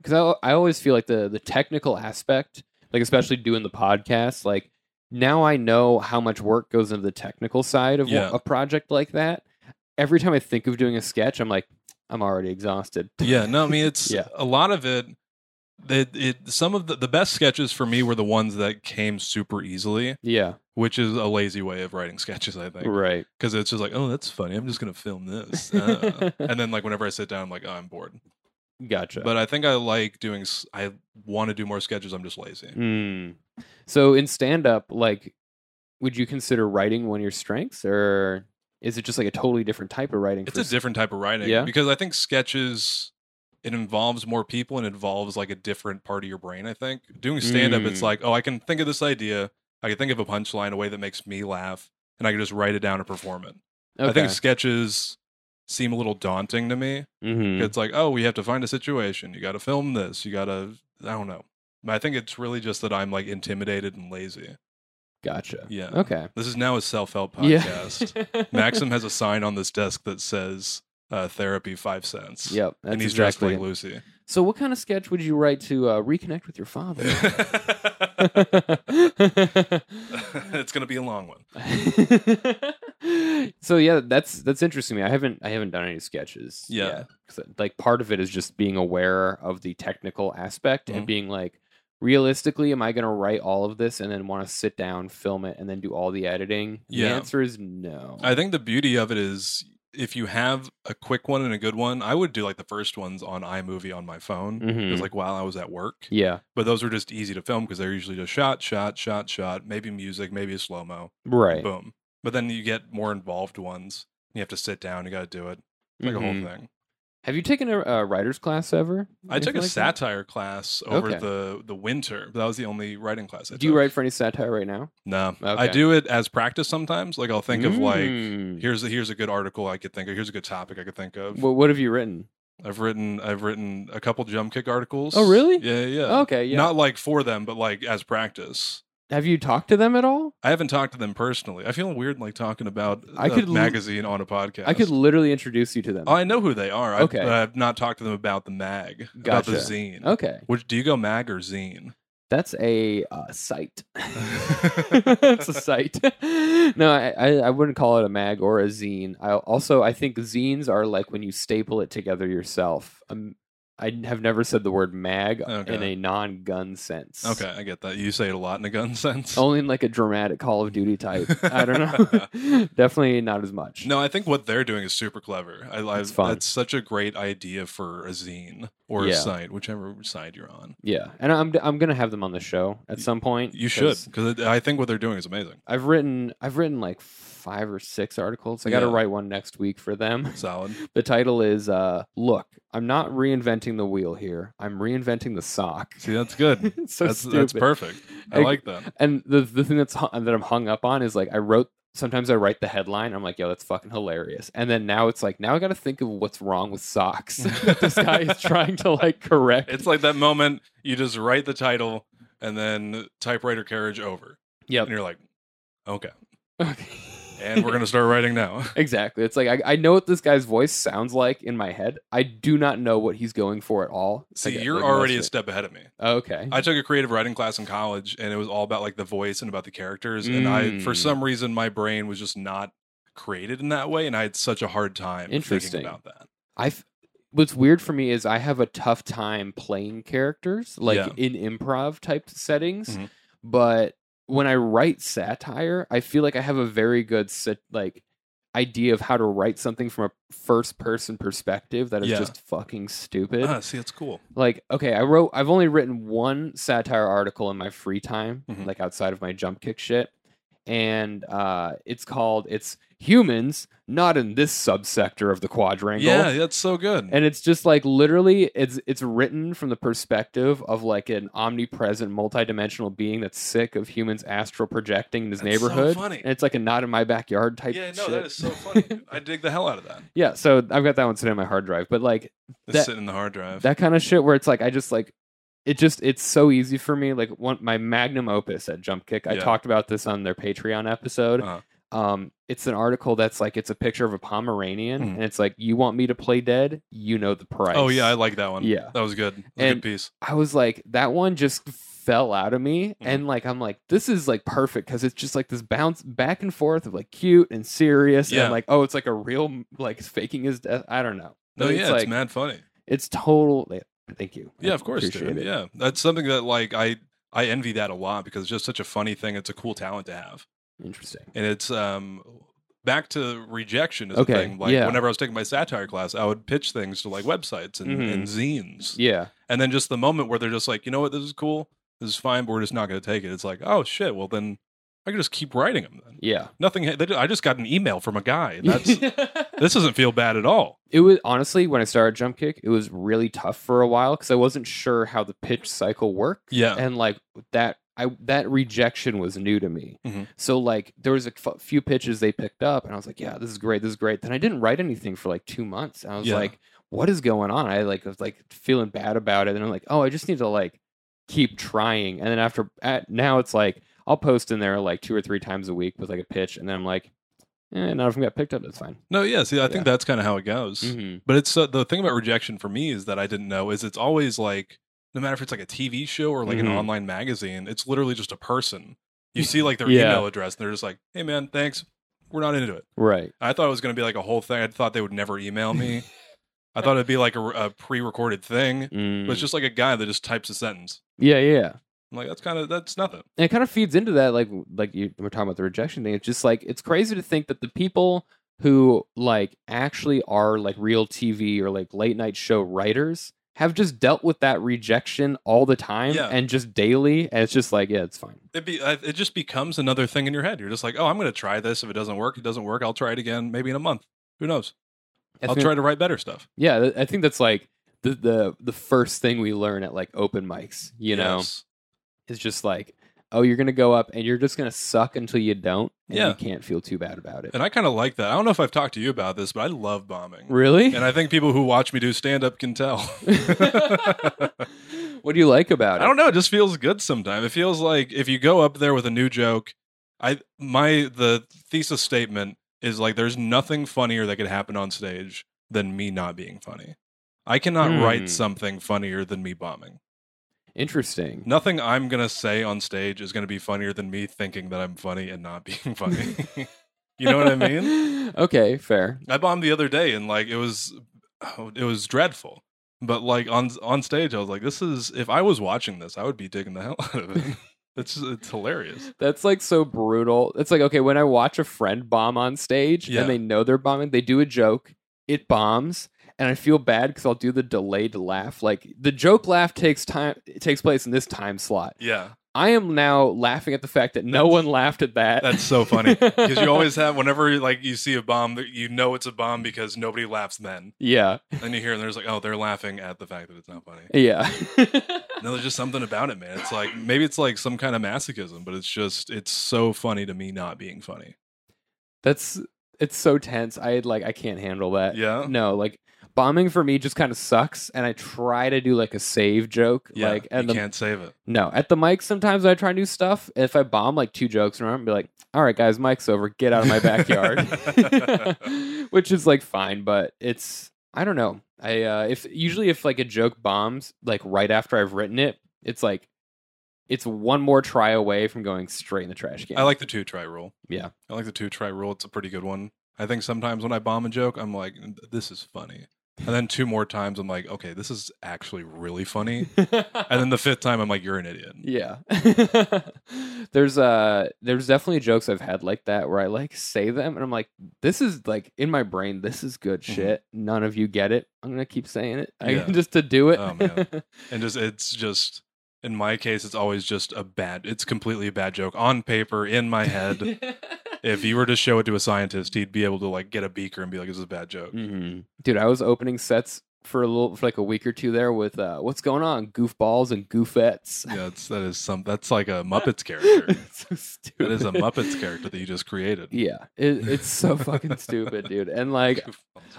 S1: because I, I always feel like the the technical aspect like especially doing the podcast like now i know how much work goes into the technical side of
S2: Yeah.
S1: a project like that every time i think of doing a sketch i'm like i'm already exhausted
S2: Yeah, no, I mean it's
S1: Yeah.
S2: a lot of it. That it some of the, the best sketches for me were the ones that came super easily,
S1: yeah
S2: which is a lazy way of writing sketches, I think,
S1: right
S2: because it's just like, oh, that's funny. I'm just gonna film this, uh. and then like whenever I sit down, I'm like, oh, I'm bored.
S1: gotcha
S2: But I think I like doing. s- I want to do more sketches. I'm just lazy.
S1: Mm. so in stand up like would you consider writing one of your strengths or Is it just like a totally different type of writing?
S2: It's
S1: for
S2: a different type of writing
S1: Yeah.
S2: because I think sketches it involves more people and involves like a different part of your brain. I think doing stand up, it's
S1: Mm.
S2: like oh, I can think of this idea, I can think of a punchline, a way that makes me laugh, and I can just write it down and perform it.
S1: Okay.
S2: I think sketches seem a little daunting to me.
S1: Mhm.
S2: It's like oh, we have to find a situation, you got to film this, you got to I don't know. I think it's really just that I'm like intimidated and lazy.
S1: Gotcha.
S2: Yeah.
S1: Okay.
S2: This is now a self help
S1: Yeah.
S2: podcast. Maxim has a sign on this desk that says uh, therapy five cents.
S1: Yep. That's
S2: and he's
S1: exactly
S2: dressed like
S1: it.
S2: Lucy.
S1: So, what kind of sketch would you write to uh, reconnect with your father?
S2: it's going to be a long one.
S1: so yeah, that's that's interesting. to me. I haven't I haven't done any sketches.
S2: Yeah.
S1: yet. 'Cause, like part of it is just being aware of the technical aspect and
S2: Mhm.
S1: being like, realistically, am I going to write all of this and then want to sit down, film it, and then do all the editing? The
S2: Yeah.
S1: answer is no.
S2: I think the beauty of it is if you have a quick one and a good one, I would do like the first ones on iMovie on my phone. It
S1: Mhm.
S2: was like while I was at work.
S1: yeah.
S2: But those were just easy to film because they're usually just shot, shot, shot, shot, maybe music, maybe a slow mo.
S1: Right.
S2: Boom. But then you get more involved ones. You have to sit down, you got to do it. It's like
S1: Mhm.
S2: a whole thing.
S1: Have you taken a, a writer's class ever?
S2: I
S1: Anything
S2: took a
S1: like that?
S2: satire class over
S1: Okay.
S2: the the winter, but that was the only writing class. I
S1: Do you
S2: took.
S1: write for any satire right now?
S2: No, I
S1: Okay.
S2: do it as practice sometimes. Like I'll think of like
S1: Mm.
S2: here's a, here's a good article I could think of. Here's a good topic I could think of.
S1: Wh- what have you written?
S2: I've written I've written a couple jump kick articles.
S1: Oh, really?
S2: Yeah, yeah.
S1: Okay, yeah.
S2: Not like for them, but like as practice.
S1: have you talked to them at all?
S2: I haven't talked to them personally. I feel weird like talking about
S1: I
S2: I
S1: could l-
S2: magazine on a podcast.
S1: I could literally introduce you to them.
S2: Oh, I know who they are. I've,
S1: Okay.
S2: but I've not talked to them about the mag, about the
S1: Gotcha.
S2: zine.
S1: okay.
S2: Which do you go mag or zine?
S1: That's a uh, site. That's a site. no, I, I, I wouldn't call it a mag or a zine. I also I think zines are like when you staple it together yourself. Um, I have never said the word mag in
S2: Okay.
S1: a non-gun sense.
S2: Okay, I get that. You say it a lot in a gun sense.
S1: Only in like a dramatic Call of Duty type. I don't know. Definitely not as much.
S2: No, I think what they're doing is super clever. I love
S1: It's fun.
S2: that's such a great idea for a zine or
S1: Yeah.
S2: a site, whichever side you're on.
S1: Yeah, and I'm I'm gonna have them on the show at some point.
S2: You should
S1: 'cause
S2: because I think what they're doing is amazing.
S1: I've written I've written like five or six articles. I got to
S2: Yeah.
S1: write one next week for them.
S2: Solid.
S1: The title is uh, "Look, I'm not reinventing the wheel here. I'm reinventing the sock."
S2: See, that's good.
S1: It's so
S2: that's
S1: stupid.
S2: that's perfect. I like that.
S1: And the the thing that's hu- that I'm hung up on is like I wrote. Sometimes I write the headline. I'm like, "Yo, that's fucking hilarious." And then now it's like, now I got to think of what's wrong with socks. this guy is trying to like correct.
S2: It's like that moment you just write the title and then typewriter carriage over,
S1: yep.
S2: and you're like, okay,
S1: Okay.
S2: and we're gonna start writing now.
S1: Exactly. It's like I, I know what this guy's voice sounds like in my head. I do not know what he's going for at all.
S2: See,
S1: Like,
S2: you're
S1: like,
S2: already a
S1: most
S2: step ahead of me.
S1: of it. okay.
S2: I took a creative writing class in college, and it was all about like the voice and about the characters. And I, for
S1: Mm.
S2: some reason, my brain was just not created in that way, and I had such a hard time
S1: Interesting.
S2: thinking about that.
S1: I f- what's weird for me is I have a tough time playing characters like
S2: Yeah.
S1: in improv type settings,
S2: Mhm.
S1: but when I write satire, I feel like I have a very good sit, like idea of how to write something from a first person perspective that is
S2: Yeah.
S1: just fucking stupid.
S2: Ah, see, it's cool.
S1: like okay i wrote i've only written one satire article in my free time
S2: Mhm.
S1: like outside of my jump kick shit and uh it's called it's humans not in this subsector of the quadrangle
S2: Yeah, that's so good.
S1: and it's just like literally it's it's written from the perspective of like an omnipresent multidimensional being that's sick of humans astral projecting in his
S2: That's so
S1: neighborhood
S2: funny.
S1: and it's like a not in my backyard type
S2: yeah, no,
S1: shit.
S2: that is so funny. I dig the hell out of that.
S1: yeah so i've got that one sitting on my hard drive but like
S2: It's
S1: That-
S2: sitting in the hard drive.
S1: that kind of shit where it's like I just like it just it's so easy for me like one my magnum opus at jump kick i
S2: Yeah.
S1: talked about this on their patreon episode
S2: Uh-huh.
S1: um it's an article that's like it's a picture of a pomeranian
S2: Mhm.
S1: and it's like you want me to play dead you know the price
S2: oh yeah, I like that one.
S1: Yeah.
S2: that was good. That was a
S1: And-
S2: good piece.
S1: I was like that one just fell out of me
S2: Mm-hmm.
S1: and like i'm like this is like perfect because it's just like this bounce back and forth of like cute and serious
S2: Yeah.
S1: and like oh it's like a real like faking his death i don't know But
S2: No, yeah,
S1: it's
S2: it's
S1: like
S2: mad funny.
S1: it's total thank you I
S2: Yeah, of course, dude.
S1: appreciate it.
S2: Yeah, that's something that like I I envy that a lot because it's just such a funny thing. It's a cool talent to have.
S1: interesting
S2: and it's um back to rejection is
S1: Okay,
S2: a thing. Like
S1: yeah.
S2: whenever I was taking my satire class, I would pitch things to like websites and,
S1: Mhm.
S2: and zines,
S1: yeah
S2: and then just the moment where they're just like, you know what, this is cool, this is fine, but we're just not going to take it. It's like, oh shit, well then I could just keep writing them then.
S1: Yeah.
S2: Nothing. They, I just got an email from a guy. That's this doesn't feel bad at all.
S1: it was honestly when I started jump kick, it was really tough for a while because I wasn't sure how the pitch cycle worked.
S2: Yeah.
S1: and like that I that rejection was new to me.
S2: Mhm.
S1: So like there was a f- few pitches they picked up and I was like, yeah, this is great, this is great. Then I didn't write anything for like 2 months. And I was
S2: Yeah.
S1: like, what is going on? I like was like feeling bad about it and I'm like, oh, I just need to like keep trying. And then after at, now it's like I'll post in there like two or three times a week with like a pitch and then I'm like, eh, none of them got picked up, that's fine.
S2: No. Yeah. See, I think
S1: Yeah.
S2: that's kind of how it goes.
S1: Mhm.
S2: But it's uh, the thing about rejection for me is that I didn't know is it's always like no matter if it's like a TV show or like
S1: Mhm.
S2: an online magazine, it's literally just a person. You see like their
S1: Yeah.
S2: email address and they're just like, "Hey man, thanks. We're not into it."
S1: Right.
S2: I thought it was going to be like a whole thing. I thought they would never email me. I thought it'd be like a, a pre-recorded thing.
S1: Mm.
S2: But it's just like a guy that just types a sentence.
S1: yeah, yeah.
S2: I'm like that's kind of that's nothing.
S1: and it kind of feeds into that like like you we're talking about the rejection thing it's just like it's crazy to think that the people who like actually are like real tv or like late night show writers have just dealt with that rejection all the time
S2: Yeah.
S1: and just daily and it's just like yeah it's fine
S2: It be I- it just becomes another thing in your head. You're just like, oh, I'm going to try this. If it doesn't work, it doesn't work. I'll try it again, maybe in a month. Who knows?
S1: I
S2: I'll
S1: think-
S2: try to write better stuff.
S1: yeah th- i think that's like the, the the first thing we learn at like open mics you know
S2: Yes.
S1: is just like oh you're gonna go up and you're just gonna suck until you don't and
S2: Yeah.
S1: you can't feel too bad about it
S2: And I kind of like that. I don't know if I've talked to you about this, but I love bombing.
S1: really
S2: And I think people who watch me do stand up can tell.
S1: what do you like about it
S2: I don't know. It just feels good sometimes. It feels like if you go up there with a new joke, I my the thesis statement is like there's nothing funnier that could happen on stage than me not being funny. I cannot
S1: Hmm.
S2: write something funnier than me bombing.
S1: interesting
S2: Nothing I'm gonna say on stage is gonna be funnier than me thinking that I'm funny and not being funny. you know what I mean?
S1: okay, fair.
S2: I bombed the other day and like it was oh, it was dreadful. But like on on stage I was like this is if I was watching this I would be digging the hell out of it. It's it's hilarious.
S1: That's like so brutal. It's like okay, when I watch a friend bomb on stage
S2: Yeah.
S1: and they know they're bombing, they do a joke, it bombs, and I feel bad because I'll do the delayed laugh. Like the joke laugh takes time, it takes place in this time slot.
S2: Yeah.
S1: I am now laughing at the fact that no
S2: That's-
S1: one laughed at that.
S2: That's so funny. Cuz you always have whenever like you see a bomb that you know it's a bomb because nobody laughs then.
S1: yeah,
S2: And you hear and there's like oh they're laughing at the fact that it's not funny.
S1: yeah.
S2: No there's just something about it man. It's like maybe it's like some kind of masochism but it's just it's so funny to me not being funny.
S1: That's it's so tense. I like I can't handle that.
S2: Yeah.
S1: No, like bombing for me just kind of sucks, and I try to do like a save joke,
S2: Yeah.
S1: like
S2: you
S1: and the
S2: can't save it.
S1: No, at the mic sometimes I try new stuff. If I bomb like two jokes in a row, I'm be like, "All right, guys, mic's over. Get out of my backyard," which is like fine, but it's I don't know. I uh, if usually if like a joke bombs like right after I've written it, it's like it's one more try away from going straight in the trash can.
S2: I like the two try rule.
S1: Yeah.
S2: I like the two try rule. It's a pretty good one. I think sometimes when I bomb a joke, I'm like, this is funny. And then two more times, I'm like, okay, this is actually really funny. And then the fifth time, I'm like, you're an idiot.
S1: Yeah. there's uh there's definitely jokes I've had like that where I like say them and I'm like, this is like in my brain, this is good
S2: Mhm.
S1: shit. None of you get it. I'm gonna keep saying it. I
S2: Yeah.
S1: just to do it.
S2: Oh, man. And just, it's just, in my case, it's always just a bad, it's completely a bad joke on paper, in my head. if you were to show it to a scientist, he'd be able to like get a beaker and be like, this is a bad joke.
S1: Mhm. Dude, I was opening sets for a little for like a week or two there with uh what's going on? Goofballs and goofettes.
S2: Yeah, it's, that is some, that's like a Muppets character.
S1: It's so stupid.
S2: that is a Muppets character that you just created.
S1: Yeah. It, it's so fucking stupid, dude. And like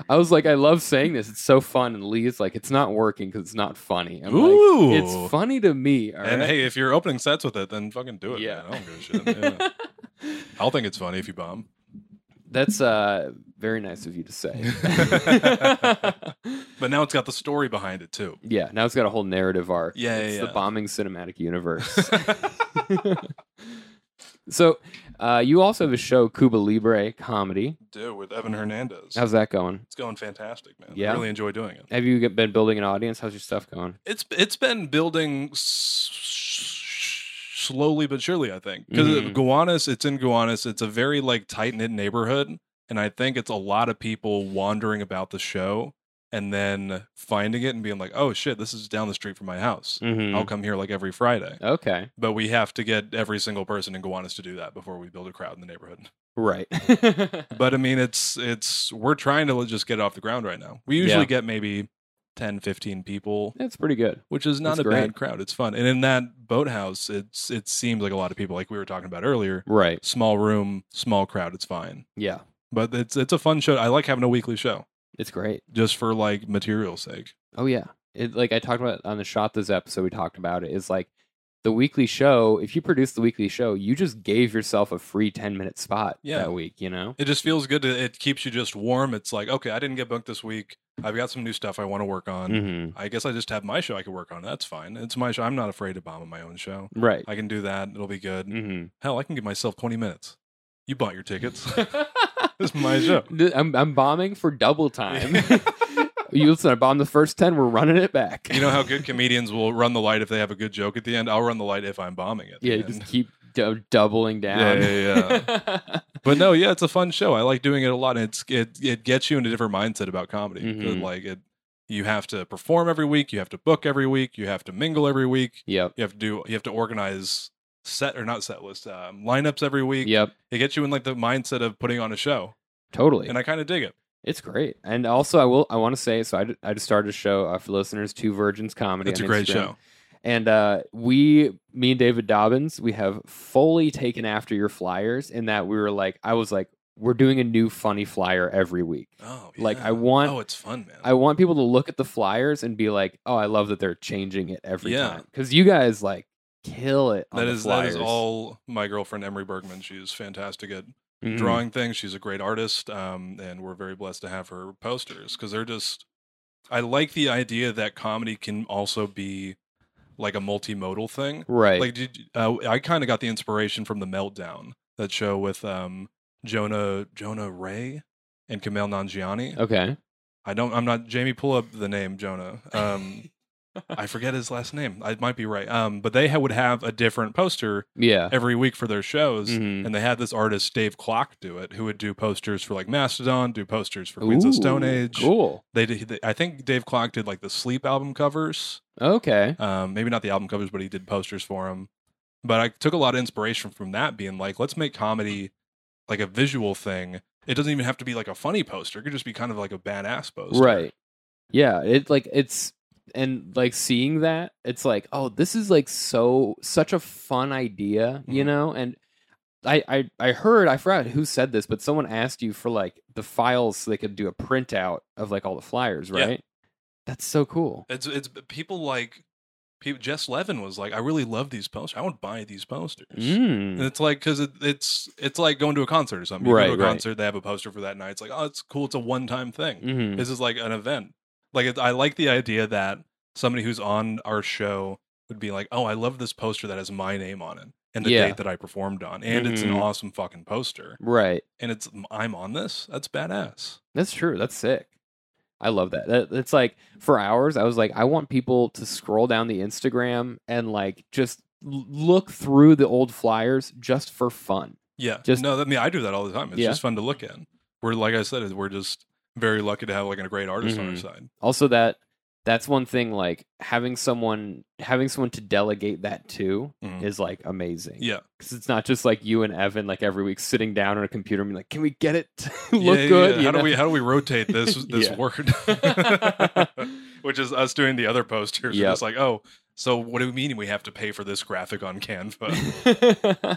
S1: I was like, I love saying this. It's so fun. And Lee's like, it's not working because it's not funny. I'm like,
S2: Ooh.
S1: it's funny to me. all
S2: And
S1: right?
S2: hey, if you're opening sets with it, then fucking do it.
S1: Yeah.
S2: Yeah. I don't give a shit. Yeah. I'll think it's funny if you bomb.
S1: That's uh, very nice of you to say.
S2: But now it's got the story behind it too.
S1: yeah, now it's got a whole narrative arc.
S2: Yeah, yeah,
S1: it's the
S2: yeah.
S1: bombing cinematic universe. so, uh, you also have a show, Cuba Libre Comedy.
S2: do with Evan Hernandez.
S1: Mm-hmm. How's that going?
S2: it's going fantastic, man.
S1: Yeah.
S2: I really enjoy doing it.
S1: Have you get- been building an audience? How's your stuff going?
S2: It's it's been building s- slowly but surely, I think. Because
S1: Mhm.
S2: Gowanus, it's in Gowanus. It's a very like tight knit neighborhood, and I think it's a lot of people wandering about the show and then finding it and being like, oh shit, this is down the street from my house.
S1: Mhm.
S2: I'll come here like every Friday.
S1: Okay.
S2: But we have to get every single person in Gowanus to do that before we build a crowd in the neighborhood.
S1: Right.
S2: But I mean, it's it's we're trying to just get it off the ground right now. We usually
S1: Yeah.
S2: get maybe 10, 15 people,
S1: That's pretty good.
S2: which is not
S1: That's
S2: a
S1: great.
S2: bad crowd. It's fun. And in that boathouse, it's it seems like a lot of people, like we were talking about earlier.
S1: Right.
S2: Small room, small crowd. It's fine.
S1: Yeah.
S2: But it's it's a fun show. I like having a weekly show
S1: It's great.
S2: just for like material sake.
S1: Oh yeah. It, like I talked about on the shot this episode, we talked about it is like the weekly show. If you produce the weekly show, you just gave yourself a free ten minute spot
S2: Yeah.
S1: that week. You know.
S2: It just feels good. To, it keeps you just warm. It's like, okay, I didn't get booked this week. I've got some new stuff I want to work on.
S1: Mm-hmm.
S2: I guess I just have my show I could work on. That's fine. It's my show. I'm not afraid to bomb on my own show.
S1: Right.
S2: I can do that. It'll be good.
S1: Mm-hmm.
S2: Hell, I can give myself 20 minutes. You bought your tickets. This is my show.
S1: I'm I'm bombing for double time. you listen, I bombed the first ten. We're running it back.
S2: you know how good comedians will run the light if they have a good joke at the end. I'll run the light if I'm bombing it. at the
S1: Yeah, you
S2: end.
S1: just keep d- doubling down.
S2: Yeah, yeah, but no, yeah, it's a fun show. I like doing it a lot. And it's it it gets you in a different mindset about comedy.
S1: Mhm.
S2: Like it, you have to perform every week. You have to book every week. You have to mingle every week.
S1: yep.
S2: You have to do. You have to organize set or not set list um, lineups every week.
S1: Yep.
S2: It gets you in like the mindset of putting on a show,
S1: Totally.
S2: and I kind of dig it.
S1: It's great. And also, I will. I want to say. So I, d- I just started a show uh, for listeners. Two Virgins Comedy.
S2: It's a
S1: on
S2: great
S1: Instagram.
S2: show.
S1: And uh, we, me and David Dobbins, we have fully taken after your flyers in that we were like, I was like, we're doing a new funny flyer every week.
S2: Oh,
S1: Like,
S2: yeah.
S1: I want-
S2: Oh, it's fun, man.
S1: I want people to look at the flyers and be like, oh, I love that they're changing it every
S2: Yeah.
S1: time because you guys like kill it. On
S2: that
S1: the
S2: is that
S1: flyers.
S2: is all my girlfriend Emery Bergman. She's fantastic at
S1: Mhm.
S2: drawing things. She's a great artist, um, and we're very blessed to have her posters because they're just. I like the idea that comedy can also be like a multimodal thing.
S1: Right.
S2: Like, did, uh, I kind of got the inspiration from the Meltdown, that show with um, Jonah Jonah Ray and Kamel Nanjiani.
S1: okay.
S2: I don't. I'm not. Jamie, pull up the name Jonah. Um, I forget his last name. I might be right. Um, but they ha- would have a different poster
S1: Yeah.
S2: every week for their shows,
S1: Mhm.
S2: and they had this artist Dave Clock do it, who would do posters for like Mastodon, do posters for Queens of Stone
S1: Ooh,
S2: Age.
S1: Cool.
S2: They, did, they- I think Dave Clock did like the Sleep album covers.
S1: Okay.
S2: Um, maybe not the album covers, but he did posters for them. But I took a lot of inspiration from that, being like, let's make comedy like a visual thing. It doesn't even have to be like a funny poster. It could just be kind of like a badass poster.
S1: right yeah it like it's and like seeing that it's like oh this is like so such a fun idea you
S2: Mhm.
S1: know and I, I i heard i forgot who said this but someone asked you for like the files so they could do a printout of like all the flyers
S2: Yeah.
S1: right that's so cool
S2: It's it's people like people. Jess Levin was like, I really love these posters. I would buy these posters. And
S1: mm.
S2: it's like because it, it's it's like going to a concert or something. You go
S1: Right,
S2: to a
S1: right.
S2: concert, they have a poster for that night. It's like, oh, it's cool. It's a one time thing.
S1: Mhm.
S2: This is like an event. Like it, I like the idea that somebody who's on our show would be like, oh, I love this poster that has my name on it and the
S1: Yeah.
S2: date that I performed on, and it's an
S1: Mhm.
S2: awesome fucking poster,
S1: right
S2: and it's I'm on this. That's badass.
S1: That's true. That's sick. I love that. that. It's like for hours, I was like, I want people to scroll down the Instagram and like just l- look through the old flyers just for fun.
S2: Yeah.
S1: Just-
S2: no, I mean I do that all the time. It's
S1: Yeah.
S2: just fun to look at. We're like I said, we're just very lucky to have like a great artist on our
S1: Mhm.
S2: side.
S1: Also, that that's one thing like having someone having someone to delegate that to
S2: Mhm.
S1: is like amazing.
S2: Yeah.
S1: because it's not just like you and Evan like every week sitting down on a computer and being like, can we get it to look
S2: Yeah, yeah,
S1: good?
S2: yeah.
S1: you
S2: How do
S1: know?
S2: we how do we rotate this this
S1: Yeah.
S2: word? Which is us doing the other posters. We're
S1: Yep.
S2: just like, oh, so what do we mean we have to pay for this graphic on Canva?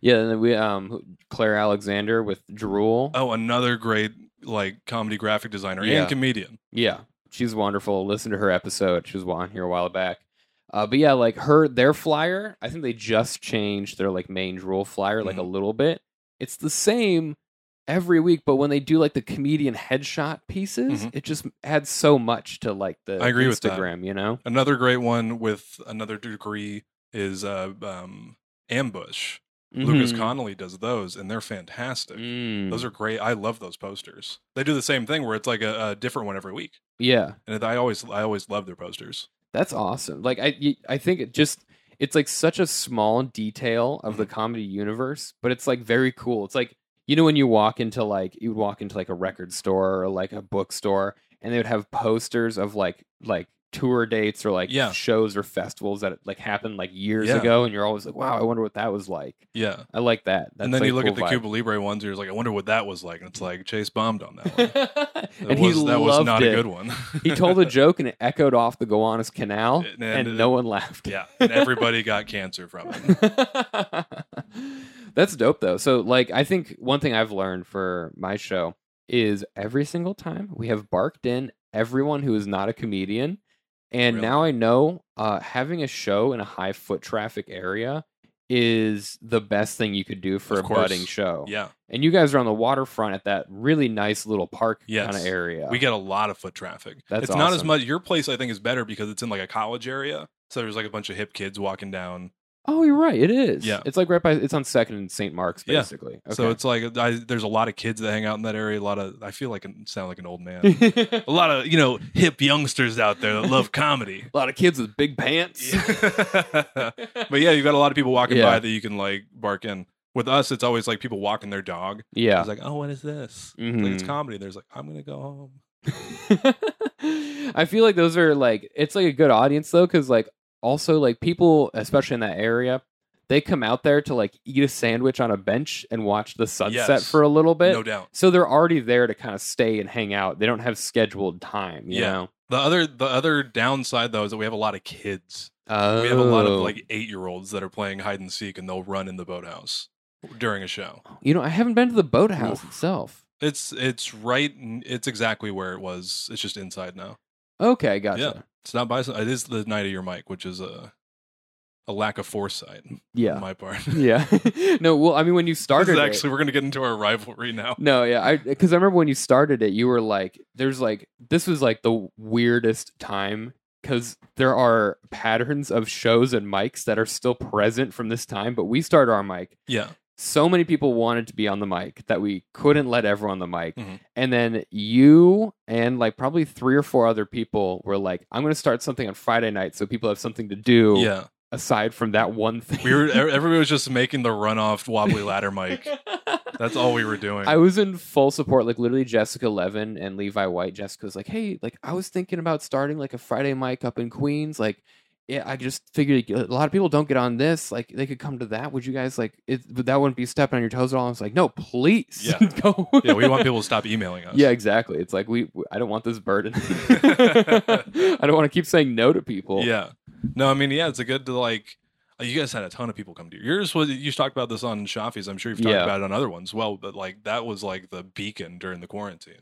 S1: yeah, and then we um who- Claire Alexander with Drool.
S2: oh, another great like comedy graphic designer
S1: Yeah.
S2: and comedian.
S1: Yeah, she's wonderful. Listen to her episode; she was on here a while back. Uh, but yeah, like her their flyer, I think they just changed their like main Drool flyer like a
S2: Mm-hmm.
S1: little bit. It's the same every week, but when they do like the comedian headshot pieces,
S2: Mhm.
S1: it just adds so much to like the
S2: I agree with that.
S1: Instagram. You know?
S2: Another great one with another degree is uh, um, Ambush. Lucas
S1: Mhm.
S2: Connolly does those, and they're fantastic.
S1: Mm.
S2: Those are great. I love those posters. They do the same thing where it's like a, a different one every week,
S1: yeah.
S2: and I always I always love their posters.
S1: That's awesome. Like I, y- I think it just it's like such a small detail of the
S2: Mm-hmm.
S1: comedy universe, but it's like very cool. It's like you know when you walk into like you would walk into like a record store or like a bookstore, and they would have posters of like like tour dates or like
S2: Yeah.
S1: shows or festivals that like happened like years
S2: Yeah.
S1: ago and you're always like wow i wonder what that was like
S2: Yeah.
S1: i like that That's
S2: and then
S1: like,
S2: you look
S1: cool
S2: at the
S1: vibe.
S2: Cuba Libre ones, you're just like, I wonder what that was like. And it's like Chase bombed on that one. That
S1: and
S2: was,
S1: he
S2: that
S1: loved
S2: was not
S1: it.
S2: a good one.
S1: he told a joke and it echoed off the Gowanus Canal,
S2: And-
S1: and, no one laughed.
S2: Yeah. And everybody got cancer from it.
S1: That's dope though. So like I think one thing I've learned for my show is every single time we have barked in everyone who is not a comedian. And
S2: Really?
S1: now I know uh, having a show in a high foot traffic area is the best thing you could do for
S2: Of
S1: a
S2: course.
S1: budding show.
S2: Yeah.
S1: And you guys are on the waterfront at that really nice little park
S2: Yes.
S1: kind of area.
S2: We get a lot of foot traffic.
S1: That's
S2: it's not as
S1: awesome.
S2: much. Your place, I think, is better because it's in like a college area. So there's like a bunch of hip kids walking down.
S1: oh, you're right. It is.
S2: Yeah.
S1: It's like right by. It's on Second and St. Mark's,
S2: Yeah.
S1: basically.
S2: So
S1: Okay.
S2: it's like I, there's a lot of kids that hang out in that area. A lot of I feel like I sound like an old man.
S1: a
S2: a lot of you know hip youngsters out there that love comedy.
S1: lot of kids with big pants.
S2: Yeah. but yeah, you've got a lot of people walking
S1: Yeah.
S2: by that you can like bark in. With us, it's always like people walking their dog.
S1: Yeah.
S2: It's like, oh, what is this? It's, like,
S1: Mhm.
S2: it's comedy. There's like, I'm gonna go home.
S1: I feel like those are like it's like a good audience though, because like also like people, especially in that area, they come out there to like eat a sandwich on a bench and watch the sunset
S2: Yes.
S1: for a little bit.
S2: no doubt.
S1: so they're already there to kind of stay and hang out. They don't have scheduled time, you
S2: Yeah.
S1: know.
S2: The other the other downside though is that we have a lot of kids. We have a lot of
S1: Oh.
S2: like eight year olds that are playing hide and seek and they'll run in the boathouse during a show.
S1: you know. I haven't been to the boathouse
S2: Oof.
S1: itself.
S2: It's it's right. n- It's exactly where it was. It's just inside now.
S1: Okay, gotcha.
S2: It's not by. It is the night of your mic, which is a a lack of foresight on
S1: Yeah,
S2: my part.
S1: yeah. no, well, I mean, when you
S2: This
S1: started,
S2: is
S1: it-
S2: actually, we're gonna get into our rivalry now.
S1: No, yeah, I because I remember when you started it, you were like, "There's like this was like the weirdest time because there are patterns of shows and mics that are still present from this time, but we started our mic.
S2: Yeah,
S1: So many people wanted to be on the mic that we couldn't let everyone on the mic,
S2: Mhm.
S1: and then you and like probably three or four other people were like, "I'm going to start something on Friday night so people have something to do
S2: yeah.
S1: aside from that one thing."
S2: We were. e- Everybody was just making the runoff wobbly ladder mic. That's all we were doing.
S1: I was in full support, like literally Jessica Levin and Levi White. Jessica's like, hey, like I was thinking about starting like a Friday mic up in Queens. Like, yeah, I just figured a lot of people don't get on this. Like, they could come to that. Would you guys like? It, but that wouldn't be stepping on your toes at all. I was like, no, please,
S2: Yeah.
S1: go.
S2: yeah, we want people to stop emailing us.
S1: Yeah, exactly. It's like we. w- I don't want this burden. I don't want to keep saying no to people.
S2: Yeah. No, I mean, yeah, it's a good to like. uh, You guys had a ton of people come to you. Yours was you talked about this on Shafi's. I'm sure you've talked
S1: Yeah.
S2: about it on other ones. as Well, but like that was like the beacon during the quarantine.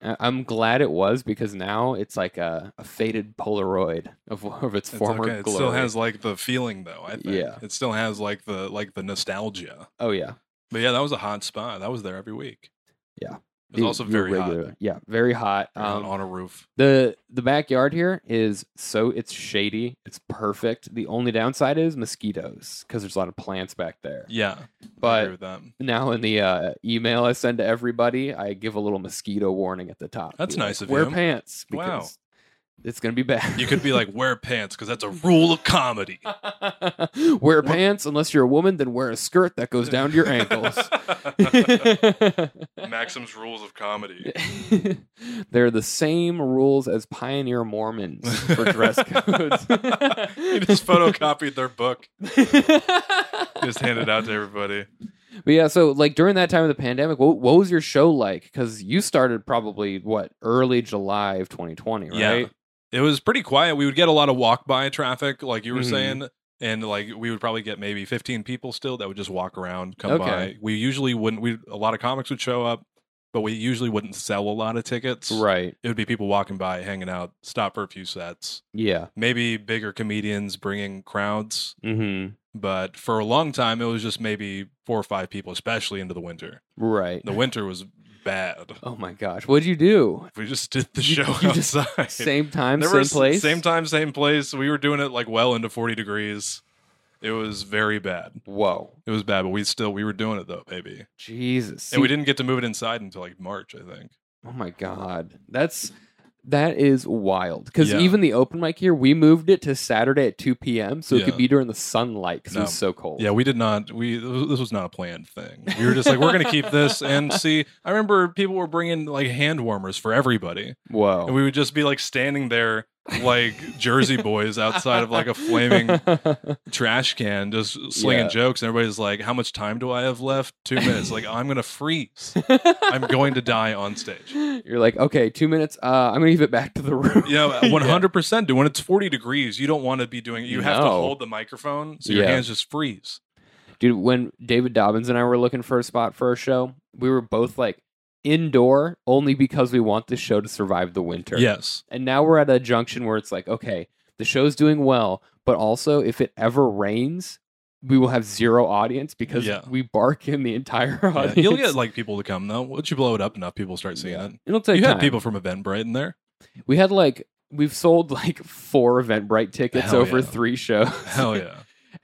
S1: I- I'm glad it was because now it's like a, a faded Polaroid of, of its
S2: It's
S1: former
S2: okay. It
S1: glory.
S2: still has like the feeling though. I think.
S1: Yeah.
S2: It still has like the like the nostalgia.
S1: oh yeah.
S2: But yeah, that was a hot spot. That was there every week.
S1: Yeah.
S2: It was also very hot.
S1: hot. Yeah, very hot.
S2: on-
S1: Um,
S2: on a roof.
S1: the the backyard here is so it's shady. It's perfect. The only downside is mosquitoes because there's a lot of plants back there.
S2: Yeah. I agree
S1: but
S2: with that.
S1: now in the uh, email I send to everybody, I give a little mosquito warning at the top.
S2: That's
S1: Be like,
S2: nice of
S1: Wear
S2: you.
S1: pants.
S2: Wow.
S1: Because It's gonna be bad.
S2: You could be like wear pants because that's a rule of comedy.
S1: wear pants unless you're a woman. Then wear a skirt that goes down to your ankles.
S2: Maxim's rules of comedy.
S1: They're the same rules as pioneer Mormons for dress codes.
S2: he just photocopied their book, just handed it out to everybody.
S1: But yeah, so like during that time of the pandemic, what, what was your show like? Because you started probably what early July of 2020,
S2: Yeah.
S1: right?
S2: It was pretty quiet. We would get a lot of walk by traffic, like you were
S1: Mhm.
S2: saying. And like we would probably get maybe 15 people still that would just walk around, come
S1: Okay.
S2: by. We usually wouldn't, we a lot of comics would show up, but we usually wouldn't sell a lot of tickets.
S1: Right.
S2: It would be people walking by, hanging out, stop for a few sets.
S1: Yeah.
S2: Maybe bigger comedians bringing crowds.
S1: Mm-hmm.
S2: But for a long time, it was just maybe four or five people, especially into the winter.
S1: Right.
S2: The winter was bad.
S1: Oh my gosh, what'd you do?
S2: We just did the
S1: You-
S2: show
S1: you just-
S2: outside.
S1: Same time,
S2: There
S1: same
S2: was-
S1: place.
S2: Same time, same place. We were doing it like well into 40 degrees. It was very bad.
S1: Whoa,
S2: It was bad, but we still we were doing it though, baby.
S1: Jesus.
S2: and we
S1: See-
S2: didn't get to move it inside until like March, I think.
S1: Oh my god, that's That is wild. Because
S2: Yeah.
S1: even the open mic here, we moved it to Saturday at 2 p.m. so it
S2: Yeah.
S1: could be during the sunlight because
S2: No.
S1: it was so cold.
S2: Yeah, we did not. We this was not a planned thing. We were just like, we're going to keep this and see. I remember people were bringing like hand warmers for everybody,
S1: Whoa.
S2: and we would just be like standing there like Jersey boys outside of like a flaming trash can, just slinging
S1: Yeah.
S2: jokes. And everybody's like, "How much time do I have left? Two minutes. like I'm going to freeze. I'm going to die on stage."
S1: You're like, okay, two minutes. Uh, I'm going to give it back to the room.
S2: You know, 100% do when it's 40 degrees, you don't want to be doing you have to
S1: No.
S2: hold the microphone so your
S1: Yeah.
S2: hands just freeze.
S1: Dude, when David Dobbins and I were looking for a spot for a show, we were both like indoor only because we want this show to survive the winter.
S2: Yes.
S1: And now we're at a junction where it's like, okay, the show's doing well, but also if it ever rains, we will have zero audience because
S2: Yeah.
S1: we bark in the entire
S2: Yeah,
S1: audience.
S2: You'll get like people to come though. Once you blow it up enough, people start seeing it.
S1: It'll take
S2: you
S1: time.
S2: had people from Eventbrite in there.
S1: We had like we've sold like four Eventbrite tickets
S2: Hell
S1: over
S2: yeah.
S1: three shows.
S2: Hell yeah.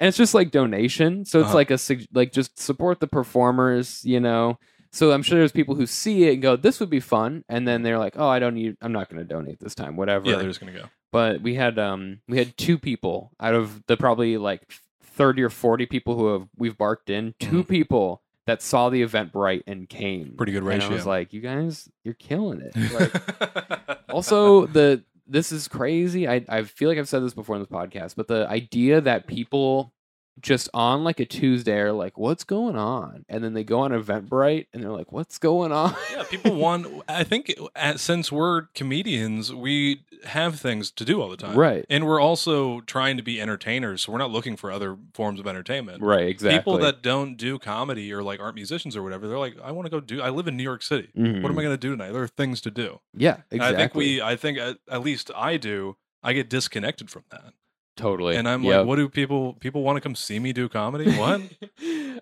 S1: and it's just like donation, so it's
S2: Uh-huh.
S1: like a sug- like just support the performers, you know. So I'm sure there's people who see it and go, "This would be fun," and then they're like, "Oh, I don't need. I'm not going to donate this time. Whatever."
S2: yeah, they're just gonna go.
S1: but we had um we had two people out of the probably like 30 or 40 people who have we've barked in 2 people that saw the event bright and came
S2: Mm-hmm. Pretty good
S1: And i
S2: ratio.
S1: was like you guys you're killing it like, also the this is crazy I, I feel like i've said this before in this podcast but the idea that people just on like a tuesday are like what's going on and then they go on eventbrite and they're like what's going on
S2: yeah, people want. I think uh since we're comedians, we have things to do all the time,
S1: right
S2: And we're also trying to be entertainers, so we're not looking for other forms of entertainment.
S1: right exactly
S2: People that don't do comedy or like aren't musicians or whatever, they're like, I want to go do. I live in New York City.
S1: Mhm.
S2: What am I going to do tonight? There are things to do.
S1: yeah
S2: And
S1: exactly
S2: I think we. I think at, at least I do. I get disconnected from that,
S1: totally
S2: and I'm
S1: Yep.
S2: like, what do people? People want to come see me do comedy? What?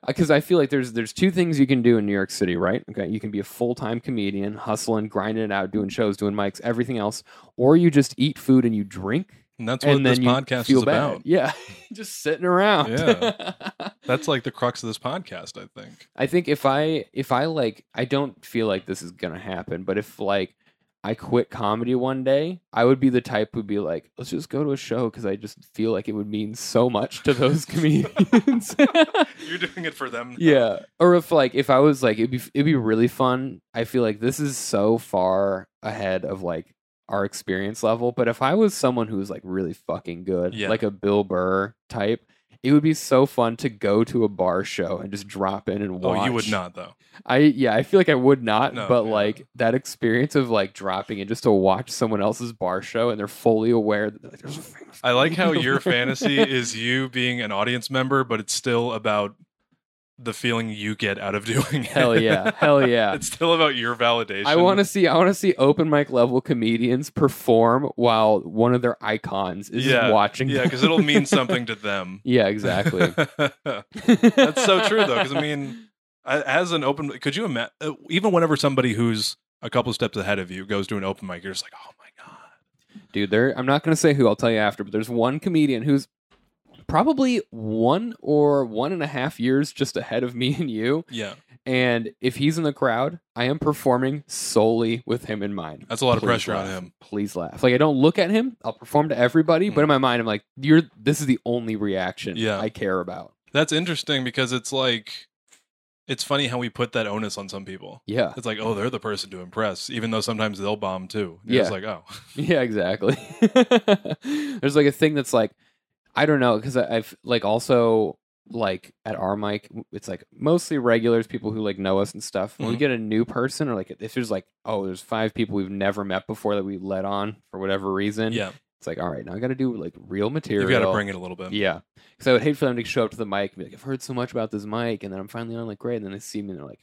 S1: Because Uh, I feel like there's there's two things you can do in New York City, right? Okay, you can be a full time comedian, hustling, grinding it out, doing shows, doing mics, everything else, or you just eat food and you drink,
S2: And that's what
S1: and
S2: this
S1: then you
S2: podcast
S1: feel
S2: is
S1: bad.
S2: about.
S1: Yeah, just sitting around.
S2: Yeah. That's like the crux of this podcast, I think.
S1: I think if I if I like I don't feel like this is gonna happen, but if like I quit comedy one day, I would be the type who'd be like, let's just go to a show because I just feel like it would mean so much to those comedians.
S2: You're doing it for them.
S1: yeah or if like if i was like it'd be it'd be really fun i feel like this is so far ahead of like our experience level but if i was someone who was like really fucking good
S2: Yeah.
S1: like a bill burr type it would be so fun to go to a bar show and just drop in and watch
S2: Oh, you would not though.
S1: i yeah i feel like i would not
S2: No,
S1: but
S2: yeah.
S1: like that experience of like dropping in just to watch someone else's bar show and they're fully aware that like, there's a famous
S2: I like how
S1: comedian
S2: your
S1: over there."
S2: fantasy is you being an audience member, but it's still about the feeling you get out of doing it.
S1: hell yeah hell yeah
S2: it's still about your validation.
S1: I want to see I want to see open mic level comedians perform while one of their icons is
S2: Yeah,
S1: watching.
S2: Yeah,
S1: them.
S2: because it'll mean something to them.
S1: yeah, exactly.
S2: That's
S1: That's
S2: so true though, because I mean, a- as an open, could you imagine? Even whenever somebody who's a couple steps ahead of you goes to an open mic, you're just like, oh my god.
S1: dude, there I'm not going to say who. I'll tell you after, but there's one comedian who's probably one or one and a half years just ahead of me and you.
S2: Yeah,
S1: And if he's in the crowd, I am performing solely with him in mind.
S2: that's a lot of
S1: Please
S2: pressure on
S1: laugh.
S2: him. Hmm.
S1: Please laugh. Like I don't look at him. I'll perform to everybody, but in my mind, I'm like, "You're. This is the only reaction
S2: Yeah.
S1: I care about."
S2: That's interesting because it's like it's funny how we put that onus on some people.
S1: Yeah.
S2: It's like, oh, they're the person to impress, even though sometimes they'll bomb too. You're just like, oh,
S1: Yeah, exactly. There's like a thing that's like, I don't know, because I've like also like at our mic, it's like mostly regulars, people who like know us and stuff. When we
S2: Mhm.
S1: get a new person, or like if there's like, oh, there's five people we've never met before that we let on for whatever reason.
S2: yeah,
S1: It's like, all right, now I got to do like real material.
S2: you've got to bring it a little bit.
S1: Yeah. Because I would hate for them to show up to the mic and be like, I've heard so much about this mic. And then I'm finally on, like, great. And then they see me and they're like,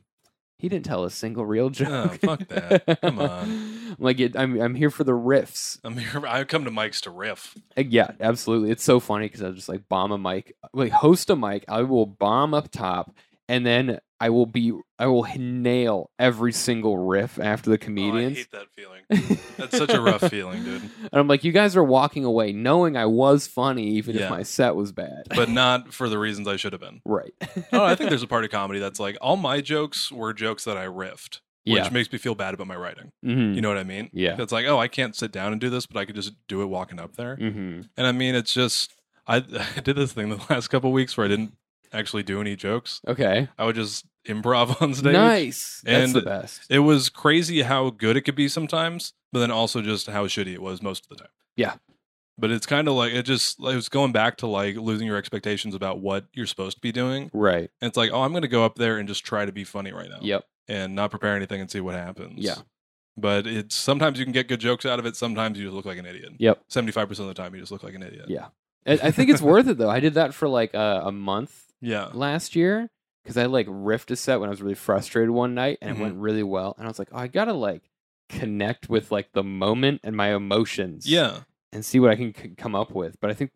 S1: he didn't tell a single real joke.
S2: Oh, fuck that. Come on.
S1: I'm like, it, I'm, I'm here for the riffs.
S2: I'm here. I come to Mike's to riff. Oh,
S1: Uh, Yeah, absolutely. It's so funny because I'll just like bomb a mic, like host a mic. I will bomb up top and then I will be, I will h- nail every single riff after the
S2: Oh, I
S1: comedians.
S2: hate that feeling. That's such a rough feeling, dude.
S1: And I'm like, you guys are walking away knowing I was funny, even
S2: Yeah.
S1: if my set was bad.
S2: But not for the reasons I should have been.
S1: right.
S2: Oh, I think there's a part of comedy that's like all my jokes were jokes that I riffed. which
S1: Yeah.
S2: makes me feel bad about my writing.
S1: Mhm.
S2: You know what I mean?
S1: Yeah.
S2: It's like, oh, I can't sit down and do this, but I could just do it walking up there.
S1: Mhm.
S2: And I mean, it's just I, I did this thing the last couple weeks where I didn't actually do any jokes.
S1: Okay.
S2: I would just improv on stage.
S1: Nice. That's
S2: And-
S1: the best.
S2: It was crazy how good it could be sometimes, but then also just how shitty it was most of the time.
S1: Yeah.
S2: But it's kind of like it just like, it's going back to like losing your expectations about what you're supposed to be doing.
S1: Right.
S2: And it's like, oh, I'm going to go up there and just try to be funny right now
S1: Yep.
S2: and not prepare anything and see what happens.
S1: Yeah.
S2: But it's sometimes you can get good jokes out of it. Sometimes you just look like an idiot.
S1: Yep.
S2: 75% of the time, you just look like an idiot.
S1: Yeah. I, I think it's worth it though. I did that for like a, a month
S2: Yeah.
S1: last year because I like riffed a set when I was really frustrated one night and
S2: Mhm.
S1: it went really well. And I was like, oh, I gotta like connect with like the moment and my emotions.
S2: Yeah.
S1: and see what I can c- come up with. But I think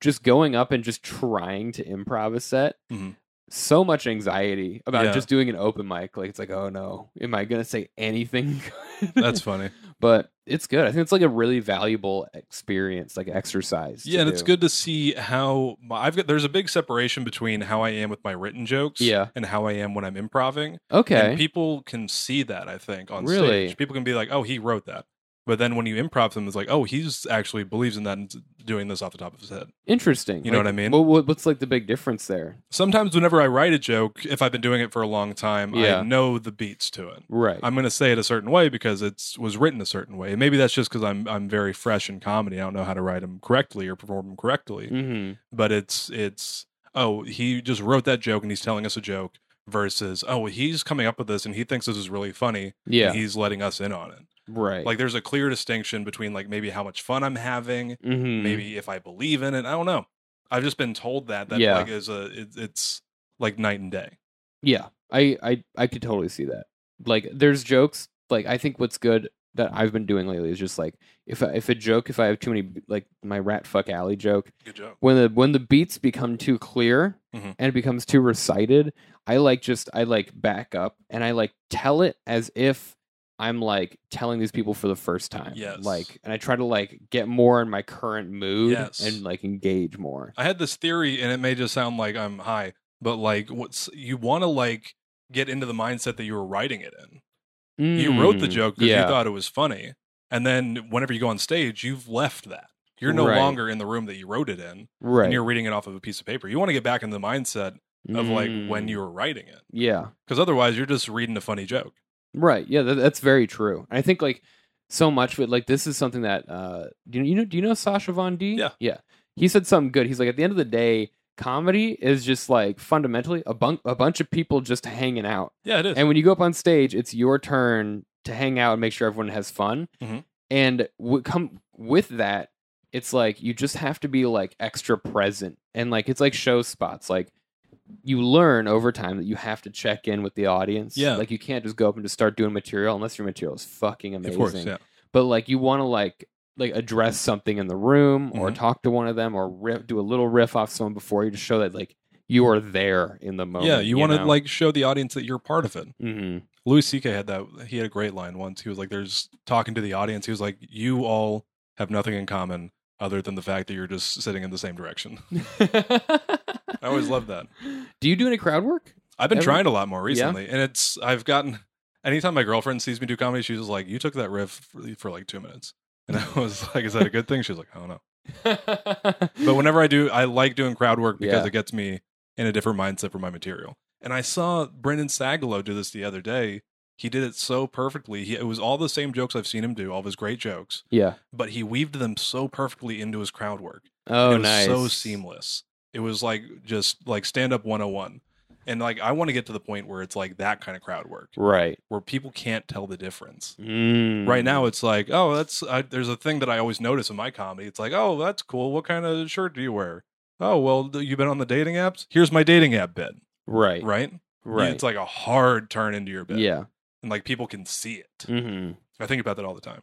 S1: just going up and just trying to improv a set,
S2: Mhm.
S1: so much anxiety about
S2: Yeah.
S1: just doing an open mic. Like it's like, oh no, am I gonna say anything? good?
S2: That's funny.
S1: but it's good. I think it's like a really valuable experience, like exercise. to
S2: yeah. And it's
S1: do.
S2: good to see how my- I've got, there's a big separation between how I am with my written jokes
S1: Yeah.
S2: and how I am when I'm improving.
S1: Okay.
S2: And people can see that, I think, on
S1: Really?
S2: stage. People can be like, oh, he wrote that. But then when you improv them, it's like, oh, he's actually believes in that and doing this off the top of his head.
S1: Interesting.
S2: You know
S1: Like,
S2: what I mean?
S1: What, what, what's like the big difference there?
S2: Sometimes whenever I write a joke, if I've been doing it for a long time,
S1: Yeah.
S2: I know the beats to it.
S1: Right.
S2: I'm going to say it a certain way because it's was written a certain way. And maybe that's just because I'm I'm very fresh in comedy. I don't know how to write them correctly or perform them correctly.
S1: hmm
S2: But it's it's oh he just wrote that joke and he's telling us a joke versus oh he's coming up with this and he thinks this is really funny.
S1: Yeah.
S2: and he's letting us in on it.
S1: right.
S2: Like there's a clear distinction between like maybe how much fun I'm having,
S1: Mhm.
S2: maybe if I believe in it. I don't know. I've just been told that that
S1: Yeah.
S2: like is a it, it's like night and day.
S1: Yeah, I, I I could totally see that. Like, there's jokes. Like, I think what's good that I've been doing lately is just like if I, if a joke, if I have too many like my rat fuck alley joke,
S2: Good job.
S1: when the when the beats become too clear
S2: Mhm.
S1: and it becomes too recited, I like just I like back up and I like tell it as if I'm like telling these people for the first time.
S2: Yes.
S1: Like, and I try to like get more in my current mood
S2: Yes.
S1: and like engage more.
S2: I had this theory, and it may just sound like I'm high, but like what's you want to like get into the mindset that you were writing it in. You wrote the
S1: Mm,
S2: joke because you thought it was funny, and then whenever you go on stage, you've left that. You're no
S1: Right.
S2: longer in the room that you wrote it in,
S1: right.
S2: and you're reading it off of a piece of paper. You want to get back in the mindset of like when
S1: Mm,
S2: you were writing it,
S1: yeah.
S2: because otherwise you're just reading a funny joke.
S1: Right. Yeah, tha- that's very true. I think like so much of it, like this is something that uh do you, you know do you know Sasha Von D?
S2: Yeah.
S1: Yeah. He said something good. He's like at the end of the day, comedy is just like fundamentally a bunk a bunch of people just hanging out.
S2: Yeah, it is.
S1: And when you go up on stage, it's your turn to hang out and make sure everyone has fun.
S2: Mhm.
S1: And w- come with that, it's like you just have to be like extra present. And like it's like show spots. Like you learn over time that you have to check in with the audience.
S2: Yeah.
S1: Like you can't just go up and just start doing material unless your material is fucking amazing.
S2: of course, yeah.
S1: But like you want to like like address something in the room or
S2: Mhm.
S1: talk to one of them or riff, do a little riff off someone before you to show that like you are there in the moment.
S2: yeah, you, want to
S1: know?
S2: like show the audience that you're part of it.
S1: Mhm.
S2: Louis C.K. had that. He had a great line once. He was like, "There's talking to the audience." He was like, "You all have nothing in common other than the fact that you're just sitting in the same direction."
S1: I
S2: I always loved that.
S1: Do you do any crowd work?
S2: I've been
S1: Every-
S2: trying a lot more
S1: Yeah.
S2: recently, and it's I've gotten. Anytime my girlfriend sees me do comedy, she's just like, "You took that riff for, for like two minutes," and I was like, "Is that a good thing?" She's like, "I don't know." But
S1: but
S2: whenever I do, I like doing crowd work because
S1: Yeah.
S2: it gets me in a different mindset for my material. And I saw Brendan Sagalow do this the other day. He did it so perfectly. He, it was all the same jokes I've seen him do, all of his great jokes,
S1: yeah.
S2: but he weaved them so perfectly into his crowd work.
S1: Oh,
S2: it was
S1: nice.
S2: so seamless. It was like just like stand up 101. And like I want to get to the point where it's like that kind of crowd work
S1: Right. Mm.
S2: where people can't tell the difference. Right now, it's like, oh, that's I, there's a thing that I always notice in my comedy. It's like, oh, that's cool. What kind of shirt do you wear? Oh, well, th- you've been on the dating apps. Here's my dating app bit,
S1: Right. Right.
S2: right?
S1: Right.
S2: It's like a hard turn into your bit,
S1: yeah.
S2: and like people can see it.
S1: hmm
S2: I think about that all the time.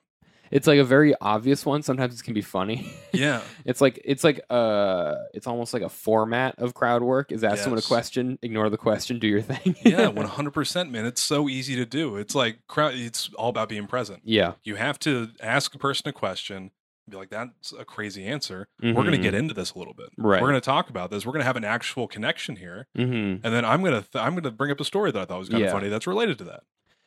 S1: It's like a very obvious one. Sometimes it can be funny.
S2: Yeah,
S1: it's like it's like uh it's almost like a format of crowd work is ask someone a
S2: Yes.
S1: question, ignore the question, do your thing.
S2: yeah, one hundred percent, man. It's so easy to do. It's like crowd. It's all about being present.
S1: yeah.
S2: You have to ask a person a question, be like, that's a crazy answer. We're
S1: Mm-hmm.
S2: gonna get into this a little bit.
S1: Right.
S2: We're gonna talk about this. We're gonna have an actual connection here.
S1: hmm
S2: and then I'm gonna th- I'm gonna bring up a story that I thought was kind
S1: Yeah.
S2: of funny that's related to that.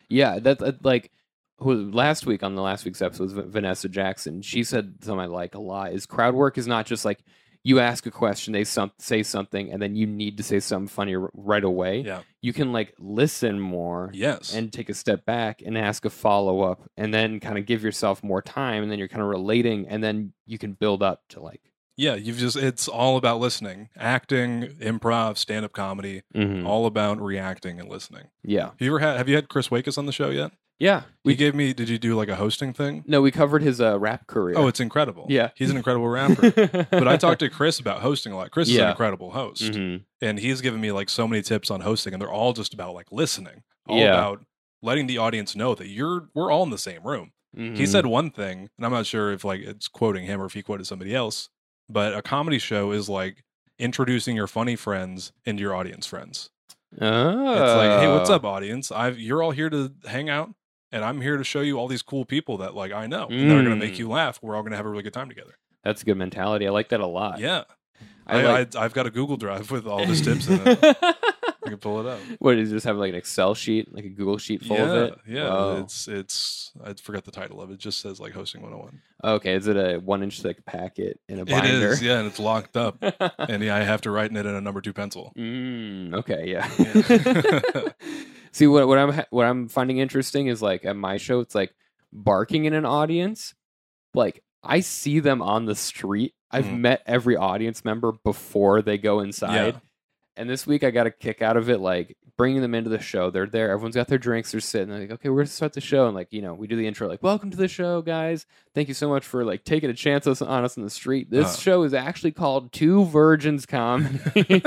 S1: Yeah, that's uh, like who last week on the last week's episode was Va- Vanessa Jackson. She said something I like a lot is crowd work is not just like you ask a question, they some, say something, and then you need to say something funny r- right away.
S2: Yeah.
S1: You can like listen more
S2: Yes.
S1: and take a step back and ask a follow up and then kind of give yourself more time and then you're kind of relating and then you can build up to like
S2: yeah, you've just it's all about listening. Acting, improv, stand-up comedy,
S1: Mm-hmm.
S2: all about reacting and listening.
S1: yeah.
S2: Have you ever had have you had Chris Wakis on the show yet?
S1: Yeah.
S2: He
S1: We
S2: gave me did you do like a hosting thing?
S1: no, we covered his uh, rap career.
S2: Oh, it's incredible.
S1: Yeah.
S2: He's an incredible rapper. but I talked to Chris about hosting a lot. Chris is an
S1: Yeah.
S2: incredible host,
S1: Mhm.
S2: and he's given me like so many tips on hosting, and they're all just about like listening, all
S1: Yeah.
S2: about letting the audience know that you're we're all in the same room. He
S1: Mhm.
S2: said one thing, and I'm not sure if like it's quoting him or if he quoted somebody else, but a comedy show is like introducing your funny friends into your audience friends.
S1: oh.
S2: It's like, hey, what's up, audience? I've you're all here to hang out. And I'm here to show you all these cool people that like I know, and they're gonna make
S1: Mm.
S2: you laugh. We're all gonna have a really good time together.
S1: That's a good mentality. I like that a lot.
S2: Yeah,
S1: I
S2: I,
S1: like
S2: I, I've got a Google Drive with all these tips in it. I can pull it up.
S1: what does this have like an Excel sheet, like a Google sheet full
S2: yeah,
S1: of it?
S2: yeah.
S1: Wow.
S2: It's it's I forgot the title of it. It Just says like hosting 101.
S1: okay, is it a one inch thick packet in a
S2: It
S1: binder?
S2: is, yeah, and it's locked up, and yeah, I have to write in it in a number two pencil.
S1: Mm, okay, yeah.
S2: Yeah.
S1: See what what I'm ha- what I'm finding interesting is like at my show, it's like barking in an audience. Like I see them on the street. I've
S2: Mhm.
S1: met every audience member before they go inside.
S2: Yeah.
S1: And this week I got a kick out of it, like bringing them into the show. They're there. Everyone's got their drinks. They're sitting. They're like, okay, we're gonna start the show. And like, you know, we do the intro, like, welcome to the show, guys. Thank you so much for like taking a chance us- on us in the street. This
S2: Uh.
S1: show is actually called Two Virgins Comedy,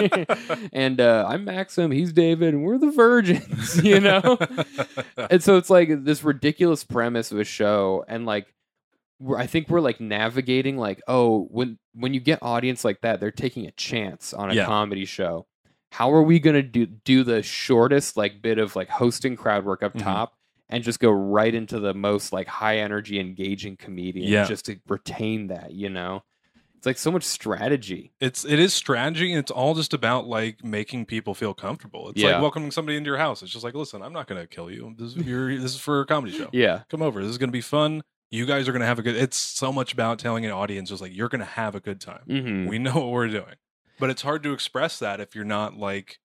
S1: and uh, I'm Maxim. He's David. And we're the virgins, you know. and so it's like this ridiculous premise of a show, and like we're, I think we're like navigating like oh when when you get audience like that they're taking a chance on a
S2: Yeah.
S1: comedy show. How are we gonna do do the shortest like bit of like hosting crowd work up
S2: Mhm.
S1: top and just go right into the most like high energy engaging comedian
S2: Yeah.
S1: just to retain that you know it's like so much strategy.
S2: it's it is strategy, and it's all just about like making people feel comfortable. It's
S1: Yeah.
S2: like welcoming somebody into your house. It's just like, listen, I'm not gonna kill you. This is your this is for a comedy show.
S1: Yeah,
S2: Come over. This is gonna be fun. You guys are gonna have a good. It's so much about telling an audience just like you're gonna have a good time.
S1: hmm
S2: We know what we're doing. But it's hard to express that if you're not like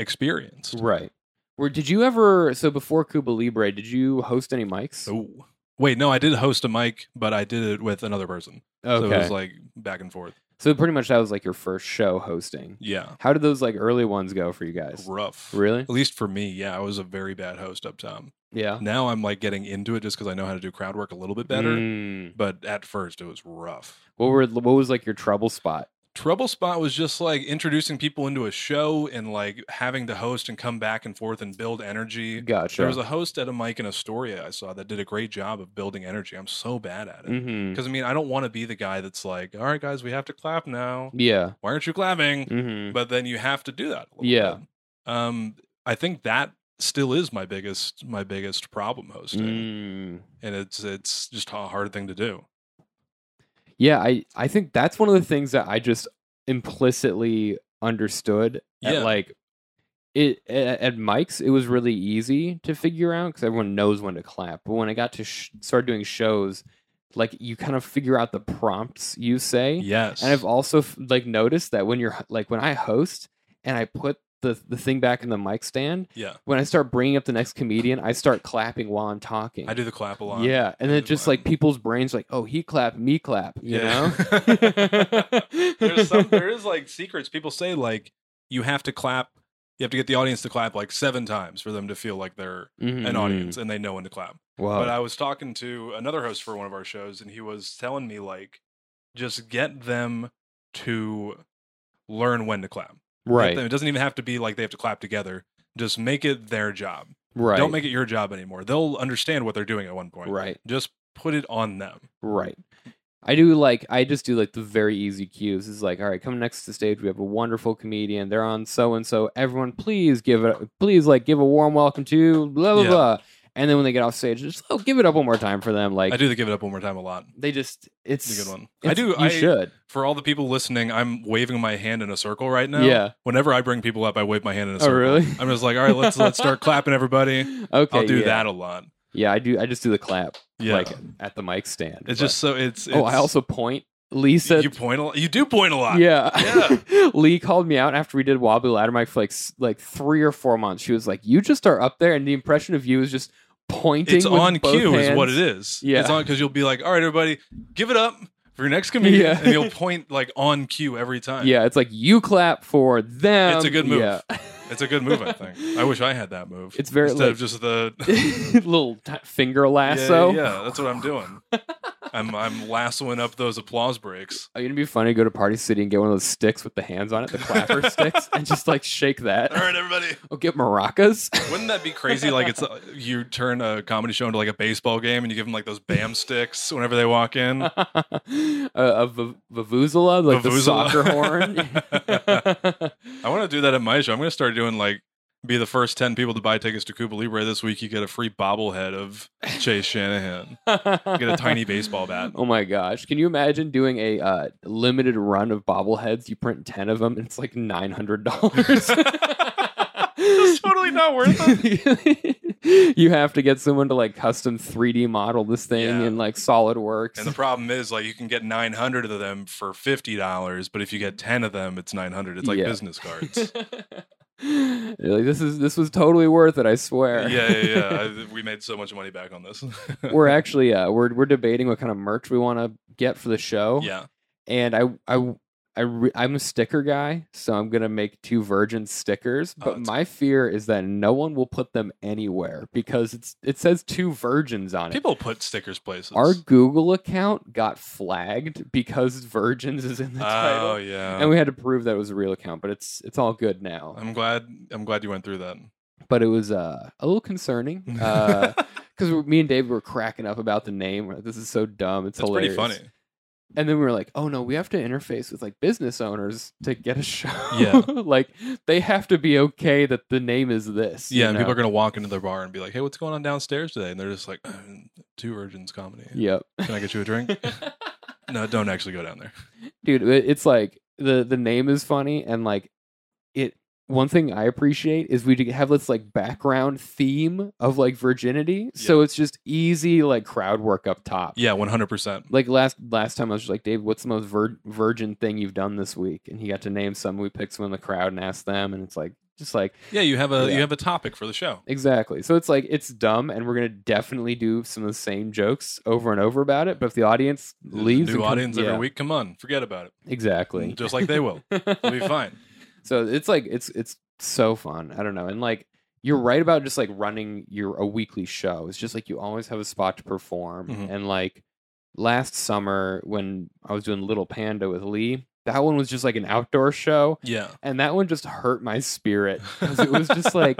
S2: experienced.
S1: right. Where did you ever? So before Cuba Libre, did you host any mics?
S2: Ooh. Wait, no, I did host a mic, but I did it with another person. So it was like back and forth.
S1: so pretty much that was like your first show hosting.
S2: Yeah.
S1: How did those like early ones go for you guys?
S2: Rough.
S1: Really?
S2: At least for me, yeah, I was a very bad host up top.
S1: Yeah.
S2: Now I'm like getting into it just because I know how to do crowd work a little bit better.
S1: Mm.
S2: But at first, it was rough.
S1: What were what was like your trouble spot?
S2: Trouble spot was just like introducing people into a show and like having to host and come back and forth and build energy.
S1: Gotcha.
S2: There was a host at a mic in Astoria I saw that did a great job of building energy. I'm so bad at it.
S1: Mhm.
S2: Because, I mean, I don't want to be the guy that's like, all right, guys, we have to clap now.
S1: Yeah.
S2: Why aren't you clapping?
S1: hmm
S2: But then you have to do that. A little
S1: Yeah.
S2: bit. Um, I think that still is my biggest my biggest problem hosting,
S1: Mm.
S2: and it's it's just a hard thing to do.
S1: Yeah, I I think that's one of the things that I just implicitly understood. at,
S2: Yeah.
S1: like it at, at Mike's, it was really easy to figure out because everyone knows when to clap. But when I got to sh- start doing shows, like you kind of figure out the prompts you say.
S2: Yes,
S1: And I've also f- like noticed that when you're h- like when I host and I put the the thing back in the mic stand,
S2: yeah,
S1: when I start bringing up the next comedian, I start clapping while I'm talking.
S2: I do the clap a lot.
S1: Yeah, and then
S2: do
S1: just
S2: one.
S1: like people's brains like, "Oh, he clap, me clap," you
S2: Yeah.
S1: know?
S2: there's some there is like secrets people say like you have to clap, you have to get the audience to clap like seven times for them to feel like they're an
S1: Mhm.
S2: audience and they know when to clap.
S1: Wow.
S2: But I was talking to another host for one of our shows, and he was telling me like, just get them to learn when to clap. Get
S1: right.
S2: them- It doesn't even have to be like they have to clap together. Just make it their job.
S1: right.
S2: Don't make it your job anymore. They'll understand what they're doing at one point.
S1: right.
S2: Just put it on them.
S1: Right. I do like I just do like the very easy cues. It's like, all right, come next to the stage. We have a wonderful comedian. They're on so and so. Everyone, please give it. Please like give a warm welcome to blah blah
S2: Yeah.
S1: blah. And then when they get off stage, just oh, give it up one more time for them. Like
S2: I do the give it up one more time a lot.
S1: they just it's
S2: It's a good one.
S1: it's-
S2: I do.
S1: You
S2: I,
S1: should.
S2: For all the people listening, I'm waving my hand in a circle right now.
S1: Yeah.
S2: Whenever I bring people up, I wave my hand in a
S1: Oh,
S2: circle.
S1: really?
S2: I'm just like, all right, let's let's start clapping, everybody.
S1: Okay.
S2: I'll do
S1: yeah.
S2: that a lot.
S1: Yeah, I do. I just do the clap
S2: Yeah.
S1: like at the mic stand. but-
S2: it's just so it's.
S1: oh,
S2: it's-
S1: I also point. Lee said
S2: you point a lot. You do point a lot.
S1: Yeah.
S2: Yeah.
S1: Lee called me out after we did Wobbly Ladder Mic for like s- like three or four months. She was like, "You just are up there, and the impression of you is just pointing."
S2: It's
S1: with
S2: on
S1: both
S2: cue, is what
S1: hands."
S2: it is.
S1: Yeah.
S2: It's on because you'll be like, all right, everybody, give it up for your next comedian,
S1: Yeah.
S2: and you'll point like on cue every time.
S1: Yeah, it's like you clap for them.
S2: It's a good move.
S1: Yeah.
S2: It's a good move, I think. I wish I had that move.
S1: It's very
S2: instead
S1: like,
S2: of just the
S1: little t- finger lasso.
S2: Yeah, yeah, that's what I'm doing. I'm I'm lassoing up those applause breaks.
S1: Oh, it'd be funny to go to Party City and get one of those sticks with the hands on it, the clapper sticks, and just like shake that.
S2: All right, everybody.
S1: Oh, get maracas.
S2: Wouldn't that be crazy? Like it's uh, you turn a comedy show into like a baseball game, and you give them like those bam sticks whenever they walk in.
S1: uh, a v- vuvuzela, like the
S2: Vuvuzela.
S1: soccer horn.
S2: I want to do that at my show. I'm going to start doing like be the first ten people to buy tickets to Cuba Libre this week. You get a free bobblehead of Chase Shanahan. Get a tiny baseball bat.
S1: Oh my gosh! Can you imagine doing a uh, limited run of bobbleheads? You print ten of them, and it's like nine hundred dollars.
S2: It's totally not worth it.
S1: you have to get someone to like custom 3D model this thing
S2: Yeah.
S1: in like SolidWorks.
S2: And the problem is, like, you can get 900 of them for $50, but if you get 10 of them, it's 900. It's like
S1: Yeah.
S2: business cards.
S1: You're like this is this was totally worth it. I
S2: yeah,
S1: swear.
S2: yeah, yeah. I, we made so much money back on this.
S1: we're actually uh, we're we're debating what kind of merch we want to get for the show.
S2: yeah.
S1: and I I I re- I'm a sticker guy, so I'm gonna make two Virgin stickers.
S2: Oh,
S1: But
S2: that's
S1: my fear is that no one will put them anywhere because it's it says two Virgins on it.
S2: People put stickers places.
S1: Our Google account got flagged because Virgins is in the title,
S2: oh, yeah. Um
S1: and we had to prove that it was a real account. But it's it's all good now.
S2: I'm glad. I'm glad you went through that.
S1: But it was uh, a little concerning because me and Dave were cracking up about the name. We're like, this is so dumb. It's
S2: That's pretty
S1: hilarious.
S2: funny.
S1: and then we were like, oh no, we have to interface with like business owners to get a show.
S2: Yeah.
S1: like they have to be okay that the name is this.
S2: Yeah, and people are gonna walk into their bar and be like, "Hey, what's going on downstairs today?" And they're just like, "Um, two virgins comedy.
S1: Yep.
S2: Can I get you a drink?" no, don't actually go down there.
S1: Dude, it- it's like the the name is funny and like it one thing I appreciate is we do have this like background theme of like virginity. So it's just easy like crowd work up top.
S2: Yeah, one hundred percent.
S1: Like last last time I was just like, Dave, what's the most vir- virgin thing you've done this week? And he got to name some. We picked someone in the crowd and asked them and it's like just like
S2: Yeah, you have a
S1: Yeah.
S2: you have a topic for the show.
S1: Exactly. So it's like it's dumb, and we're gonna definitely do some of the same jokes over and over about it. But if the audience
S2: There's a
S1: leaves,
S2: new
S1: and come-
S2: audience
S1: yeah,
S2: every week. Come on, forget about it.
S1: exactly.
S2: Just like they will, it'll be fine.
S1: so it's like it's it's so fun. I don't know, and like you're right about just like running your a weekly show. It's just like you always have a spot to perform,
S2: Mhm.
S1: and like last summer when I was doing Little Panda with Lee. That one was just like an outdoor show,
S2: Yeah,
S1: and that one just hurt my spirit because it was just like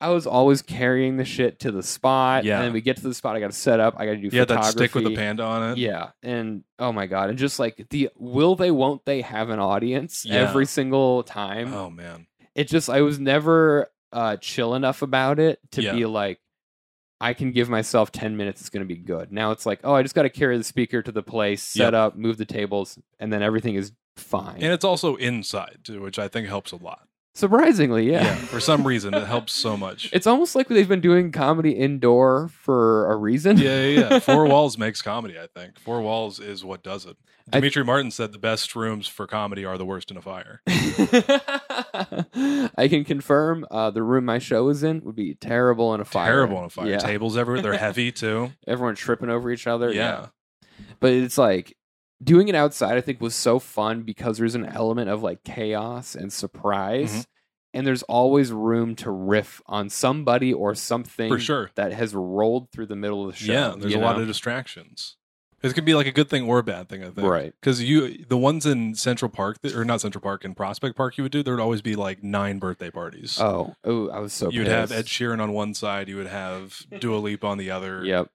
S1: I was always carrying the shit to the spot.
S2: Yeah.
S1: And then we get to the spot, I got to set up. I got to do
S2: yeah, that
S1: photography.
S2: stick with the panda on it.
S1: Yeah. And oh my God. And just like the will they, won't they have an audience
S2: Yeah.
S1: every single time?
S2: Oh man.
S1: It just, I was never uh, chill enough about it to
S2: Yeah.
S1: be like, I can give myself 10 minutes. It's going to be good. Now it's like, oh, I just got to carry the speaker to the place, set
S2: Yep.
S1: up, move the tables, and then everything is fine.
S2: And it's also inside too, which I think helps a lot.
S1: Surprisingly,
S2: For some reason, it helps so much.
S1: It's almost like they've been doing comedy indoor for a reason.
S2: yeah, yeah, yeah. Four walls makes comedy, I think. Four walls is what does it.
S1: I-
S2: Dimitri Martin said the best rooms for comedy are the worst in a fire.
S1: I can confirm uh, the room my show is in would be terrible in a fire.
S2: Terrible in a fire.
S1: Yeah.
S2: Tables everywhere. They're heavy too.
S1: Everyone tripping over each other.
S2: yeah.
S1: But it's like doing it outside, I think, was so fun because there's an element of like chaos and surprise.
S2: Mhm.
S1: And there's always room to riff on somebody or something
S2: for sure.
S1: that has rolled through the middle of the show.
S2: yeah, there's a
S1: you
S2: lot
S1: know?
S2: of distractions. It could be like a good thing or a bad thing, I think.
S1: Right.
S2: Because you, the ones in Central Park, that, or not Central Park, in Prospect Park, you would do, there would always be like nine birthday parties.
S1: Oh, oh, I was so
S2: you would have Ed
S1: pissed.
S2: Sheeran on one side, you would have Dua Lipa on the other.
S1: Yep.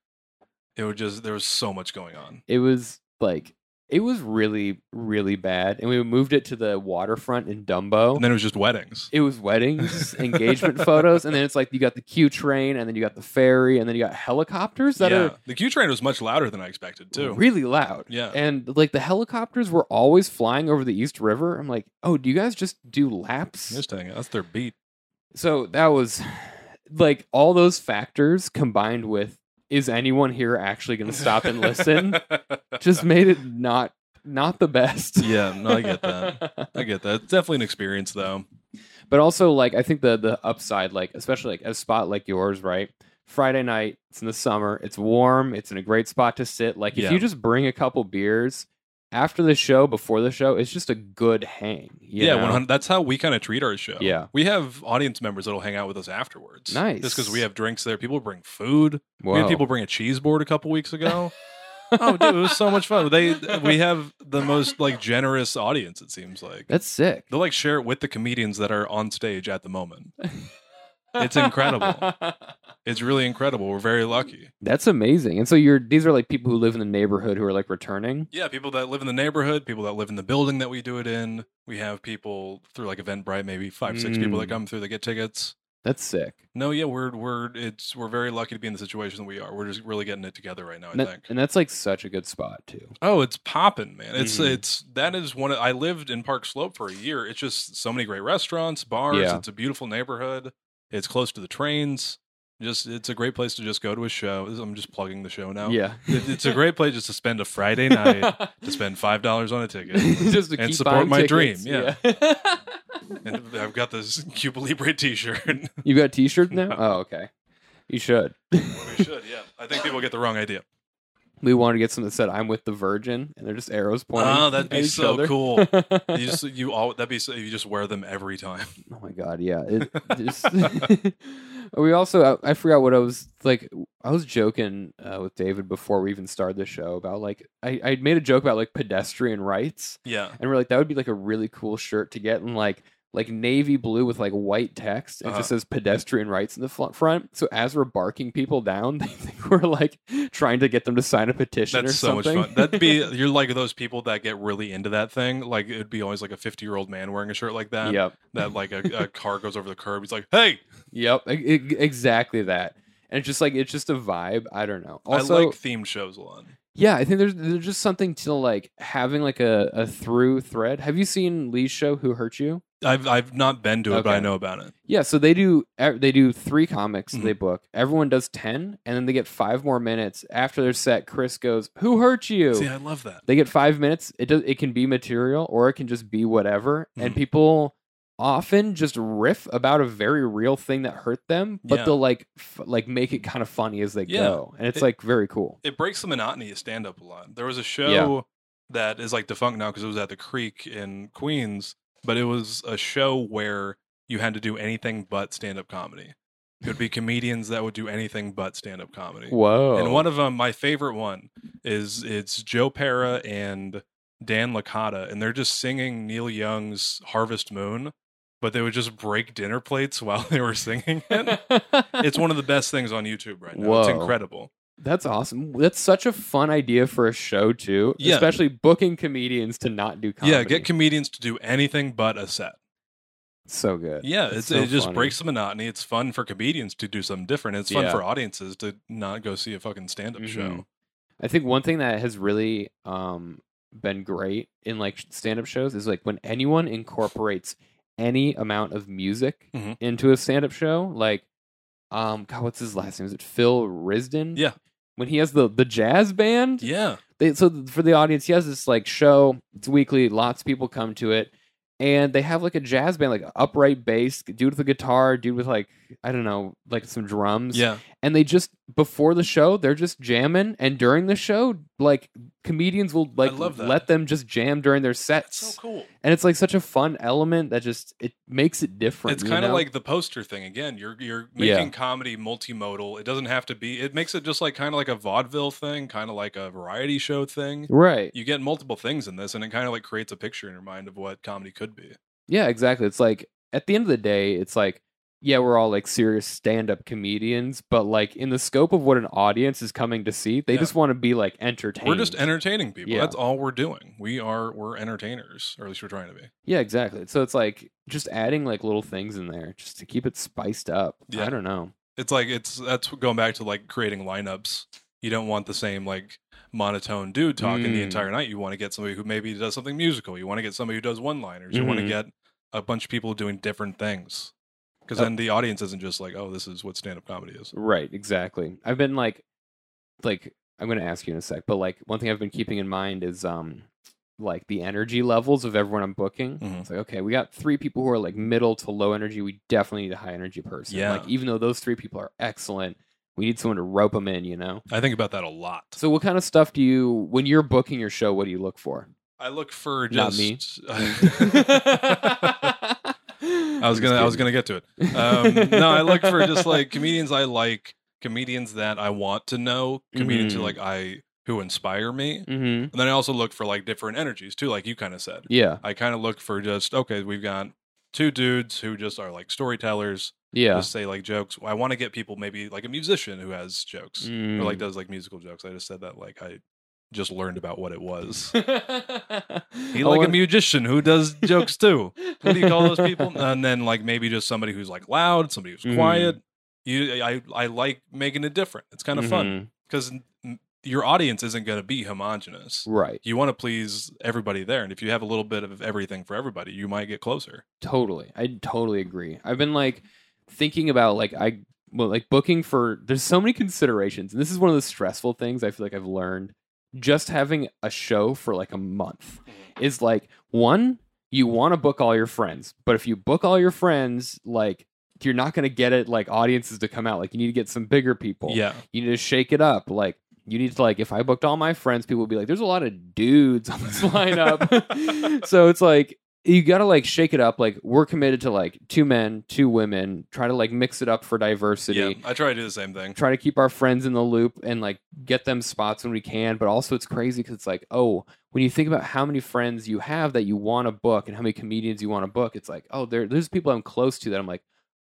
S2: It would just, there was so much going on.
S1: it was like It was really, really bad. And we moved it to the waterfront in Dumbo.
S2: And then it was just weddings.
S1: It was weddings, engagement photos, and then it's like you got the Q train, and then you got the ferry, and then you got helicopters that
S2: yeah. The Q train was much louder than I expected,
S1: are
S2: too.
S1: really loud.
S2: Yeah.
S1: And like the helicopters were always flying over the East River. I'm like, oh, do you guys just do laps?
S2: Interesting. That's their beat.
S1: So that was like all those factors combined with is anyone here actually going to stop and listen? just made it not not the best.
S2: yeah, no, I get that. I get that. It's definitely an experience, though.
S1: but also like I think the the upside, like especially like a spot like yours, right? Friday night, it's in the summer, it's warm, it's in a great spot to sit. Like if
S2: Yeah.
S1: you just bring a couple beers after the show, before the show, it's just a good hang. you
S2: yeah,
S1: know?
S2: 100, that's how we kind of treat our show.
S1: Yeah.
S2: We have audience members that'll hang out with us afterwards.
S1: Nice.
S2: Just because we have drinks there. People bring food. We
S1: Whoa.
S2: had people bring a cheese board a couple weeks ago. oh, dude, it was so much fun. They We have the most like generous audience, it seems like.
S1: That's sick.
S2: They'll like share it with the comedians that are on stage at the moment. It's incredible. It's really incredible. We're very lucky.
S1: That's amazing. And so you're these are like people who live in the neighborhood who are like returning.
S2: Yeah, people that live in the neighborhood, people that live in the building that we do it in. We have people through like Eventbrite, maybe five, six people that
S1: Mm.
S2: come through that get tickets.
S1: That's sick.
S2: No, yeah, we're we're it's we're very lucky to be in the situation that we are. We're just really getting it together right now. I
S1: And, that-
S2: think.
S1: and that's like such a good spot too.
S2: Oh, it's popping, man! It's
S1: Mhm.
S2: it's that is one. Of, I lived in Park Slope for a year. It's just so many great restaurants, bars.
S1: Yeah.
S2: It's a beautiful neighborhood. It's close to the trains. Just it's a great place to just go to a show. This- I'm just plugging the show now.
S1: Yeah.
S2: It- it's a great place just to spend a Friday night to spend five dollars on a ticket.
S1: just to
S2: And
S1: keep buying
S2: support my
S1: tickets.
S2: dream, yeah.
S1: yeah.
S2: And I've got this Cuba Libre T-shirt.
S1: You got a t-shirt now?
S2: No.
S1: Oh, okay. You should.
S2: we should, yeah. I think people get the wrong idea.
S1: We wanted to get something that said "I'm with the Virgin," and they're just arrows pointing.
S2: Oh, that'd
S1: at
S2: be
S1: each
S2: so
S1: other.
S2: cool. You just you all that'd be so, you just wear them every time.
S1: oh my god, yeah. It, just, we also I, I forgot what I was like. I was joking uh, with David before we even started the show about like I I made a joke about like pedestrian rights,
S2: Yeah.
S1: and we're like that would be like a really cool shirt to get and like. Like navy blue with like white text, and it
S2: Uh-huh.
S1: just says pedestrian rights in the fl- front. So as we're barking people down, they think we're like trying to get them to sign a petition or
S2: That's so
S1: something.
S2: much fun. That'd be you're like those people that get really into that thing. Like it'd be always like a 50 year old man wearing a shirt like that.
S1: yep.
S2: That like a, a car goes over the curb. He's like, "Hey!"
S1: Yep, e- e- exactly that. And it's just like it's just a vibe. I don't know. Also,
S2: I like themed shows a lot.
S1: yeah, I think there's there's just something to like having like a, a through thread. Have you seen Lee's show Who Hurt You?
S2: I've I've not been to it, but
S1: Okay.
S2: I know about it.
S1: Yeah, so they do e- they do three comics
S2: Mhm.
S1: they book. Everyone does 10 and then they get 5 more minutes after their set. Chris goes, "Who hurt you?"
S2: See, I love that.
S1: They get 5 minutes. It does it can be material or it can just be whatever. And
S2: Mhm.
S1: people often just riff about a very real thing that hurt them, but
S2: Yeah.
S1: they'll like f- like make it kind of funny as they
S2: Yeah.
S1: go. And it's
S2: It-
S1: like very cool.
S2: It breaks the monotony of stand up a lot. There was a show
S1: Yeah.
S2: that is like defunct now because it was at the Creek in Queens, but it was a show where you had to do anything but stand up comedy. It would be comedians that would do anything but stand up comedy.
S1: Whoa.
S2: And one of them, my favorite one, is it's Joe Para and Dan Licata, and they're just singing Neil Young's Harvest Moon, but they would just break dinner plates while they were singing it. it's one of the best things on YouTube right now. It's
S1: Whoa.
S2: incredible.
S1: That's awesome. That's such a fun idea for a show too.
S2: Yeah.
S1: Especially booking comedians to not do comedy.
S2: Yeah, get comedians to do anything but a set.
S1: so good.
S2: Yeah,
S1: That's
S2: it's,
S1: so
S2: it just
S1: funny.
S2: breaks the monotony. It's fun for comedians to do something different. It's fun
S1: Yeah.
S2: for audiences to not go see a fucking stand up
S1: Mhm.
S2: show.
S1: I think one thing that has really um been great in like stand-up shows is like when anyone incorporates any amount of music
S2: Mhm.
S1: into a stand-up show, like um God, what's his last name? Is it Phil Risden?
S2: Yeah.
S1: When he has the the jazz band,
S2: Yeah.
S1: they, so th- for the audience, he has this like show. It's weekly. Lots of people come to it, and they have like a jazz band, like a upright bass dude with a guitar, dude with like I don't know, like some drums.
S2: Yeah.
S1: And they just before the show, they're just jamming, and during the show, like comedians will like
S2: love that.
S1: let them just jam during their
S2: It's
S1: sets,
S2: so cool.
S1: and it's like such a fun element that just it makes it different.
S2: It's
S1: you
S2: kind of
S1: know?
S2: like the poster thing again. You're you're
S1: Yeah.
S2: making comedy multimodal. It doesn't have to be. It makes it just like kind of like a vaudeville thing, kind of like a variety show thing.
S1: right.
S2: You get multiple things in this, and it kind of like creates a picture in your mind of what comedy could be.
S1: Yeah, exactly. It's like at the end of the day, it's like yeah, we're all like serious stand up comedians, but like in the scope of what an audience is coming to see, they
S2: Yeah.
S1: just want to be like entertained.
S2: We're just entertaining people.
S1: Yeah.
S2: That's all we're doing. We are we're entertainers, or at least we're trying to be.
S1: yeah, exactly. So it's like just adding like little things in there just to keep it spiced up.
S2: Yeah.
S1: I don't know.
S2: It's like it's that's going back to like creating lineups. You don't want the same like monotone dude talking the
S1: Mm.
S2: entire night. You want to get somebody who maybe does something musical. You want to get somebody who does one liners. You want to
S1: Mhm.
S2: get a bunch of people doing different things. Because
S1: Oh.
S2: then the audience isn't just like, oh, this is what stand up comedy is.
S1: Right, exactly. I've been like like I'm going to ask you in a sec, but like one thing I've been keeping in mind is um like the energy levels of everyone I'm booking.
S2: Mhm.
S1: It's like okay, we got three people who are like middle to low energy. We definitely need a high energy person.
S2: Yeah.
S1: Like even though those three people are excellent, we need someone to rope them in, you know.
S2: I think about that a lot.
S1: So what kind of stuff do you when you're booking your show, what do you look for?
S2: I look for
S1: Not
S2: just
S1: me.
S2: I was gonna I was gonna get to it. Um, no, I look for just like comedians I like, comedians that I want to know, comedians who
S1: Mhm.
S2: like I who inspire me, and
S1: hmm
S2: then I also look for like different energies too, like you kind of said.
S1: Yeah.
S2: I kind of look for just okay, we've got two dudes who just are like storytellers,
S1: Yeah.
S2: just say like jokes. I want to get people maybe like a musician who has jokes or
S1: Mm.
S2: like does like musical jokes. I just said that like I just learned about what it was. He like a musician who does jokes too what do you call those people? And then like maybe just somebody who's like loud, somebody who's
S1: Mhm.
S2: quiet. You, I, I like making it different. It's kind of fun because your audience isn't going to be homogenous.
S1: Mm-hmm. Right.
S2: You want to please everybody there, and if you have a little bit of everything for everybody, you might get closer.
S1: Totally. I totally agree. I've been like thinking about like I well like booking for there's so many considerations and this is one of the stressful things I feel like I've learned just having a show for like a month
S2: Mm-hmm.
S1: is like one you want to book all your friends but if you book all your friends like you're not going to get it like audiences to come out like you need to get some bigger people
S2: Yeah,
S1: you need to shake it up like you need to like if i booked all my friends people would be like there's a lot of dudes on this lineup so it's like you gotta like shake it up like we're committed to like two men two women try to like mix it up for diversity
S2: yeah. I try to do the same thing.
S1: try to keep our friends in the loop and like get them spots when we can but also it's crazy because it's like oh when you think about how many friends you have that you want to book and how many comedians you want to book it's like oh there, there's people i'm close to that i'm like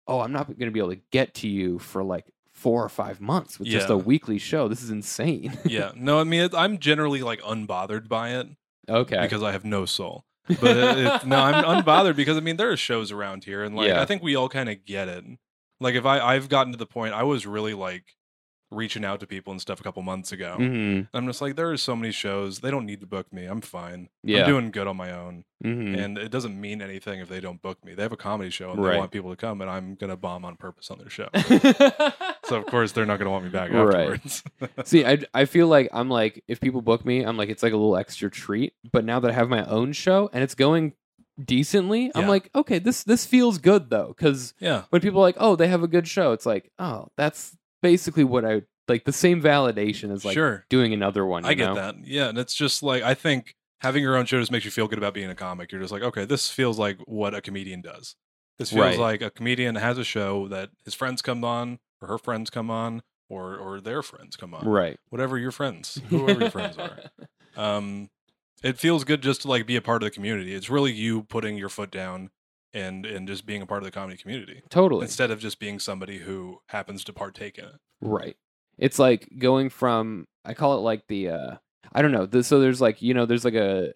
S1: oh i'm not going to be able to get to you for like four or five months with just
S2: Yeah.
S1: a weekly show this is insane
S2: yeah, no, I mean it, I'm generally like unbothered by it
S1: okay
S2: because I have no soul. but it, it- no, I'm unbothered because I mean there are shows around here, and like
S1: Yeah.
S2: I think we all kind of get it. Like if I I've gotten to the point I was really like reaching out to people and stuff a couple months ago.
S1: Mhm,
S2: I'm just like there are so many shows they don't need to book me. I'm fine.
S1: yeah
S2: I'm doing good on my own,
S1: mhm.
S2: and it doesn't mean anything if they don't book me. They have a comedy show and
S1: Right.
S2: they want people to come, and I'm gonna bomb on purpose on their show. so of course they're not gonna want me back
S1: Right.
S2: afterwards.
S1: See, I, I feel like I'm like if people book me, I'm like it's like a little extra treat. But now that I have my own show and it's going decently, I'm
S2: Yeah.
S1: like okay, this this feels good though. Because
S2: yeah,
S1: when people are like, oh, they have a good show, it's like oh, that's basically what I like. The same validation as like
S2: sure.
S1: doing another one. You
S2: I get
S1: know?
S2: that. Yeah, and it's just like I think having your own show just makes you feel good about being a comic. You're just like, okay, this feels like what a comedian does. This feels
S1: Right.
S2: like a comedian has a show that his friends come on, or her friends come on, or or their friends come on,
S1: Right.
S2: whatever your friends, whoever your friends are. Um, it feels good just to like be a part of the community. It's really you putting your foot down and and just being a part of the comedy community
S1: Totally.
S2: instead of just being somebody who happens to partake in it.
S1: Right. It's like going from I call it like the uh I don't know. The, so there's like, you know, there's like a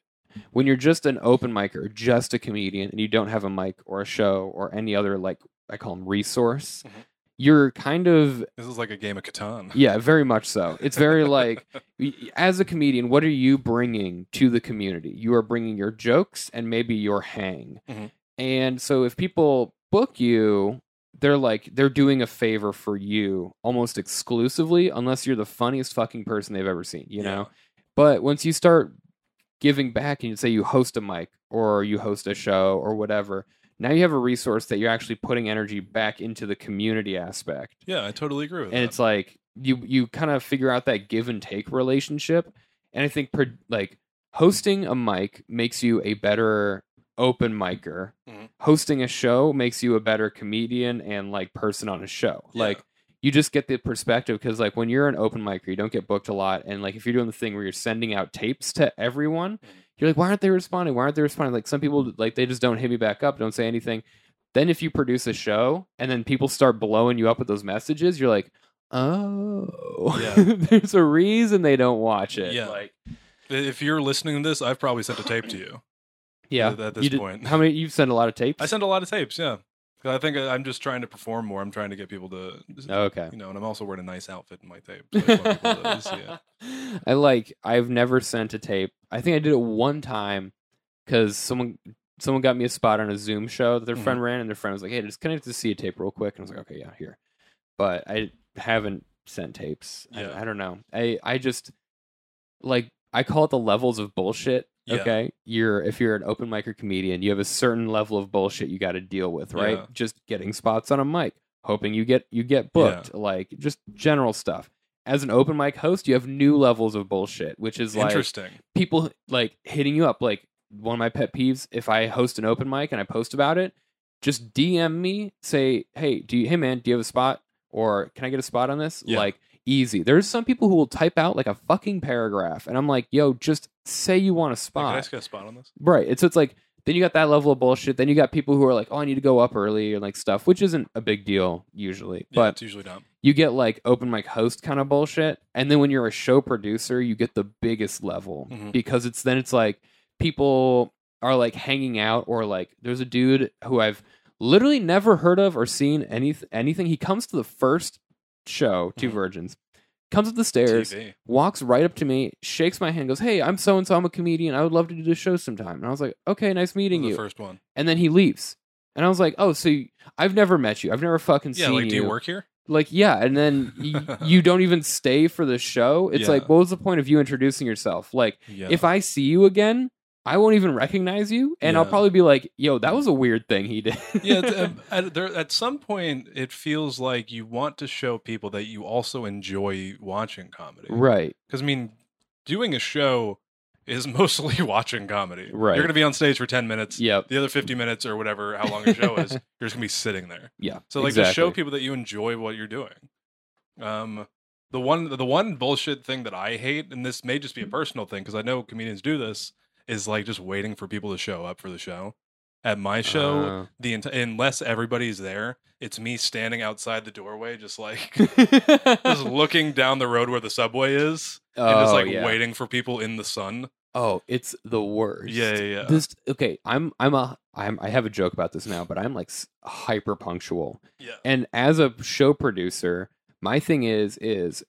S1: when you're just an open micer, just a comedian and you don't have a mic or a show or any other like I call them resource,
S2: Mhm.
S1: you're kind of
S2: This is like a game of Catan.
S1: yeah, very much so. It's very like y- y- as a comedian, what are you bringing to the community? You are bringing your jokes and maybe your hang.
S2: Mhm.
S1: And so if people book you, they're like they're doing a favor for you almost exclusively unless you're the funniest fucking person they've ever seen, you
S2: Yeah.
S1: know. But once you start giving back and you say you host a mic or you host a show or whatever, now you have a resource that you're actually putting energy back into the community aspect
S2: Yeah, I totally agree with that.
S1: and it's like you you kind of figure out that give and take relationship and i think per, like hosting a mic makes you a better open micer
S2: Mhm.
S1: hosting a show makes you a better comedian and like person on a show
S2: Yeah.
S1: like you just get the perspective because like when you're an open micer you don't get booked a lot and like if you're doing the thing where you're sending out tapes to everyone you're like why aren't they responding why aren't they responding like some people like they just don't hit me back up don't say anything Then if you produce a show and then people start blowing you up with those messages, you're like, oh,
S2: Yeah.
S1: there's a reason they don't watch it.
S2: Yeah.
S1: Like,
S2: If you're listening to this, I've probably sent a tape to you.
S1: yeah.
S2: At- at
S1: You
S2: this
S1: did-
S2: point.
S1: how many? You've sent a lot of tapes.
S2: I send a lot of tapes. Yeah, 'Cause I think I- I'm just trying to perform more. I'm trying to get people to,
S1: okay.
S2: you know, and I'm also wearing a nice outfit in my tape. So I want people to see it.
S1: I like. I've never sent a tape. I think I did it one time because someone someone got me a spot on a Zoom show that
S2: Mm-hmm.
S1: their friend ran, and their friend was like, "Hey, just connect to see a tape real quick." And I was like, "Okay, yeah, here." But I haven't sent tapes. I-
S2: Yeah.
S1: I, don't know. I I just like I call it the levels of bullshit.
S2: Yeah.
S1: Okay, you're if you're an open mic or comedian, you have a certain level of bullshit you got to deal with, right?
S2: Yeah.
S1: Just getting spots on a mic, hoping you get you get booked, like just general stuff as an open mic host, you have new levels of bullshit, which is like
S2: Interesting.
S1: people like hitting you up. Like one of my pet peeves, if I host an open mic and I post about it, just DM me, say, "Hey, do you, hey man, do you have a spot?" Or can I get a spot on this?
S2: Yeah.
S1: Like easy. There's some people who will type out like a fucking paragraph, and I'm like, "Yo, just say you want a
S2: Like,
S1: spot."
S2: can I just get a spot on this?
S1: Right. And so it's like then you got that level of bullshit. Then you got people who are like, "Oh, I need to go up early" and like stuff, which isn't a big deal usually,
S2: Yeah,
S1: but
S2: it's usually not.
S1: you get like open mic host kind of bullshit and then when you're a show producer you get the biggest level
S2: Mhm.
S1: because it's then it's like people are like hanging out or like there's a dude who I've literally never heard of or seen any anything he comes to the first show 2
S2: Mhm.
S1: virgins comes up the stairs
S2: TV.
S1: walks right up to me shakes my hand goes hey I'm so and so I'm a comedian I would love to do this show sometime and I was like okay nice meeting
S2: This is
S1: you
S2: The first one.
S1: and then he leaves and I was like oh so you, I've never met you I've never fucking
S2: Yeah,
S1: seen
S2: like, do
S1: you
S2: you work here?
S1: like yeah and then y- you don't even stay for the show it's
S2: Yeah.
S1: like what was the point of you introducing yourself like
S2: Yeah.
S1: if i see you again i won't even recognize you and i'll
S2: Yeah.
S1: probably be like yo that was a weird thing he did
S2: yeah, it's, um, at, there, at some point, it feels like you want to show people that you also enjoy watching comedy.
S1: right
S2: Because I mean, doing a show is mostly watching comedy.
S1: Right.
S2: You're going to be on stage for 10 minutes.
S1: yep
S2: The other 50 minutes or whatever, how long a show is, you're just going to be sitting there.
S1: yeah
S2: So like
S1: exactly.
S2: to show people that you enjoy what you're doing. Um the one the one bullshit thing that I hate and this may just be a personal thing cuz I know comedians do this is like just waiting for people to show up for the show. At my show,
S1: Uh.
S2: the enti- unless everybody's there, it's me standing outside the doorway just like
S1: Uh.
S2: just looking down the road where the subway is and
S1: oh,
S2: just like
S1: yeah.
S2: waiting for people in the sun.
S1: oh it's the worst
S2: Yeah, yeah, yeah.
S1: this okay i'm i'm a i'm i have a joke about this now but i'm like s- hyper punctual
S2: yeah.
S1: and as a show producer my thing is is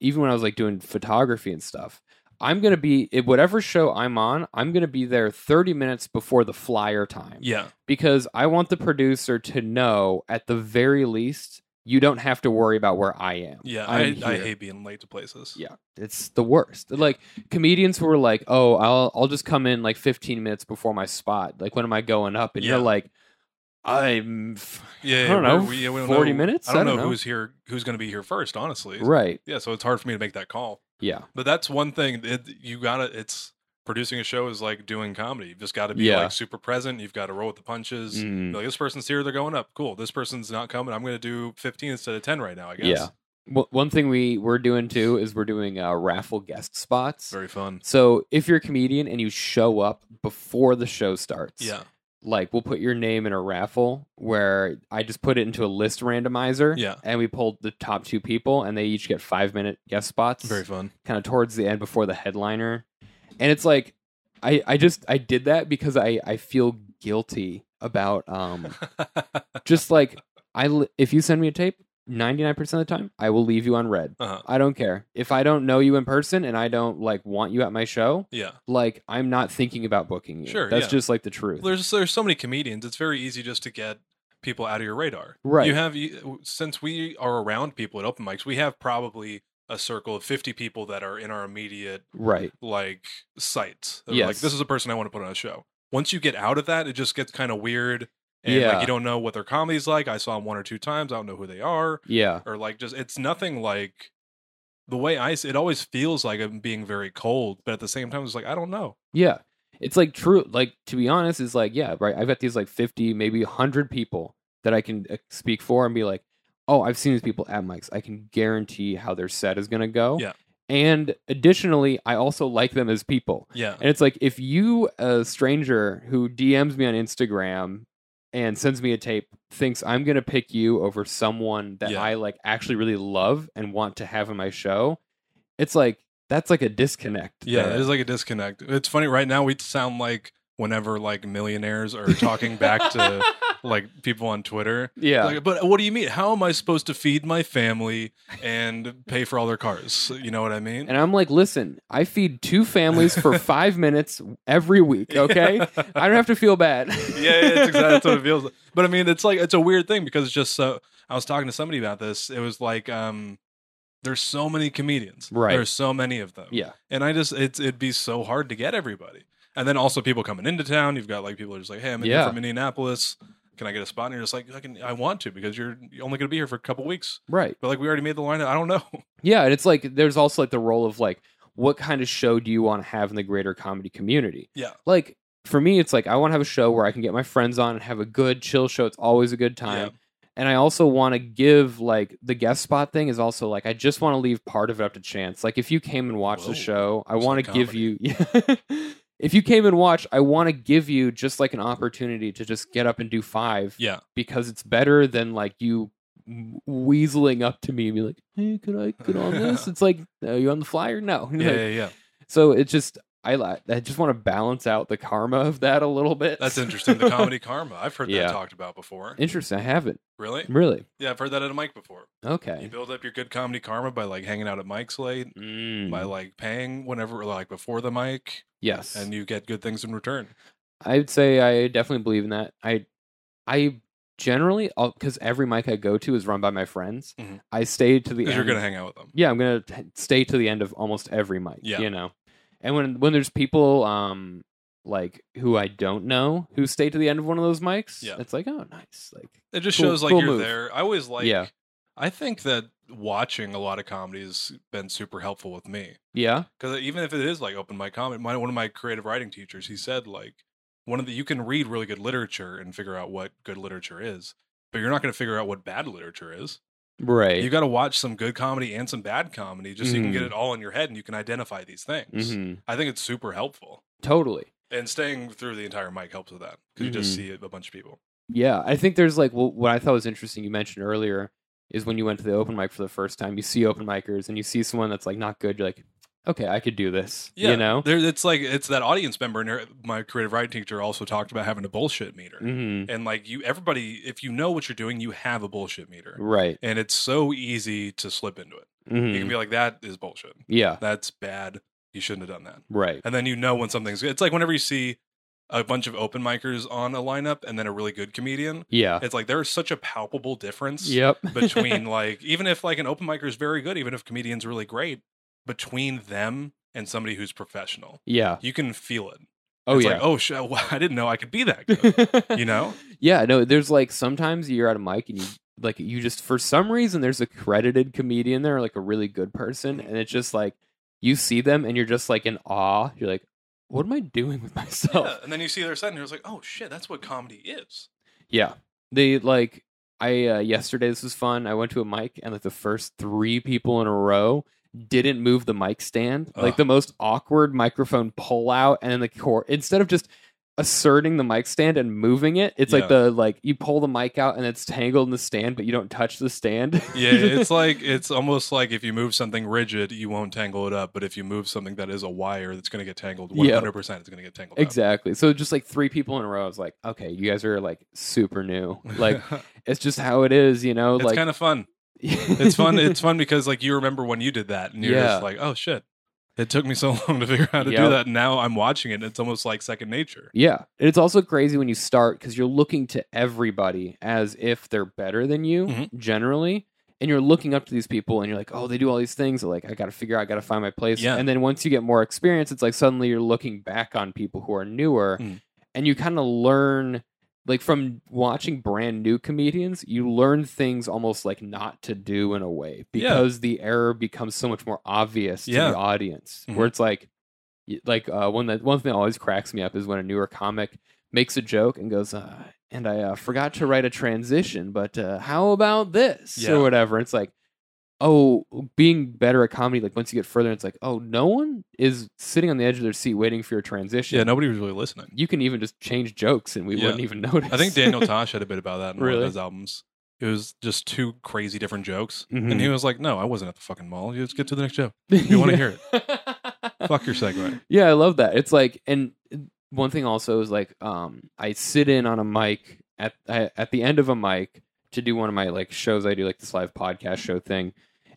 S1: even when i was like doing photography and stuff i'm gonna be at whatever show i'm on i'm gonna be there 30 minutes before the flyer time
S2: Yeah.
S1: because i want the producer to know at the very least you don't have to worry about where i am
S2: Yeah, I,
S1: I'm
S2: I
S1: here.
S2: hate being late to places.
S1: Yeah. it's the worst like comedians who are like oh i'll i'll just come in like 15 minutes before my spot like when am i going up and you're
S2: Yeah.
S1: like i'm f-
S2: Yeah,
S1: I don't
S2: yeah,
S1: know,
S2: we- yeah, we don't
S1: 40
S2: know-
S1: minutes?
S2: I don't,
S1: I don't
S2: know,
S1: know.
S2: who's here, who's going to be here first. Honestly,
S1: right
S2: yeah. So it's hard for me to make that call.
S1: yeah
S2: But that's one thing that you gotta. It's producing a show is like doing comedy. You've just got to be
S1: Yeah.
S2: like super present. You've got to roll with the punches.
S1: Mm.
S2: Be Like this person's here, they're going up. Cool. This person's not coming. I'm going to do 15 instead of 10 right now. I guess.
S1: Yeah. Wha- one thing we we're doing too is we're doing uh, raffle guest spots.
S2: Very fun.
S1: So if you're a comedian and you show up before the show starts,
S2: Yeah.
S1: like we'll put your name in a raffle where I just put it into a list randomizer.
S2: Yeah.
S1: And we pulled the top two people and they each get five minute guest spots
S2: Very fun.
S1: kind of towards the end before the headliner. And it's like I, I just I did that because I, I feel guilty about um
S2: uh-huh.
S1: just like I li- if you send me a tape, ninety nine percent of the time I will leave you on red.
S2: Uh-huh.
S1: I don't care. If I don't know you in person and I don't like want you at my show,
S2: Yeah.
S1: like I'm not thinking about booking you.
S2: Sure,
S1: That's
S2: yeah.
S1: just like the truth.
S2: There's there's so many comedians. It's very easy just to get people out of your radar.
S1: Right.
S2: You have you, since we are around people at open mics, we have probably a circle of 50 people that are in our immediate
S1: right.
S2: like sight. They're Like
S1: Yes.
S2: this is a person I want to put on a show. Once you get out of that, it just gets kind of weird. And
S1: Yeah.
S2: like you don't know what their comedy's like. I saw them one or two times. I don't know who they are.
S1: Yeah.
S2: Or like just it's nothing like the way I s- it always feels like I'm being very cold, but at the same time it's like I don't know.
S1: Yeah. It's like true. Like to be honest, it's like yeah. Right. I've got these like fifty, maybe hundred people that I can uh, speak for and be like, oh, I've seen these people at mics. I can guarantee how their set is gonna go.
S2: Yeah.
S1: And additionally, I also like them as people.
S2: Yeah.
S1: And it's like if you a stranger who DMs me on Instagram and sends me a tape thinks I'm going to pick you over someone that
S2: Yeah.
S1: I like actually really love and want to have in my show. It's like that's like a disconnect.
S2: Yeah,
S1: there.
S2: there's like a disconnect. It's funny right now we sound like whenever like millionaires are talking back to like people on Twitter.
S1: yeah.
S2: Like, but what do you mean? How am I supposed to feed my family and pay for all their cars? You know what I mean?
S1: and I'm like, listen, I feed two families for five minutes every week, okay? I don't have to feel bad.
S2: yeah, yeah, it's exactly that's what it feels like. But I mean, it's like it's a weird thing because it's just so. I was talking to somebody about this. It was like um, there's so many comedians.
S1: Right.
S2: There's so many of them.
S1: Yeah.
S2: And I just it's it'd be so hard to get everybody. And then also people coming into town. You've got like people are just like, hey, I'm in here
S1: Yeah.
S2: from Indianapolis. Can I get a spot? And you're just like, I can. I want to because you're you're only going to be here for a couple weeks.
S1: Right.
S2: But like we already made the line. I don't know.
S1: Yeah, and it's like there's also like the role of like what kind of show do you want to have in the greater comedy community?
S2: Yeah.
S1: Like for me, it's like I want to have a show where I can get my friends on and have a good chill show. It's always a good time. And I also want to give like the guest spot thing is also like I just want to leave part of it up to chance. Like if you came and watched
S2: Whoa.
S1: the show, I
S2: It's
S1: want
S2: like
S1: to give you if you came and watched, I want to give you just like an opportunity to just get up and do five
S2: Yeah.
S1: because it's better than like you w- weaseling up to me and be like, "Hey, could I get on this?" It's like, "Are you on the flyer?" No.
S2: Yeah.
S1: Like,
S2: Yeah. yeah.
S1: So it just I li- I just want to balance out the karma of that a little bit.
S2: That's interesting. The comedy karma. I've heard
S1: Yeah. Mm.
S2: that talked about before.
S1: interesting. I haven't
S2: Really?
S1: really.
S2: Yeah, I've heard that at a mic before. You
S1: Okay.
S2: build up your good comedy karma by like hanging out at mics late,
S1: Mm,
S2: by like paying whenever, like before the mic,
S1: yes.
S2: and you get good things in return.
S1: I'd say I definitely believe in that. I I generally because every mic I go to is run by my friends.
S2: Mhm.
S1: I stay to the
S2: Because
S1: end.
S2: you're gonna hang out with them.
S1: yeah, I'm gonna t- stay to the end of almost every mic.
S2: Yeah.
S1: you know, and when when there's people um like who I don't know who stay to the end of one of those mics,
S2: Yeah.
S1: it's like oh nice, like
S2: It just
S1: Cool-
S2: shows like
S1: cool
S2: you're
S1: move.
S2: there. I always like.
S1: Yeah.
S2: I think that watching a lot of comedy has been super helpful with me
S1: yeah,
S2: because even if it is like open mic comedy, my one of my creative writing teachers, he said like one of the you can read really good literature and figure out what good literature is, but you're not gonna figure out what bad literature is.
S1: right.
S2: You got to watch some good comedy and some bad comedy just so you can get
S1: Mhm.
S2: it all in your head and you can identify these things.
S1: Mhm.
S2: I think it's super helpful.
S1: Totally.
S2: And staying through the entire mic helps with that because you just
S1: Mm-hmm.
S2: see a bunch of people.
S1: Yeah, I think there's like well, what I thought was interesting you mentioned earlier is when you went to the open mic for the first time, you see open micers and you see someone that's like not good, you're like, okay, I could do this.
S2: Yeah,
S1: You know?
S2: There, it's like it's that audience member. And her- my creative writing teacher also talked about having a bullshit meter.
S1: hmm
S2: And like you, everybody, if you know what you're doing, you have a bullshit meter.
S1: Right.
S2: And it's so easy to slip into it. You
S1: hmm
S2: can be like, that is bullshit.
S1: Yeah.
S2: That's bad. You shouldn't have done that.
S1: Right.
S2: and then you know when something's good. It's like whenever you see a bunch of open micers on a lineup and then a really good comedian,
S1: Yeah.
S2: it's like there's such a palpable difference
S1: Yep.
S2: between like even if like an open micer is very good, even if a comedian's really great, between them and somebody who's professional,
S1: yeah.
S2: you can feel it.
S1: Oh
S2: it's
S1: yeah.
S2: like oh sh- well, I didn't know I could be that good. you know?
S1: Yeah. No. There's like sometimes you're at a mic and you like you just for some reason there's a credited comedian there, like a really good person, and it's just like you see them and you're just like in awe. You're like, what am I doing with myself?
S2: Yeah, And then you see their set and you're just like oh shit, that's what comedy is.
S1: Yeah. They like I uh, yesterday this was fun. I went to a mic and like the first 3 people in a row didn't move the mic stand. Like
S2: Ugh.
S1: the most awkward microphone pull out and then the core instead of just asserting the mic stand and moving it, it's
S2: Yeah.
S1: like the like you pull the mic out and it's tangled in the stand but you don't touch the stand.
S2: Yeah, it's like it's almost like if you move something rigid, you won't tangle it up, but if you move something that is a wire that's going to get tangled,
S1: Yeah.
S2: 100% it's going to get tangled up.
S1: Exactly. So just like three people in a row, I was like, okay, you guys are like super new. Like it's just how it is, you know.
S2: it's
S1: like
S2: kind of fun. It's fun. it's fun because like you remember when you did that, and you're
S1: Yeah.
S2: just like, oh shit, it took me so long to figure out how to do
S1: Yep.
S2: that. And now I'm watching it, and it's almost like second nature.
S1: Yeah. And it's also crazy when you start because you're looking to everybody as if they're better than you
S2: Mhm.
S1: generally. And you're looking up to these people and you're like, oh, they do all these things. Like, I got to figure out, I got to find my place.
S2: Yeah.
S1: And then once you get more experience, it's like suddenly you're looking back on people who are newer
S2: Mm.
S1: and you kind of learn, like, from watching brand new comedians, you learn things almost like not to do in a way
S2: Yeah.
S1: because the error becomes so much more obvious to
S2: Yeah.
S1: the audience
S2: Mhm.
S1: where it's like, y- like uh, one that one thing that always cracks me up is when a newer comic makes a joke and goes, uh, "And I uh, forgot to write a transition, but uh, how about this
S2: Yeah.
S1: or whatever." It's like, oh, being better at comedy, like once you get further, it's like, oh, no one is sitting on the edge of their seat waiting for your transition.
S2: Yeah, nobody was really listening.
S1: You can even just change jokes and we
S2: Yeah.
S1: wouldn't even notice.
S2: I think Daniel Tosh had a bit about that in one
S1: Really?
S2: of his albums. It was just two crazy different jokes.
S1: Mhm.
S2: And he was like, No, I wasn't at the fucking mall. You just get to the next joke.
S1: If
S2: you wanna hear
S1: it.
S2: Fuck your segue.
S1: Yeah, I love that. It's like, and one thing also is like, um, I sit in on a mic at I, at the end of a mic to do one of my like shows. I do like this live podcast show thing,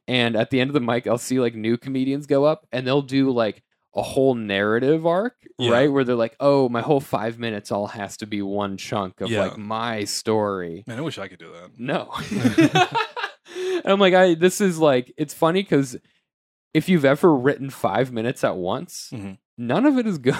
S1: and at the end of the mic, I'll see like new comedians go up, and they'll do like a whole narrative arc,
S2: Yeah.
S1: right? Where they're like, oh, my whole five minutes all has to be one chunk of
S2: Yeah.
S1: like my story.
S2: Man, I wish I could do that.
S1: No. And I'm like, I this is like it's funny because if you've ever written five minutes at once,
S2: Mhm.
S1: none of it is good.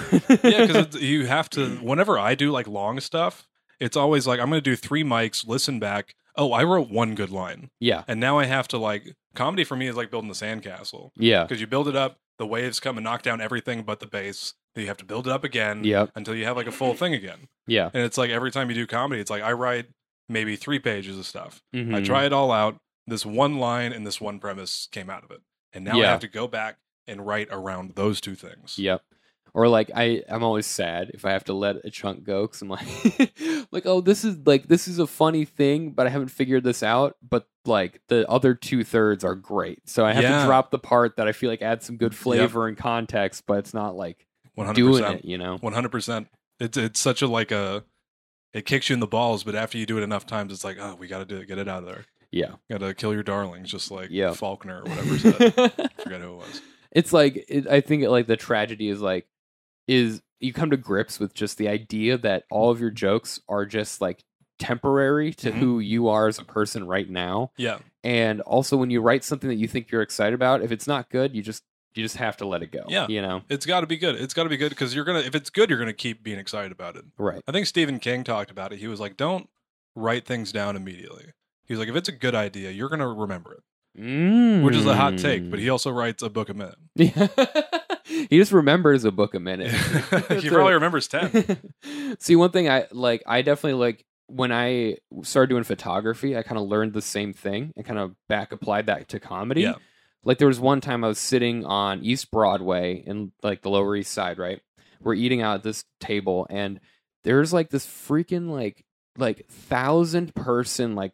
S2: yeah, because you have to. Whenever I do like long stuff, it's always like I'm going to do three mics, listen back. Oh, I wrote one good line,
S1: yeah,
S2: and now I have to like comedy for me is like building the sandcastle
S1: yeah,
S2: because you build it up, the waves come and knock down everything but the base. Then you have to build it up again
S1: Yep.
S2: until you have like a full thing again.
S1: yeah.
S2: And it's like every time you do comedy, it's like I write maybe three pages of stuff. I
S1: Mhm.
S2: try it all out. This one line and this one premise came out of it, and now I
S1: Yeah.
S2: have to go back and write around those two things.
S1: Yep. Or like I, I'm always sad if I have to let a chunk go because I'm like, like oh, this is like this is a funny thing, but I haven't figured this out. But like the other two thirds are great, so I have
S2: Yeah.
S1: to drop the part that I feel like adds some good flavor and context, but it's not like
S2: 100%.
S1: doing it, you know?
S2: One hundred percent. It's it's such a like a it kicks you in the balls, but after you do it enough times, it's like oh, we got to do it, get it out of there.
S1: Yeah.
S2: Got to kill your darlings, just like
S1: Yeah.
S2: Faulkner or whatever said. I forgot who it was.
S1: it's like it, I think it, like the tragedy is like is you come to grips with just the idea that all of your jokes are just like temporary to
S2: Mhm.
S1: who you are as a person right now
S2: Yeah,
S1: and also when you write something that you think you're excited about if it's not good you just you just have to let it go
S2: Yeah.
S1: you know
S2: it's got to be good. It's got to be good because you're gonna if it's good, you're gonna keep being excited about it.
S1: right
S2: I think Stephen King talked about it. He was like, don't write things down immediately. He was like, if it's a good idea, you're gonna remember it, which is a hot take. But he
S1: Hmm.
S2: also writes a book a minute.
S1: Mm. he he just remembers a book a minute
S2: he
S1: That's
S2: probably
S1: a-
S2: remembers ten.
S1: See, one thing I like, I definitely like when I started doing photography, I kind of learned the same thing and kind of back applied that to comedy.
S2: Yeah.
S1: Like there was one time I was sitting on East Broadway in like the Lower East Side, right? We're eating out at this table and there's like this freaking like like thousand person like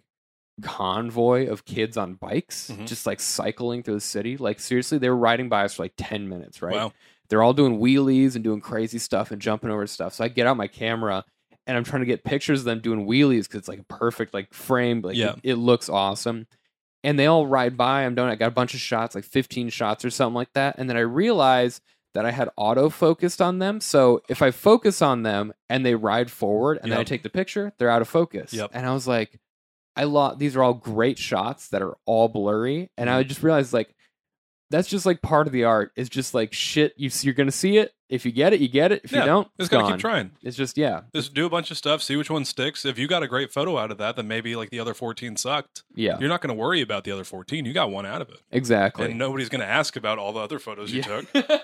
S1: convoy of kids on bikes
S2: Mhm.
S1: just like cycling through the city. Like seriously, they were riding by us for like 10 minutes, right?
S2: Wow.
S1: they're all doing wheelies and doing crazy stuff and jumping over stuff. So I get out my camera and I'm trying to get pictures of them doing wheelies because it's like a perfect like frame. Like
S2: Yeah.
S1: it, it looks awesome. And they all ride by. I'm done. I got a bunch of shots, like 15 shots or something like that. And then I realize that I had auto focused on them. So if I focus on them and they ride forward and then I
S2: Yep.
S1: take the picture, they're out of focus.
S2: Yep.
S1: And I was like, I lost. These are all great shots that are all blurry. And
S2: Mm-hmm.
S1: I just realized like that's just like part of the art. Is just like shit. You see, you're gonna see it. If you get it, you get it. If
S2: Yeah,
S1: you don't, it's
S2: Just gotta
S1: gone.
S2: keep trying.
S1: It's just yeah,
S2: Just do a bunch of stuff, see which one sticks. If you got a great photo out of that, then maybe like the other 14 sucked.
S1: yeah,
S2: You're not going to worry about the other 14. You got one out of it.
S1: exactly.
S2: And nobody's going to ask about all the other photos you
S1: yeah.
S2: took.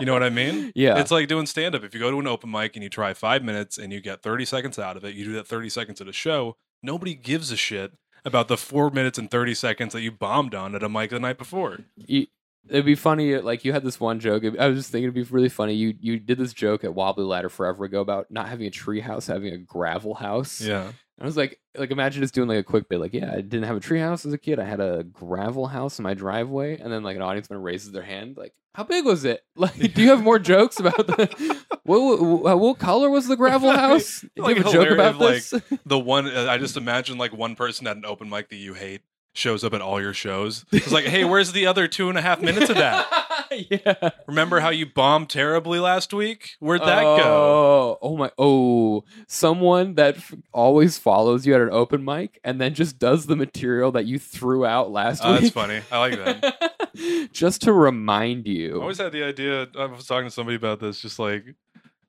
S2: You know what I mean?
S1: yeah,
S2: It's like doing stand up. If you go to an open mic and you try five minutes and you get 30 seconds out of it, you do that 30 seconds at a show, nobody gives a shit about the four minutes and 30 seconds that you bombed on at a mic the night before.
S1: You- it'd be funny. Like you had this one joke. I was just thinking it'd be really funny. You you did this joke at Wobbly Ladder forever ago about not having a tree house, having a gravel house.
S2: Yeah.
S1: I was like, like imagine just doing like a quick bit, like yeah, I didn't have a tree house as a kid. I had a gravel house in my driveway, and then like an audience member raises their hand, like, how big was it? Like, do you have more jokes about the what, what what color was the gravel house? Do you
S2: Like,
S1: have a joke
S2: hilarious,
S1: about
S2: like-
S1: this?
S2: The one, uh, I just imagine like one person at an open mic that you hate shows up at all your shows. It's like, hey, where's the other two and a half minutes of that?
S1: yeah.
S2: Remember how you bombed terribly last week? Where'd that
S1: oh,
S2: go?
S1: Oh my! Oh, someone that f- always follows you at an open mic and then just does the material that you threw out last
S2: Oh, that's
S1: week.
S2: funny. I like that.
S1: just to remind
S2: I
S1: you.
S2: always had the idea. I was talking to somebody about this, just like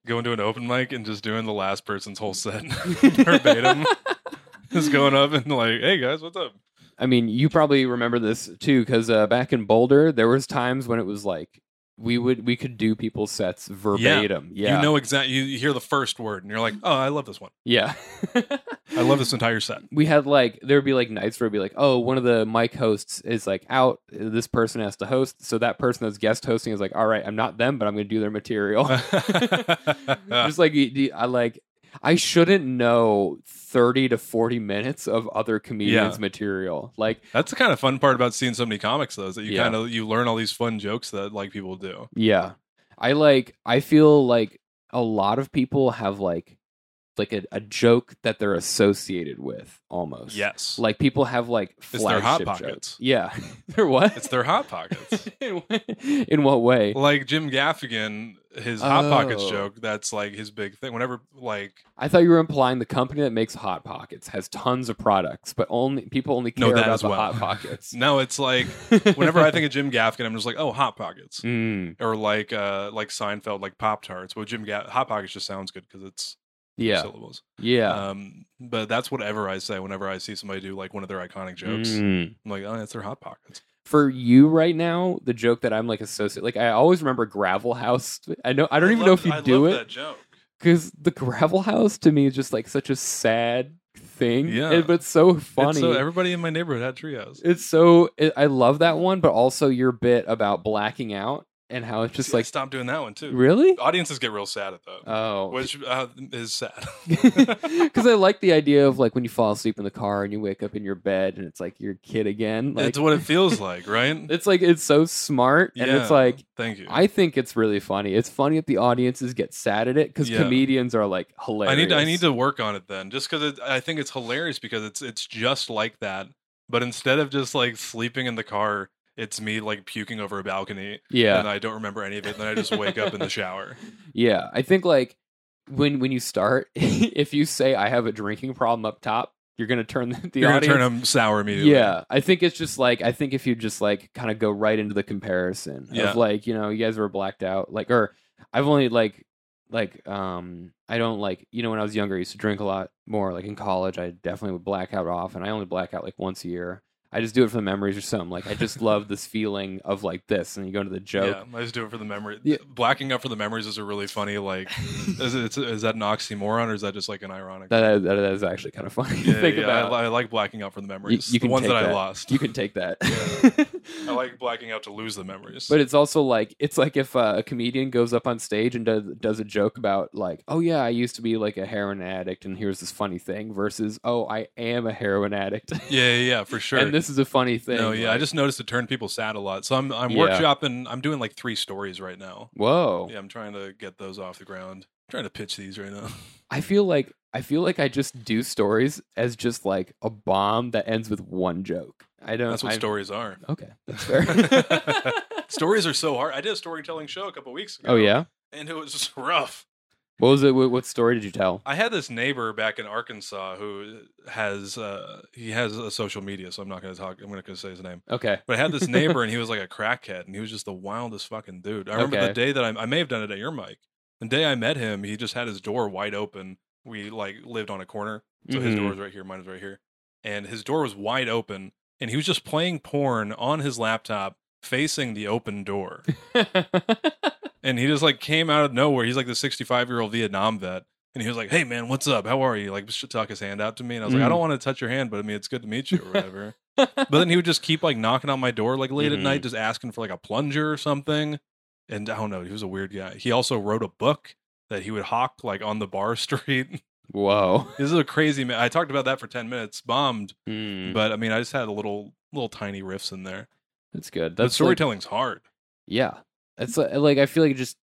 S2: going to an open mic and just doing the last person's whole set verbatim. just going up and like, hey guys, what's up?
S1: I mean, you probably remember this too, because uh, back in Boulder, there was times when it was like we would we could do people's sets verbatim. Yeah,
S2: You know exactly. You you hear the first word and you're like, oh, I love this one.
S1: yeah.
S2: I love this entire set.
S1: we had like there would be like nights where it'd be like, oh, one of the mic hosts is like out. This person has to host, so that person that's guest hosting is like, all right, I'm not them, but I'm gonna do their material. Just like y- y- I like, I shouldn't know thirty to forty minutes of other comedians'
S2: Yeah.
S1: material. Like,
S2: That's the kind of fun part about seeing so many comics, though, is that you
S1: Yeah.
S2: kind of you learn all these fun jokes that like people do.
S1: yeah, I like. I feel like a lot of people have like like a, a joke that they're associated with almost.
S2: Yes,
S1: Like people have like
S2: It's their Hot
S1: flagship
S2: Pockets.
S1: Jokes. Yeah, they're what?
S2: it's their hot pockets.
S1: in, what- in what way?
S2: like Jim Gaffigan, his hot pockets
S1: Oh.
S2: joke. That's like his big thing. Whenever like
S1: I thought you were implying the company that makes hot pockets has tons of products, but only people only
S2: No,
S1: care
S2: that
S1: about
S2: as
S1: the
S2: well.
S1: hot pockets.
S2: no, it's like whenever I think of Jim Gaffigan, I'm just like, oh, hot pockets,
S1: Mm,
S2: or like uh like Seinfeld, like Pop Tarts. Well, Jim Gaff hot pockets just sounds good because it's
S1: yeah,
S2: syllables.
S1: yeah.
S2: Um, but that's whatever I say whenever I see somebody do like one of their iconic jokes.
S1: Mm.
S2: I'm like, oh, that's their hot pockets.
S1: For you right now, the joke that I'm like associate, like I always remember Gravel House. I know I don't even know if you do it
S2: joke.
S1: because the Gravel House to me is just like such a sad thing.
S2: Yeah.
S1: and- but it's so funny.
S2: It's so uh, everybody in my neighborhood had trios.
S1: It's so it, I love that one, but also your bit about blacking out and how it's just
S2: See, I
S1: like
S2: stopped doing that one too.
S1: really.
S2: Audiences get real sad at that,
S1: Oh,
S2: which uh, is sad.
S1: because I like the idea of like when you fall asleep in the car and you wake up in your bed and it's like your kid again. Like
S2: it's what it feels like, right?
S1: it's like it's so smart and it's
S2: Yeah,
S1: like
S2: thank you.
S1: I think it's really funny. It's funny that the audiences get sad at it because
S2: Yeah.
S1: comedians are like hilarious.
S2: I need I need to work on it then, just because I think it's hilarious because it's it's just like that, but instead of just like sleeping in the car, it's me like puking over a balcony,
S1: yeah
S2: and I don't remember any of it, and then I just wake up in the shower.
S1: yeah. I think like when when you start, if you say I have a drinking problem up top, you're gonna turn the, the
S2: You're gonna
S1: audience.
S2: turn them sour immediately.
S1: Yeah, I think it's just like I think if you just like kind of go right into the comparison
S2: Yeah.
S1: of like you know you guys were blacked out like or I've only like like um I don't like you know when I was younger I used to drink a lot more like in college I definitely would black out off and I only black out like once a year I just do it for the memories or something like I just love this feeling of like this and you go into the joke
S2: Yeah, I just do it for the memory.
S1: Yeah.
S2: Blacking out for the memories is a really funny like. is, it, is that an oxymoron or is that just like an ironic?
S1: that, that that is actually kind of funny to
S2: Yeah,
S1: think
S2: yeah,
S1: about
S2: I, I like blacking out for the memories.
S1: you
S2: the
S1: can
S2: ones
S1: take
S2: that, I
S1: that.
S2: lost.
S1: you can take that
S2: I like blacking out to lose the memories.
S1: But it's also like it's like if uh, a comedian goes up on stage and does does a joke about like, oh yeah, I used to be like a heroin addict, and here's this funny thing. Versus, oh, I am a heroin addict,
S2: yeah, yeah, yeah, for sure.
S1: and this is a funny thing.
S2: no, yeah, I
S1: like,
S2: just noticed it turned people sad a lot. So I'm I'm
S1: Yeah. Oh.
S2: workshopping. I'm doing like three stories right now.
S1: whoa.
S2: Yeah, I'm trying to get those off the ground. I'm trying to pitch these right now.
S1: I feel like I feel like I just do stories as just like a bomb that ends with one joke. I don't.
S2: That's what
S1: I-
S2: stories are.
S1: Okay, that's fair.
S2: Stories are so hard. I did a storytelling show a couple weeks ago.
S1: oh yeah.
S2: and it was just rough.
S1: What was it? What, what story did you tell?
S2: I had this neighbor back in Arkansas who has uh, he has a social media, so I'm not going to talk. I'm not going to say his name.
S1: Okay.
S2: But I had this neighbor, and he was like a crackhead, and he was just the wildest fucking dude. I remember the
S1: Okay.
S2: day that I, I may have done it at your mic. The day I met him, he just had his door wide open. We like lived on a corner, so his
S1: Mhm.
S2: door was right here, mine was right here, and his door was wide open, and he was just playing porn on his laptop, facing the open door
S1: Mm-hmm.
S2: and he just like came out of nowhere. He's like the 65 year old Vietnam vet, and he was like, "Hey man, what's up? How are you?" Like, should tuck his hand out to me, and I was like, "I
S1: Mm.
S2: don't want to touch your hand, but I mean, it's good to meet you or whatever." but then he would just keep like knocking on my door like late at
S1: Mhm.
S2: night, just asking for like a plunger or something. And I don't know, he was a weird guy. He also wrote a book that he would hawk like on the bar street.
S1: Whoa.
S2: this is a crazy man. I talked about that for 10 minutes, bombed,
S1: Hmm.
S2: but I mean, I just had a little little tiny riffs in there.
S1: that's good.
S2: But
S1: That's like-
S2: storytelling's hard.
S1: Yeah. It's li- like I feel like just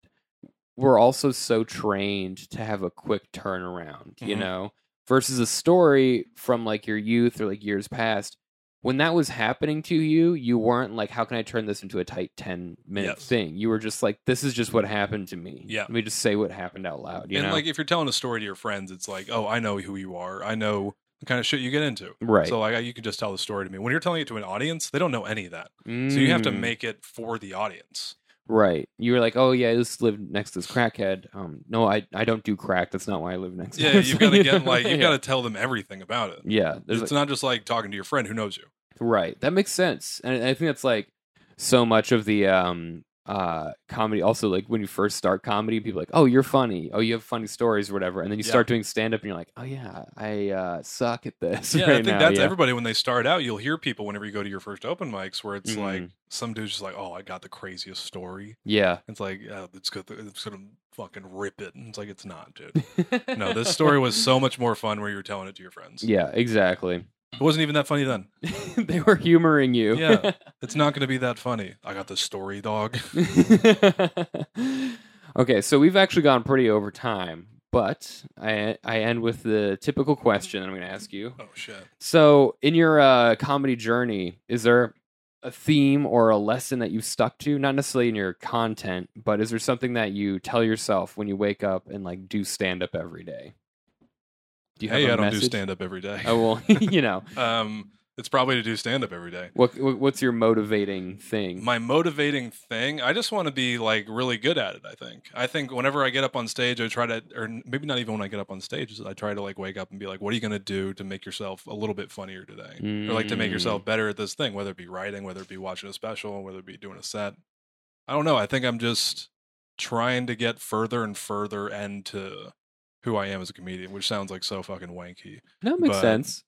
S1: we're also so trained to have a quick turnaround, you
S2: Mhm.
S1: know, versus a story from like your youth or like years past. When that was happening to you, you weren't like, how can I turn this into a tight 10 minute
S2: Yes.
S1: thing? You were just like, this is just what happened to me.
S2: Yeah.
S1: Let me just say what happened out loud, you
S2: and
S1: know?
S2: like if you're telling a story to your friends, it's like, oh, I know who you are. I know the kind of shit you get into.
S1: right.
S2: So like I- you can just tell the story to me. When you're telling it to an audience, they don't know any of that. So you have to
S1: Mm.
S2: make it for the audience.
S1: Right. You were like, oh, yeah, I just lived next to this crackhead. Um, no, I, I don't do crack. That's not why I live next to
S2: Yeah,
S1: this,"
S2: you've got to
S1: you
S2: get
S1: know?
S2: like you've
S1: Yeah.
S2: got to tell them everything about it.
S1: Yeah. There's,
S2: it's not just like talking to your friend who knows you.
S1: Right. That makes sense. And I think that's like so much of the um uh, comedy. Also, like when you first start comedy, people are like, oh, you're funny. Oh, you have funny stories or whatever. And then you
S2: Yeah.
S1: start doing stand up and you're like, oh, yeah, I uh, suck at this.
S2: Yeah,
S1: right
S2: I think
S1: now.
S2: that's
S1: yeah.
S2: everybody when they start out. You'll hear people whenever you go to your first open mics where it's like
S1: Mhm.
S2: some dude's just like, "Oh, I got the craziest story."
S1: yeah.
S2: It's like uh, it's good. It's gonna fucking rip it. And it's like it's not, dude. No, this story was so much more fun where you were telling it to your friends.
S1: Yeah, exactly.
S2: It wasn't even that funny then.
S1: they were humoring you.
S2: Yeah. It's not gonna be that funny. I got the story, dog.
S1: okay, so we've actually gone pretty over time, but I I end with the typical question I'm going to ask you.
S2: Oh shit.
S1: So, in your uh, comedy journey, is there a theme or a lesson that you stuck to? Not necessarily in your content, but is there something that you tell yourself when you wake up and like do stand up every day? Do
S2: hey,
S1: a
S2: I don't do
S1: message?
S2: stand up every day.
S1: Oh well, you know
S2: Um, it's probably to do stand up every day.
S1: what? what- What's your motivating thing?
S2: My motivating thing, I just want to be like really good at it. I think. I think whenever I get up on stage, I try to, or maybe not even when I get up on stage, is I try to like wake up and be like, what are you going to do to make yourself a little bit funnier today, or like to make
S1: Mm.
S2: yourself better at this thing, whether it be writing, whether it be watching a special, whether it be doing a set. I don't know. I think I'm just trying to get further and further into who I am as a comedian, which sounds like so fucking wanky
S1: No, it makes
S2: but-
S1: sense.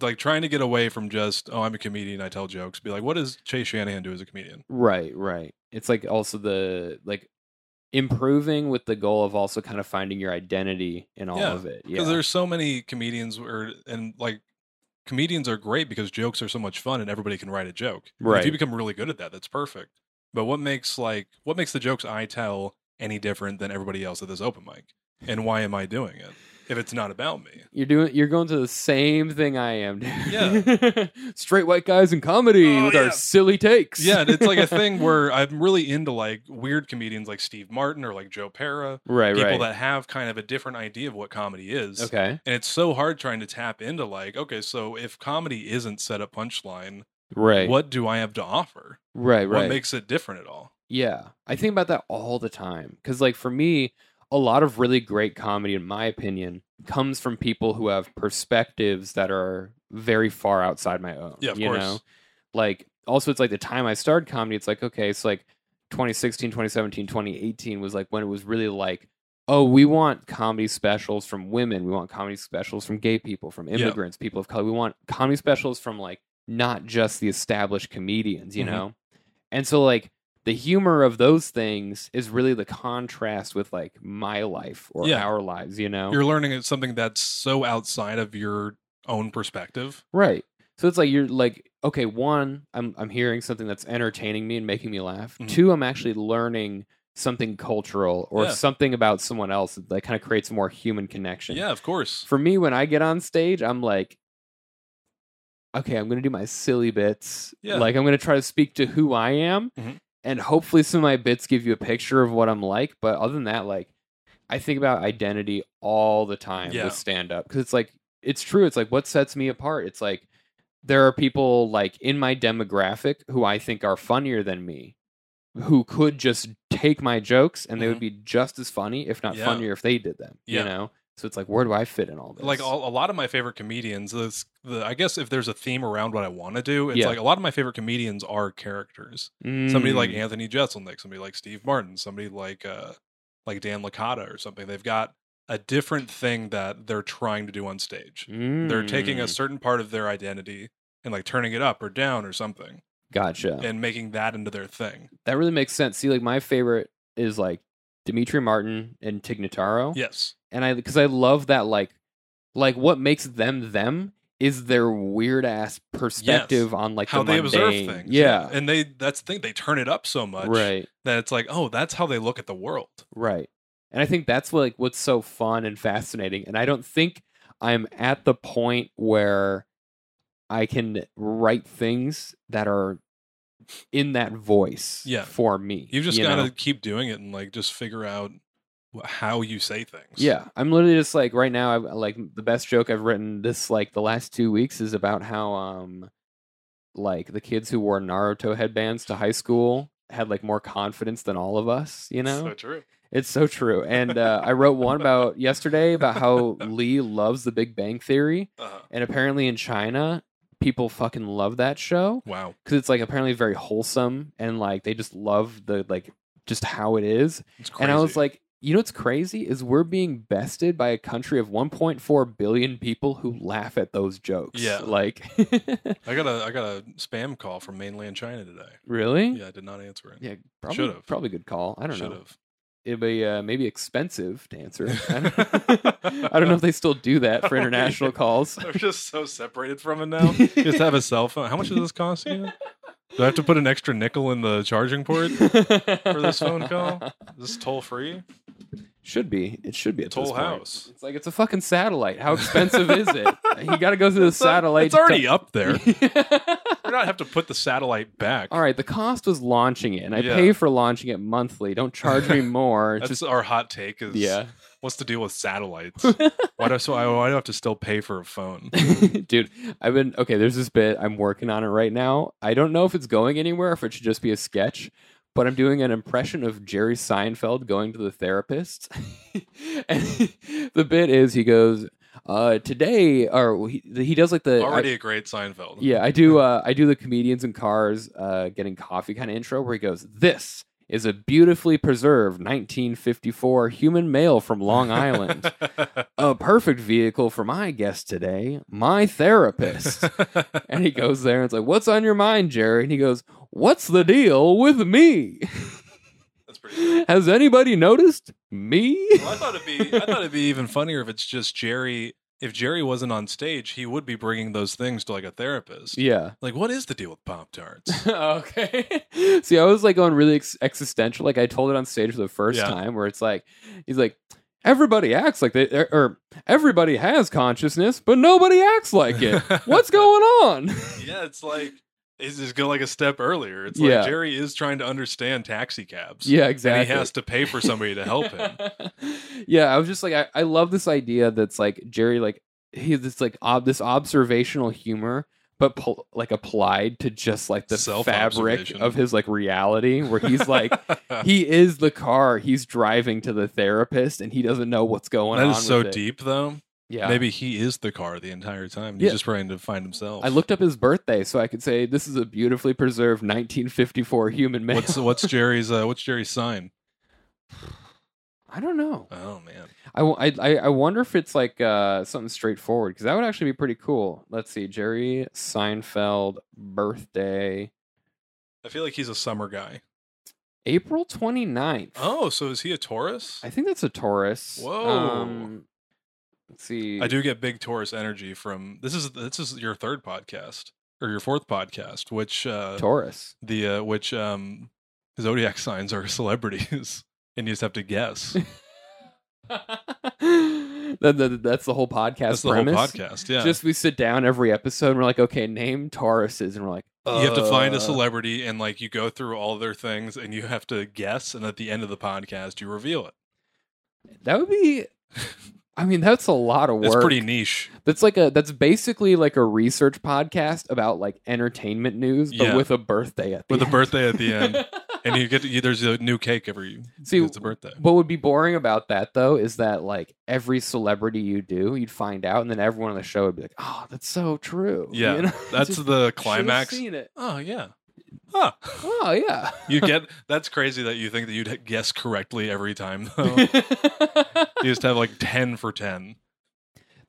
S2: like trying to get away from just oh I'm a comedian I tell jokes. Be like, what does Chase Shanahan do as a comedian?
S1: Right, right. It's like also the like improving with the goal of also kind of finding your identity in all
S2: Yeah,
S1: of it. Yeah.
S2: Because there's so many comedians where and like comedians are great because jokes are so much fun and everybody can write a joke. And If
S1: Right.
S2: you become really good at that, that's perfect. But what makes like what makes the jokes I tell any different than everybody else at this open mic? And why am I doing it if it's not about me?
S1: You're doing you're going to the same thing I am, dude.
S2: Yeah.
S1: Straight white guys in comedy
S2: Oh,
S1: with
S2: yeah.
S1: our silly takes.
S2: Yeah, and it's like a thing where I'm really into like weird comedians like Steve Martin or like Joe Pera,
S1: right,
S2: people
S1: right.
S2: that have kind of a different idea of what comedy is.
S1: okay.
S2: And it's so hard trying to tap into like, okay, so if comedy isn't set up punchline,
S1: Right.
S2: what do I have to offer?
S1: right,
S2: What
S1: right.
S2: makes it different at all?
S1: Yeah, I think about that all the time. Because, like, for me, a lot of really great comedy, in my opinion, comes from people who have perspectives that are very far outside my own.
S2: Yeah, of
S1: you
S2: course.
S1: know? Like, also, it's like the time I started comedy, it's like, okay, it's like 2016, 2017, 2018 was like when it was really like, oh, we want comedy specials from women. We want comedy specials from gay people, from
S2: Yeah.
S1: immigrants, people of color. We want comedy specials from like not just the established comedians, you
S2: Mhm.
S1: know? And so, like, the humor of those things is really the contrast with like my life or
S2: Yeah.
S1: our lives, you know?
S2: You're learning it's something that's so outside of your own perspective.
S1: right. So it's like you're like, okay, one, I'm I'm hearing something that's entertaining me and making me laugh.
S2: Mhm.
S1: Two, I'm actually learning something cultural or
S2: Yeah.
S1: something about someone else that kind of creates a more human connection.
S2: Yeah, of course.
S1: For me, when I get on stage, I'm like, okay, I'm gonna do my silly bits.
S2: Yeah.
S1: Like I'm gonna try to speak to who I am,
S2: Mhm.
S1: and hopefully some of my bits give you a picture of what I'm like. But other than that, like I think about identity all the time
S2: Yeah.
S1: with stand up because it's like it's true. It's like what sets me apart. It's like there are people like in my demographic who I think are funnier than me. Who could just take my jokes and they would
S2: Mhm.
S1: be just as funny, if not
S2: Yeah.
S1: funnier, if they did them.
S2: Yeah.
S1: You know, so it's like, where do I fit in all this?
S2: Like all, a lot of my favorite comedians, this, the, I guess if there's a theme around what I want to do, it's
S1: Yeah.
S2: like a lot of my favorite comedians are characters. Somebody like
S1: Mm,
S2: Anthony Jeselnik, somebody like Steve Martin, somebody like uh like Dan Licata or something. They've got a different thing that they're trying to do on stage. They're taking a
S1: mm,
S2: certain part of their identity and like turning it up or down or something
S1: Gotcha.
S2: and making that into their thing.
S1: that really makes sense. See, like my favorite is like Dimitri Martin and Tignataro.
S2: Yes.
S1: and I because I love that like like what makes them them is their weird ass perspective on like
S2: how
S1: the
S2: they observe
S1: mundane.
S2: things.
S1: Yeah,
S2: And they that's the thing, they turn it up so much
S1: right,
S2: that it's like, oh, that's how they look at the world.
S1: right. And I think that's what, like what's so fun and fascinating. And I don't think I'm at the point where I can write things that are in that voice
S2: Yeah.
S1: for me.
S2: You've just
S1: you
S2: gotta
S1: know?
S2: keep doing it and like just figure out wh- how you say things.
S1: Yeah, I'm literally just like right now. I've like the best joke I've written this like the last two weeks is about how um, like the kids who wore Naruto headbands to high school had like more confidence than all of us. You know,
S2: So true.
S1: it's so true. And uh, I wrote one about yesterday about how Lee loves The Big Bang Theory,
S2: Uh-huh.
S1: and apparently in China, people fucking love that show
S2: Wow.
S1: because it's like apparently very wholesome and like they just love the like just how it is.
S2: It's crazy.
S1: And I was like, you know what's crazy is we're being bested by a country of 1.4 billion people who laugh at those jokes.
S2: Yeah.
S1: like
S2: I got a I got a spam call from mainland China today.
S1: really?
S2: Yeah, I did not answer it.
S1: Hmm. Yeah, probably
S2: Should've.
S1: probably good call. I don't know.
S2: Should've.
S1: It'd be uh, maybe expensive to answer. it. I don't, I don't know if they still do that for
S2: Oh, yeah.
S1: international calls.
S2: I'm just so separated from it now. just have a cell phone. How much does this cost? You? Do I have to put an extra nickel in the charging port? Is
S1: for
S2: this phone call? this toll free?
S1: Should be. It should be at
S2: Toll
S1: this point.
S2: house.
S1: It's like it's a fucking satellite. How expensive is it? You got to go through the satellite.
S2: It's already up there.
S1: there.
S2: We're not have to put the satellite back.
S1: All right, the cost was launching it, and I
S2: Yeah.
S1: pay for launching it monthly. Don't charge me more. It's
S2: That's
S1: just
S2: our hot take. Is
S1: yeah,
S2: What's the deal with satellites? why do I, so I, why do I have to still pay for a phone?
S1: dude. I've been okay. There's this bit I'm working on it right now. I don't know if it's going anywhere, or if it should just be a sketch. But I'm doing an impression of Jerry Seinfeld going to the therapist, and the bit is he goes, uh, "Today," or he, he does like the I-
S2: Already a great Seinfeld.
S1: Yeah, I do. Uh, I do the comedians in cars uh, getting coffee kind of intro where he goes, "This is a beautifully preserved 1954 human male from Long Island, a perfect vehicle for my guest today, my therapist." and he goes there and it's like, "What's on your mind, Jerry?" And he goes, "What's the deal with me?
S2: That's pretty. Good.
S1: Has anybody noticed me?"
S2: Well, I thought it'd be I thought it'd be even funnier if it's just Jerry. If Jerry wasn't on stage, he would be bringing those things to like a therapist.
S1: yeah.
S2: Like, what is the deal with Pop Tarts?
S1: okay. See, I was like going really ex- existential. Like I told it on stage for the first
S2: Yeah.
S1: time, where it's like, he's like, everybody acts like they, or, or everybody has consciousness, but nobody acts like it. What's going on?
S2: yeah, it's like it's just go like a step earlier. It's like
S1: Yeah.
S2: Jerry is trying to understand taxi cabs.
S1: yeah, exactly.
S2: And he has to pay for somebody to help him.
S1: yeah, I was just like, I, I love this idea that's like Jerry, like he this like ob- this observational humor, but pol- like applied to just like the fabric
S2: Self-observation.
S1: of his like reality, where he's like. he is the car he's driving to the therapist and he doesn't know what's going
S2: that
S1: on
S2: is so
S1: with it.
S2: deep, though.
S1: yeah
S2: Maybe he is the car the entire time. He's
S1: Yeah.
S2: just trying to find himself.
S1: i looked up his birthday so i could say this is a beautifully preserved 1954 human male
S2: What's what's Jerry's uh, what's Jerry's sign?
S1: i don't know
S2: Oh man,
S1: I, w- I- I- I wonder if it's like uh, something straightforward because that would actually be pretty cool let's see jerry seinfeld birthday
S2: I feel like he's a summer guy.
S1: april 29th
S2: Oh, so is he a Taurus?
S1: i think that's a taurus Um,
S2: Whoa.
S1: let's see
S2: I do get big Taurus energy from this is this is your third podcast or your fourth podcast, which uh,
S1: taurus
S2: the uh, which um, zodiac signs are celebrities, and you just have to guess.
S1: that, that, that's the whole podcast
S2: That's the
S1: premise
S2: whole podcast. Yeah,
S1: Just we sit down every episode and we're like, okay, name Tauruses, and we're like,
S2: you have to find
S1: uh,
S2: a celebrity, and like you go through all their things, and you have to guess, and at the end of the podcast, you reveal it.
S1: That would be. I mean, that's a lot of work.
S2: It's pretty niche.
S1: That's like a. That's basically like a research podcast about like entertainment news, but
S2: Yeah.
S1: with a birthday at the
S2: With a
S1: end.
S2: birthday at the end, and you get to, you, there's a new cake every
S1: See,
S2: it's a birthday.
S1: what would be boring about that though is that like every celebrity you do, you'd find out, and then everyone on the show would be like, oh, that's so true.
S2: Yeah,
S1: You know?
S2: That's
S1: Just
S2: the
S1: should've
S2: climax.
S1: Seen it.
S2: Oh yeah. Huh.
S1: Oh yeah.
S2: You get that's crazy that you think that you'd guess correctly every time though. you
S1: There's
S2: just have like 10 for 10.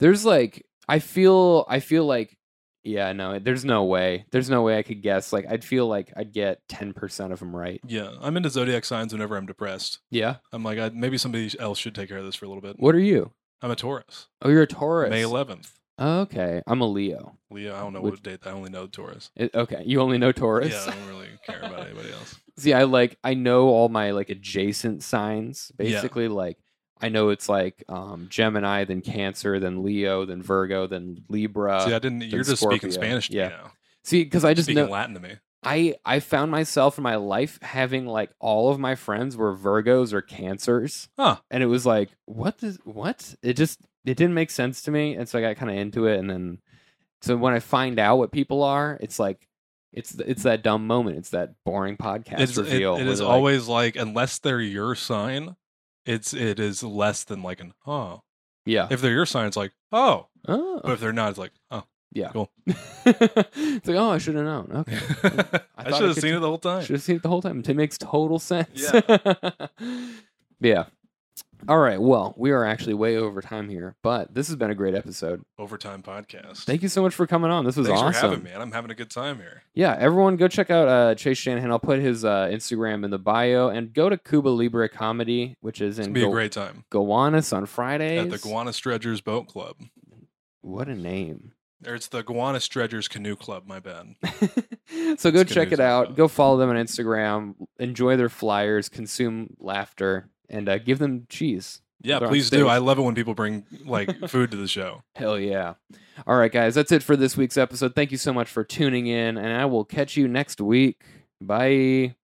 S1: like I feel I feel like yeah, no, there's no way. There's no way I could guess. Like I'd feel like I'd get 10% of them right.
S2: Yeah, I'm into zodiac signs whenever I'm depressed.
S1: Yeah.
S2: I'm like I, maybe somebody else should take care of this for a little bit.
S1: What are you?
S2: I'm a Taurus.
S1: Oh, you're a Taurus.
S2: May 11th.
S1: Oh, okay. I'm a Leo.
S2: Leo, I don't know
S1: Would-
S2: what date. I only know Taurus.
S1: It- okay. You only know Taurus.
S2: Yeah, I don't really care about anybody else.
S1: See, I like I know all my like adjacent signs.
S2: Yeah.
S1: Basically like I know it's like um Gemini, then Cancer, then Leo, then Virgo, then Libra.
S2: See, I didn't you're just speaking
S1: Uh, Scorpio.
S2: Spanish to
S1: Yeah.
S2: me now.
S1: See, cuz I just
S2: speaking
S1: know
S2: Latin to me.
S1: I I found myself in my life having like all of my friends were Virgos or Cancers,
S2: Huh.
S1: and it was like what does what? It just it didn't make sense to me, and so I got kind of into it, and then so when I find out what people are, it's like it's it's that dumb moment, it's that boring podcast
S2: It's, it-
S1: reveal.
S2: it
S1: where
S2: is
S1: they're like,
S2: always like unless they're your sign, it's it is less than like an oh.
S1: yeah.
S2: If they're your sign, it's like oh.
S1: oh.
S2: But if they're not, it's like oh.
S1: Yeah.
S2: Cool.
S1: it's like, oh, I should have known. Okay.
S2: I,
S1: I thought
S2: should
S1: it
S2: have
S1: could-
S2: seen it the whole time.
S1: Should have seen it the whole time. It makes total sense.
S2: Yeah.
S1: yeah. All right. Well, we are actually way over time here, but this has been a great episode.
S2: Overtime podcast.
S1: Thank you so much for coming on. This was
S2: Thanks
S1: awesome.
S2: for having me. And I'm having a good time here.
S1: Yeah, everyone go check out uh, Chase Shanahan. I'll put his uh, Instagram in the bio and go to Cuba Libre Comedy, which is
S2: It's
S1: in
S2: gonna be a
S1: Go-
S2: great time
S1: Gowanus on Fridays.
S2: at the Guana Dredgers Boat Club.
S1: what a name.
S2: Or it's the Guana Dredgers Canoe Club. My bad.
S1: so go
S2: It's good
S1: check it
S2: news
S1: out.
S2: about-
S1: Go follow them on Instagram. Enjoy their flyers. Consume laughter and uh, give them cheese.
S2: Yeah,
S1: They're on
S2: please
S1: stage.
S2: do. I love it when people bring like food to the show.
S1: Hell yeah! All right, guys, that's it for this week's episode. Thank you so much for tuning in, and I will catch you next week. Bye.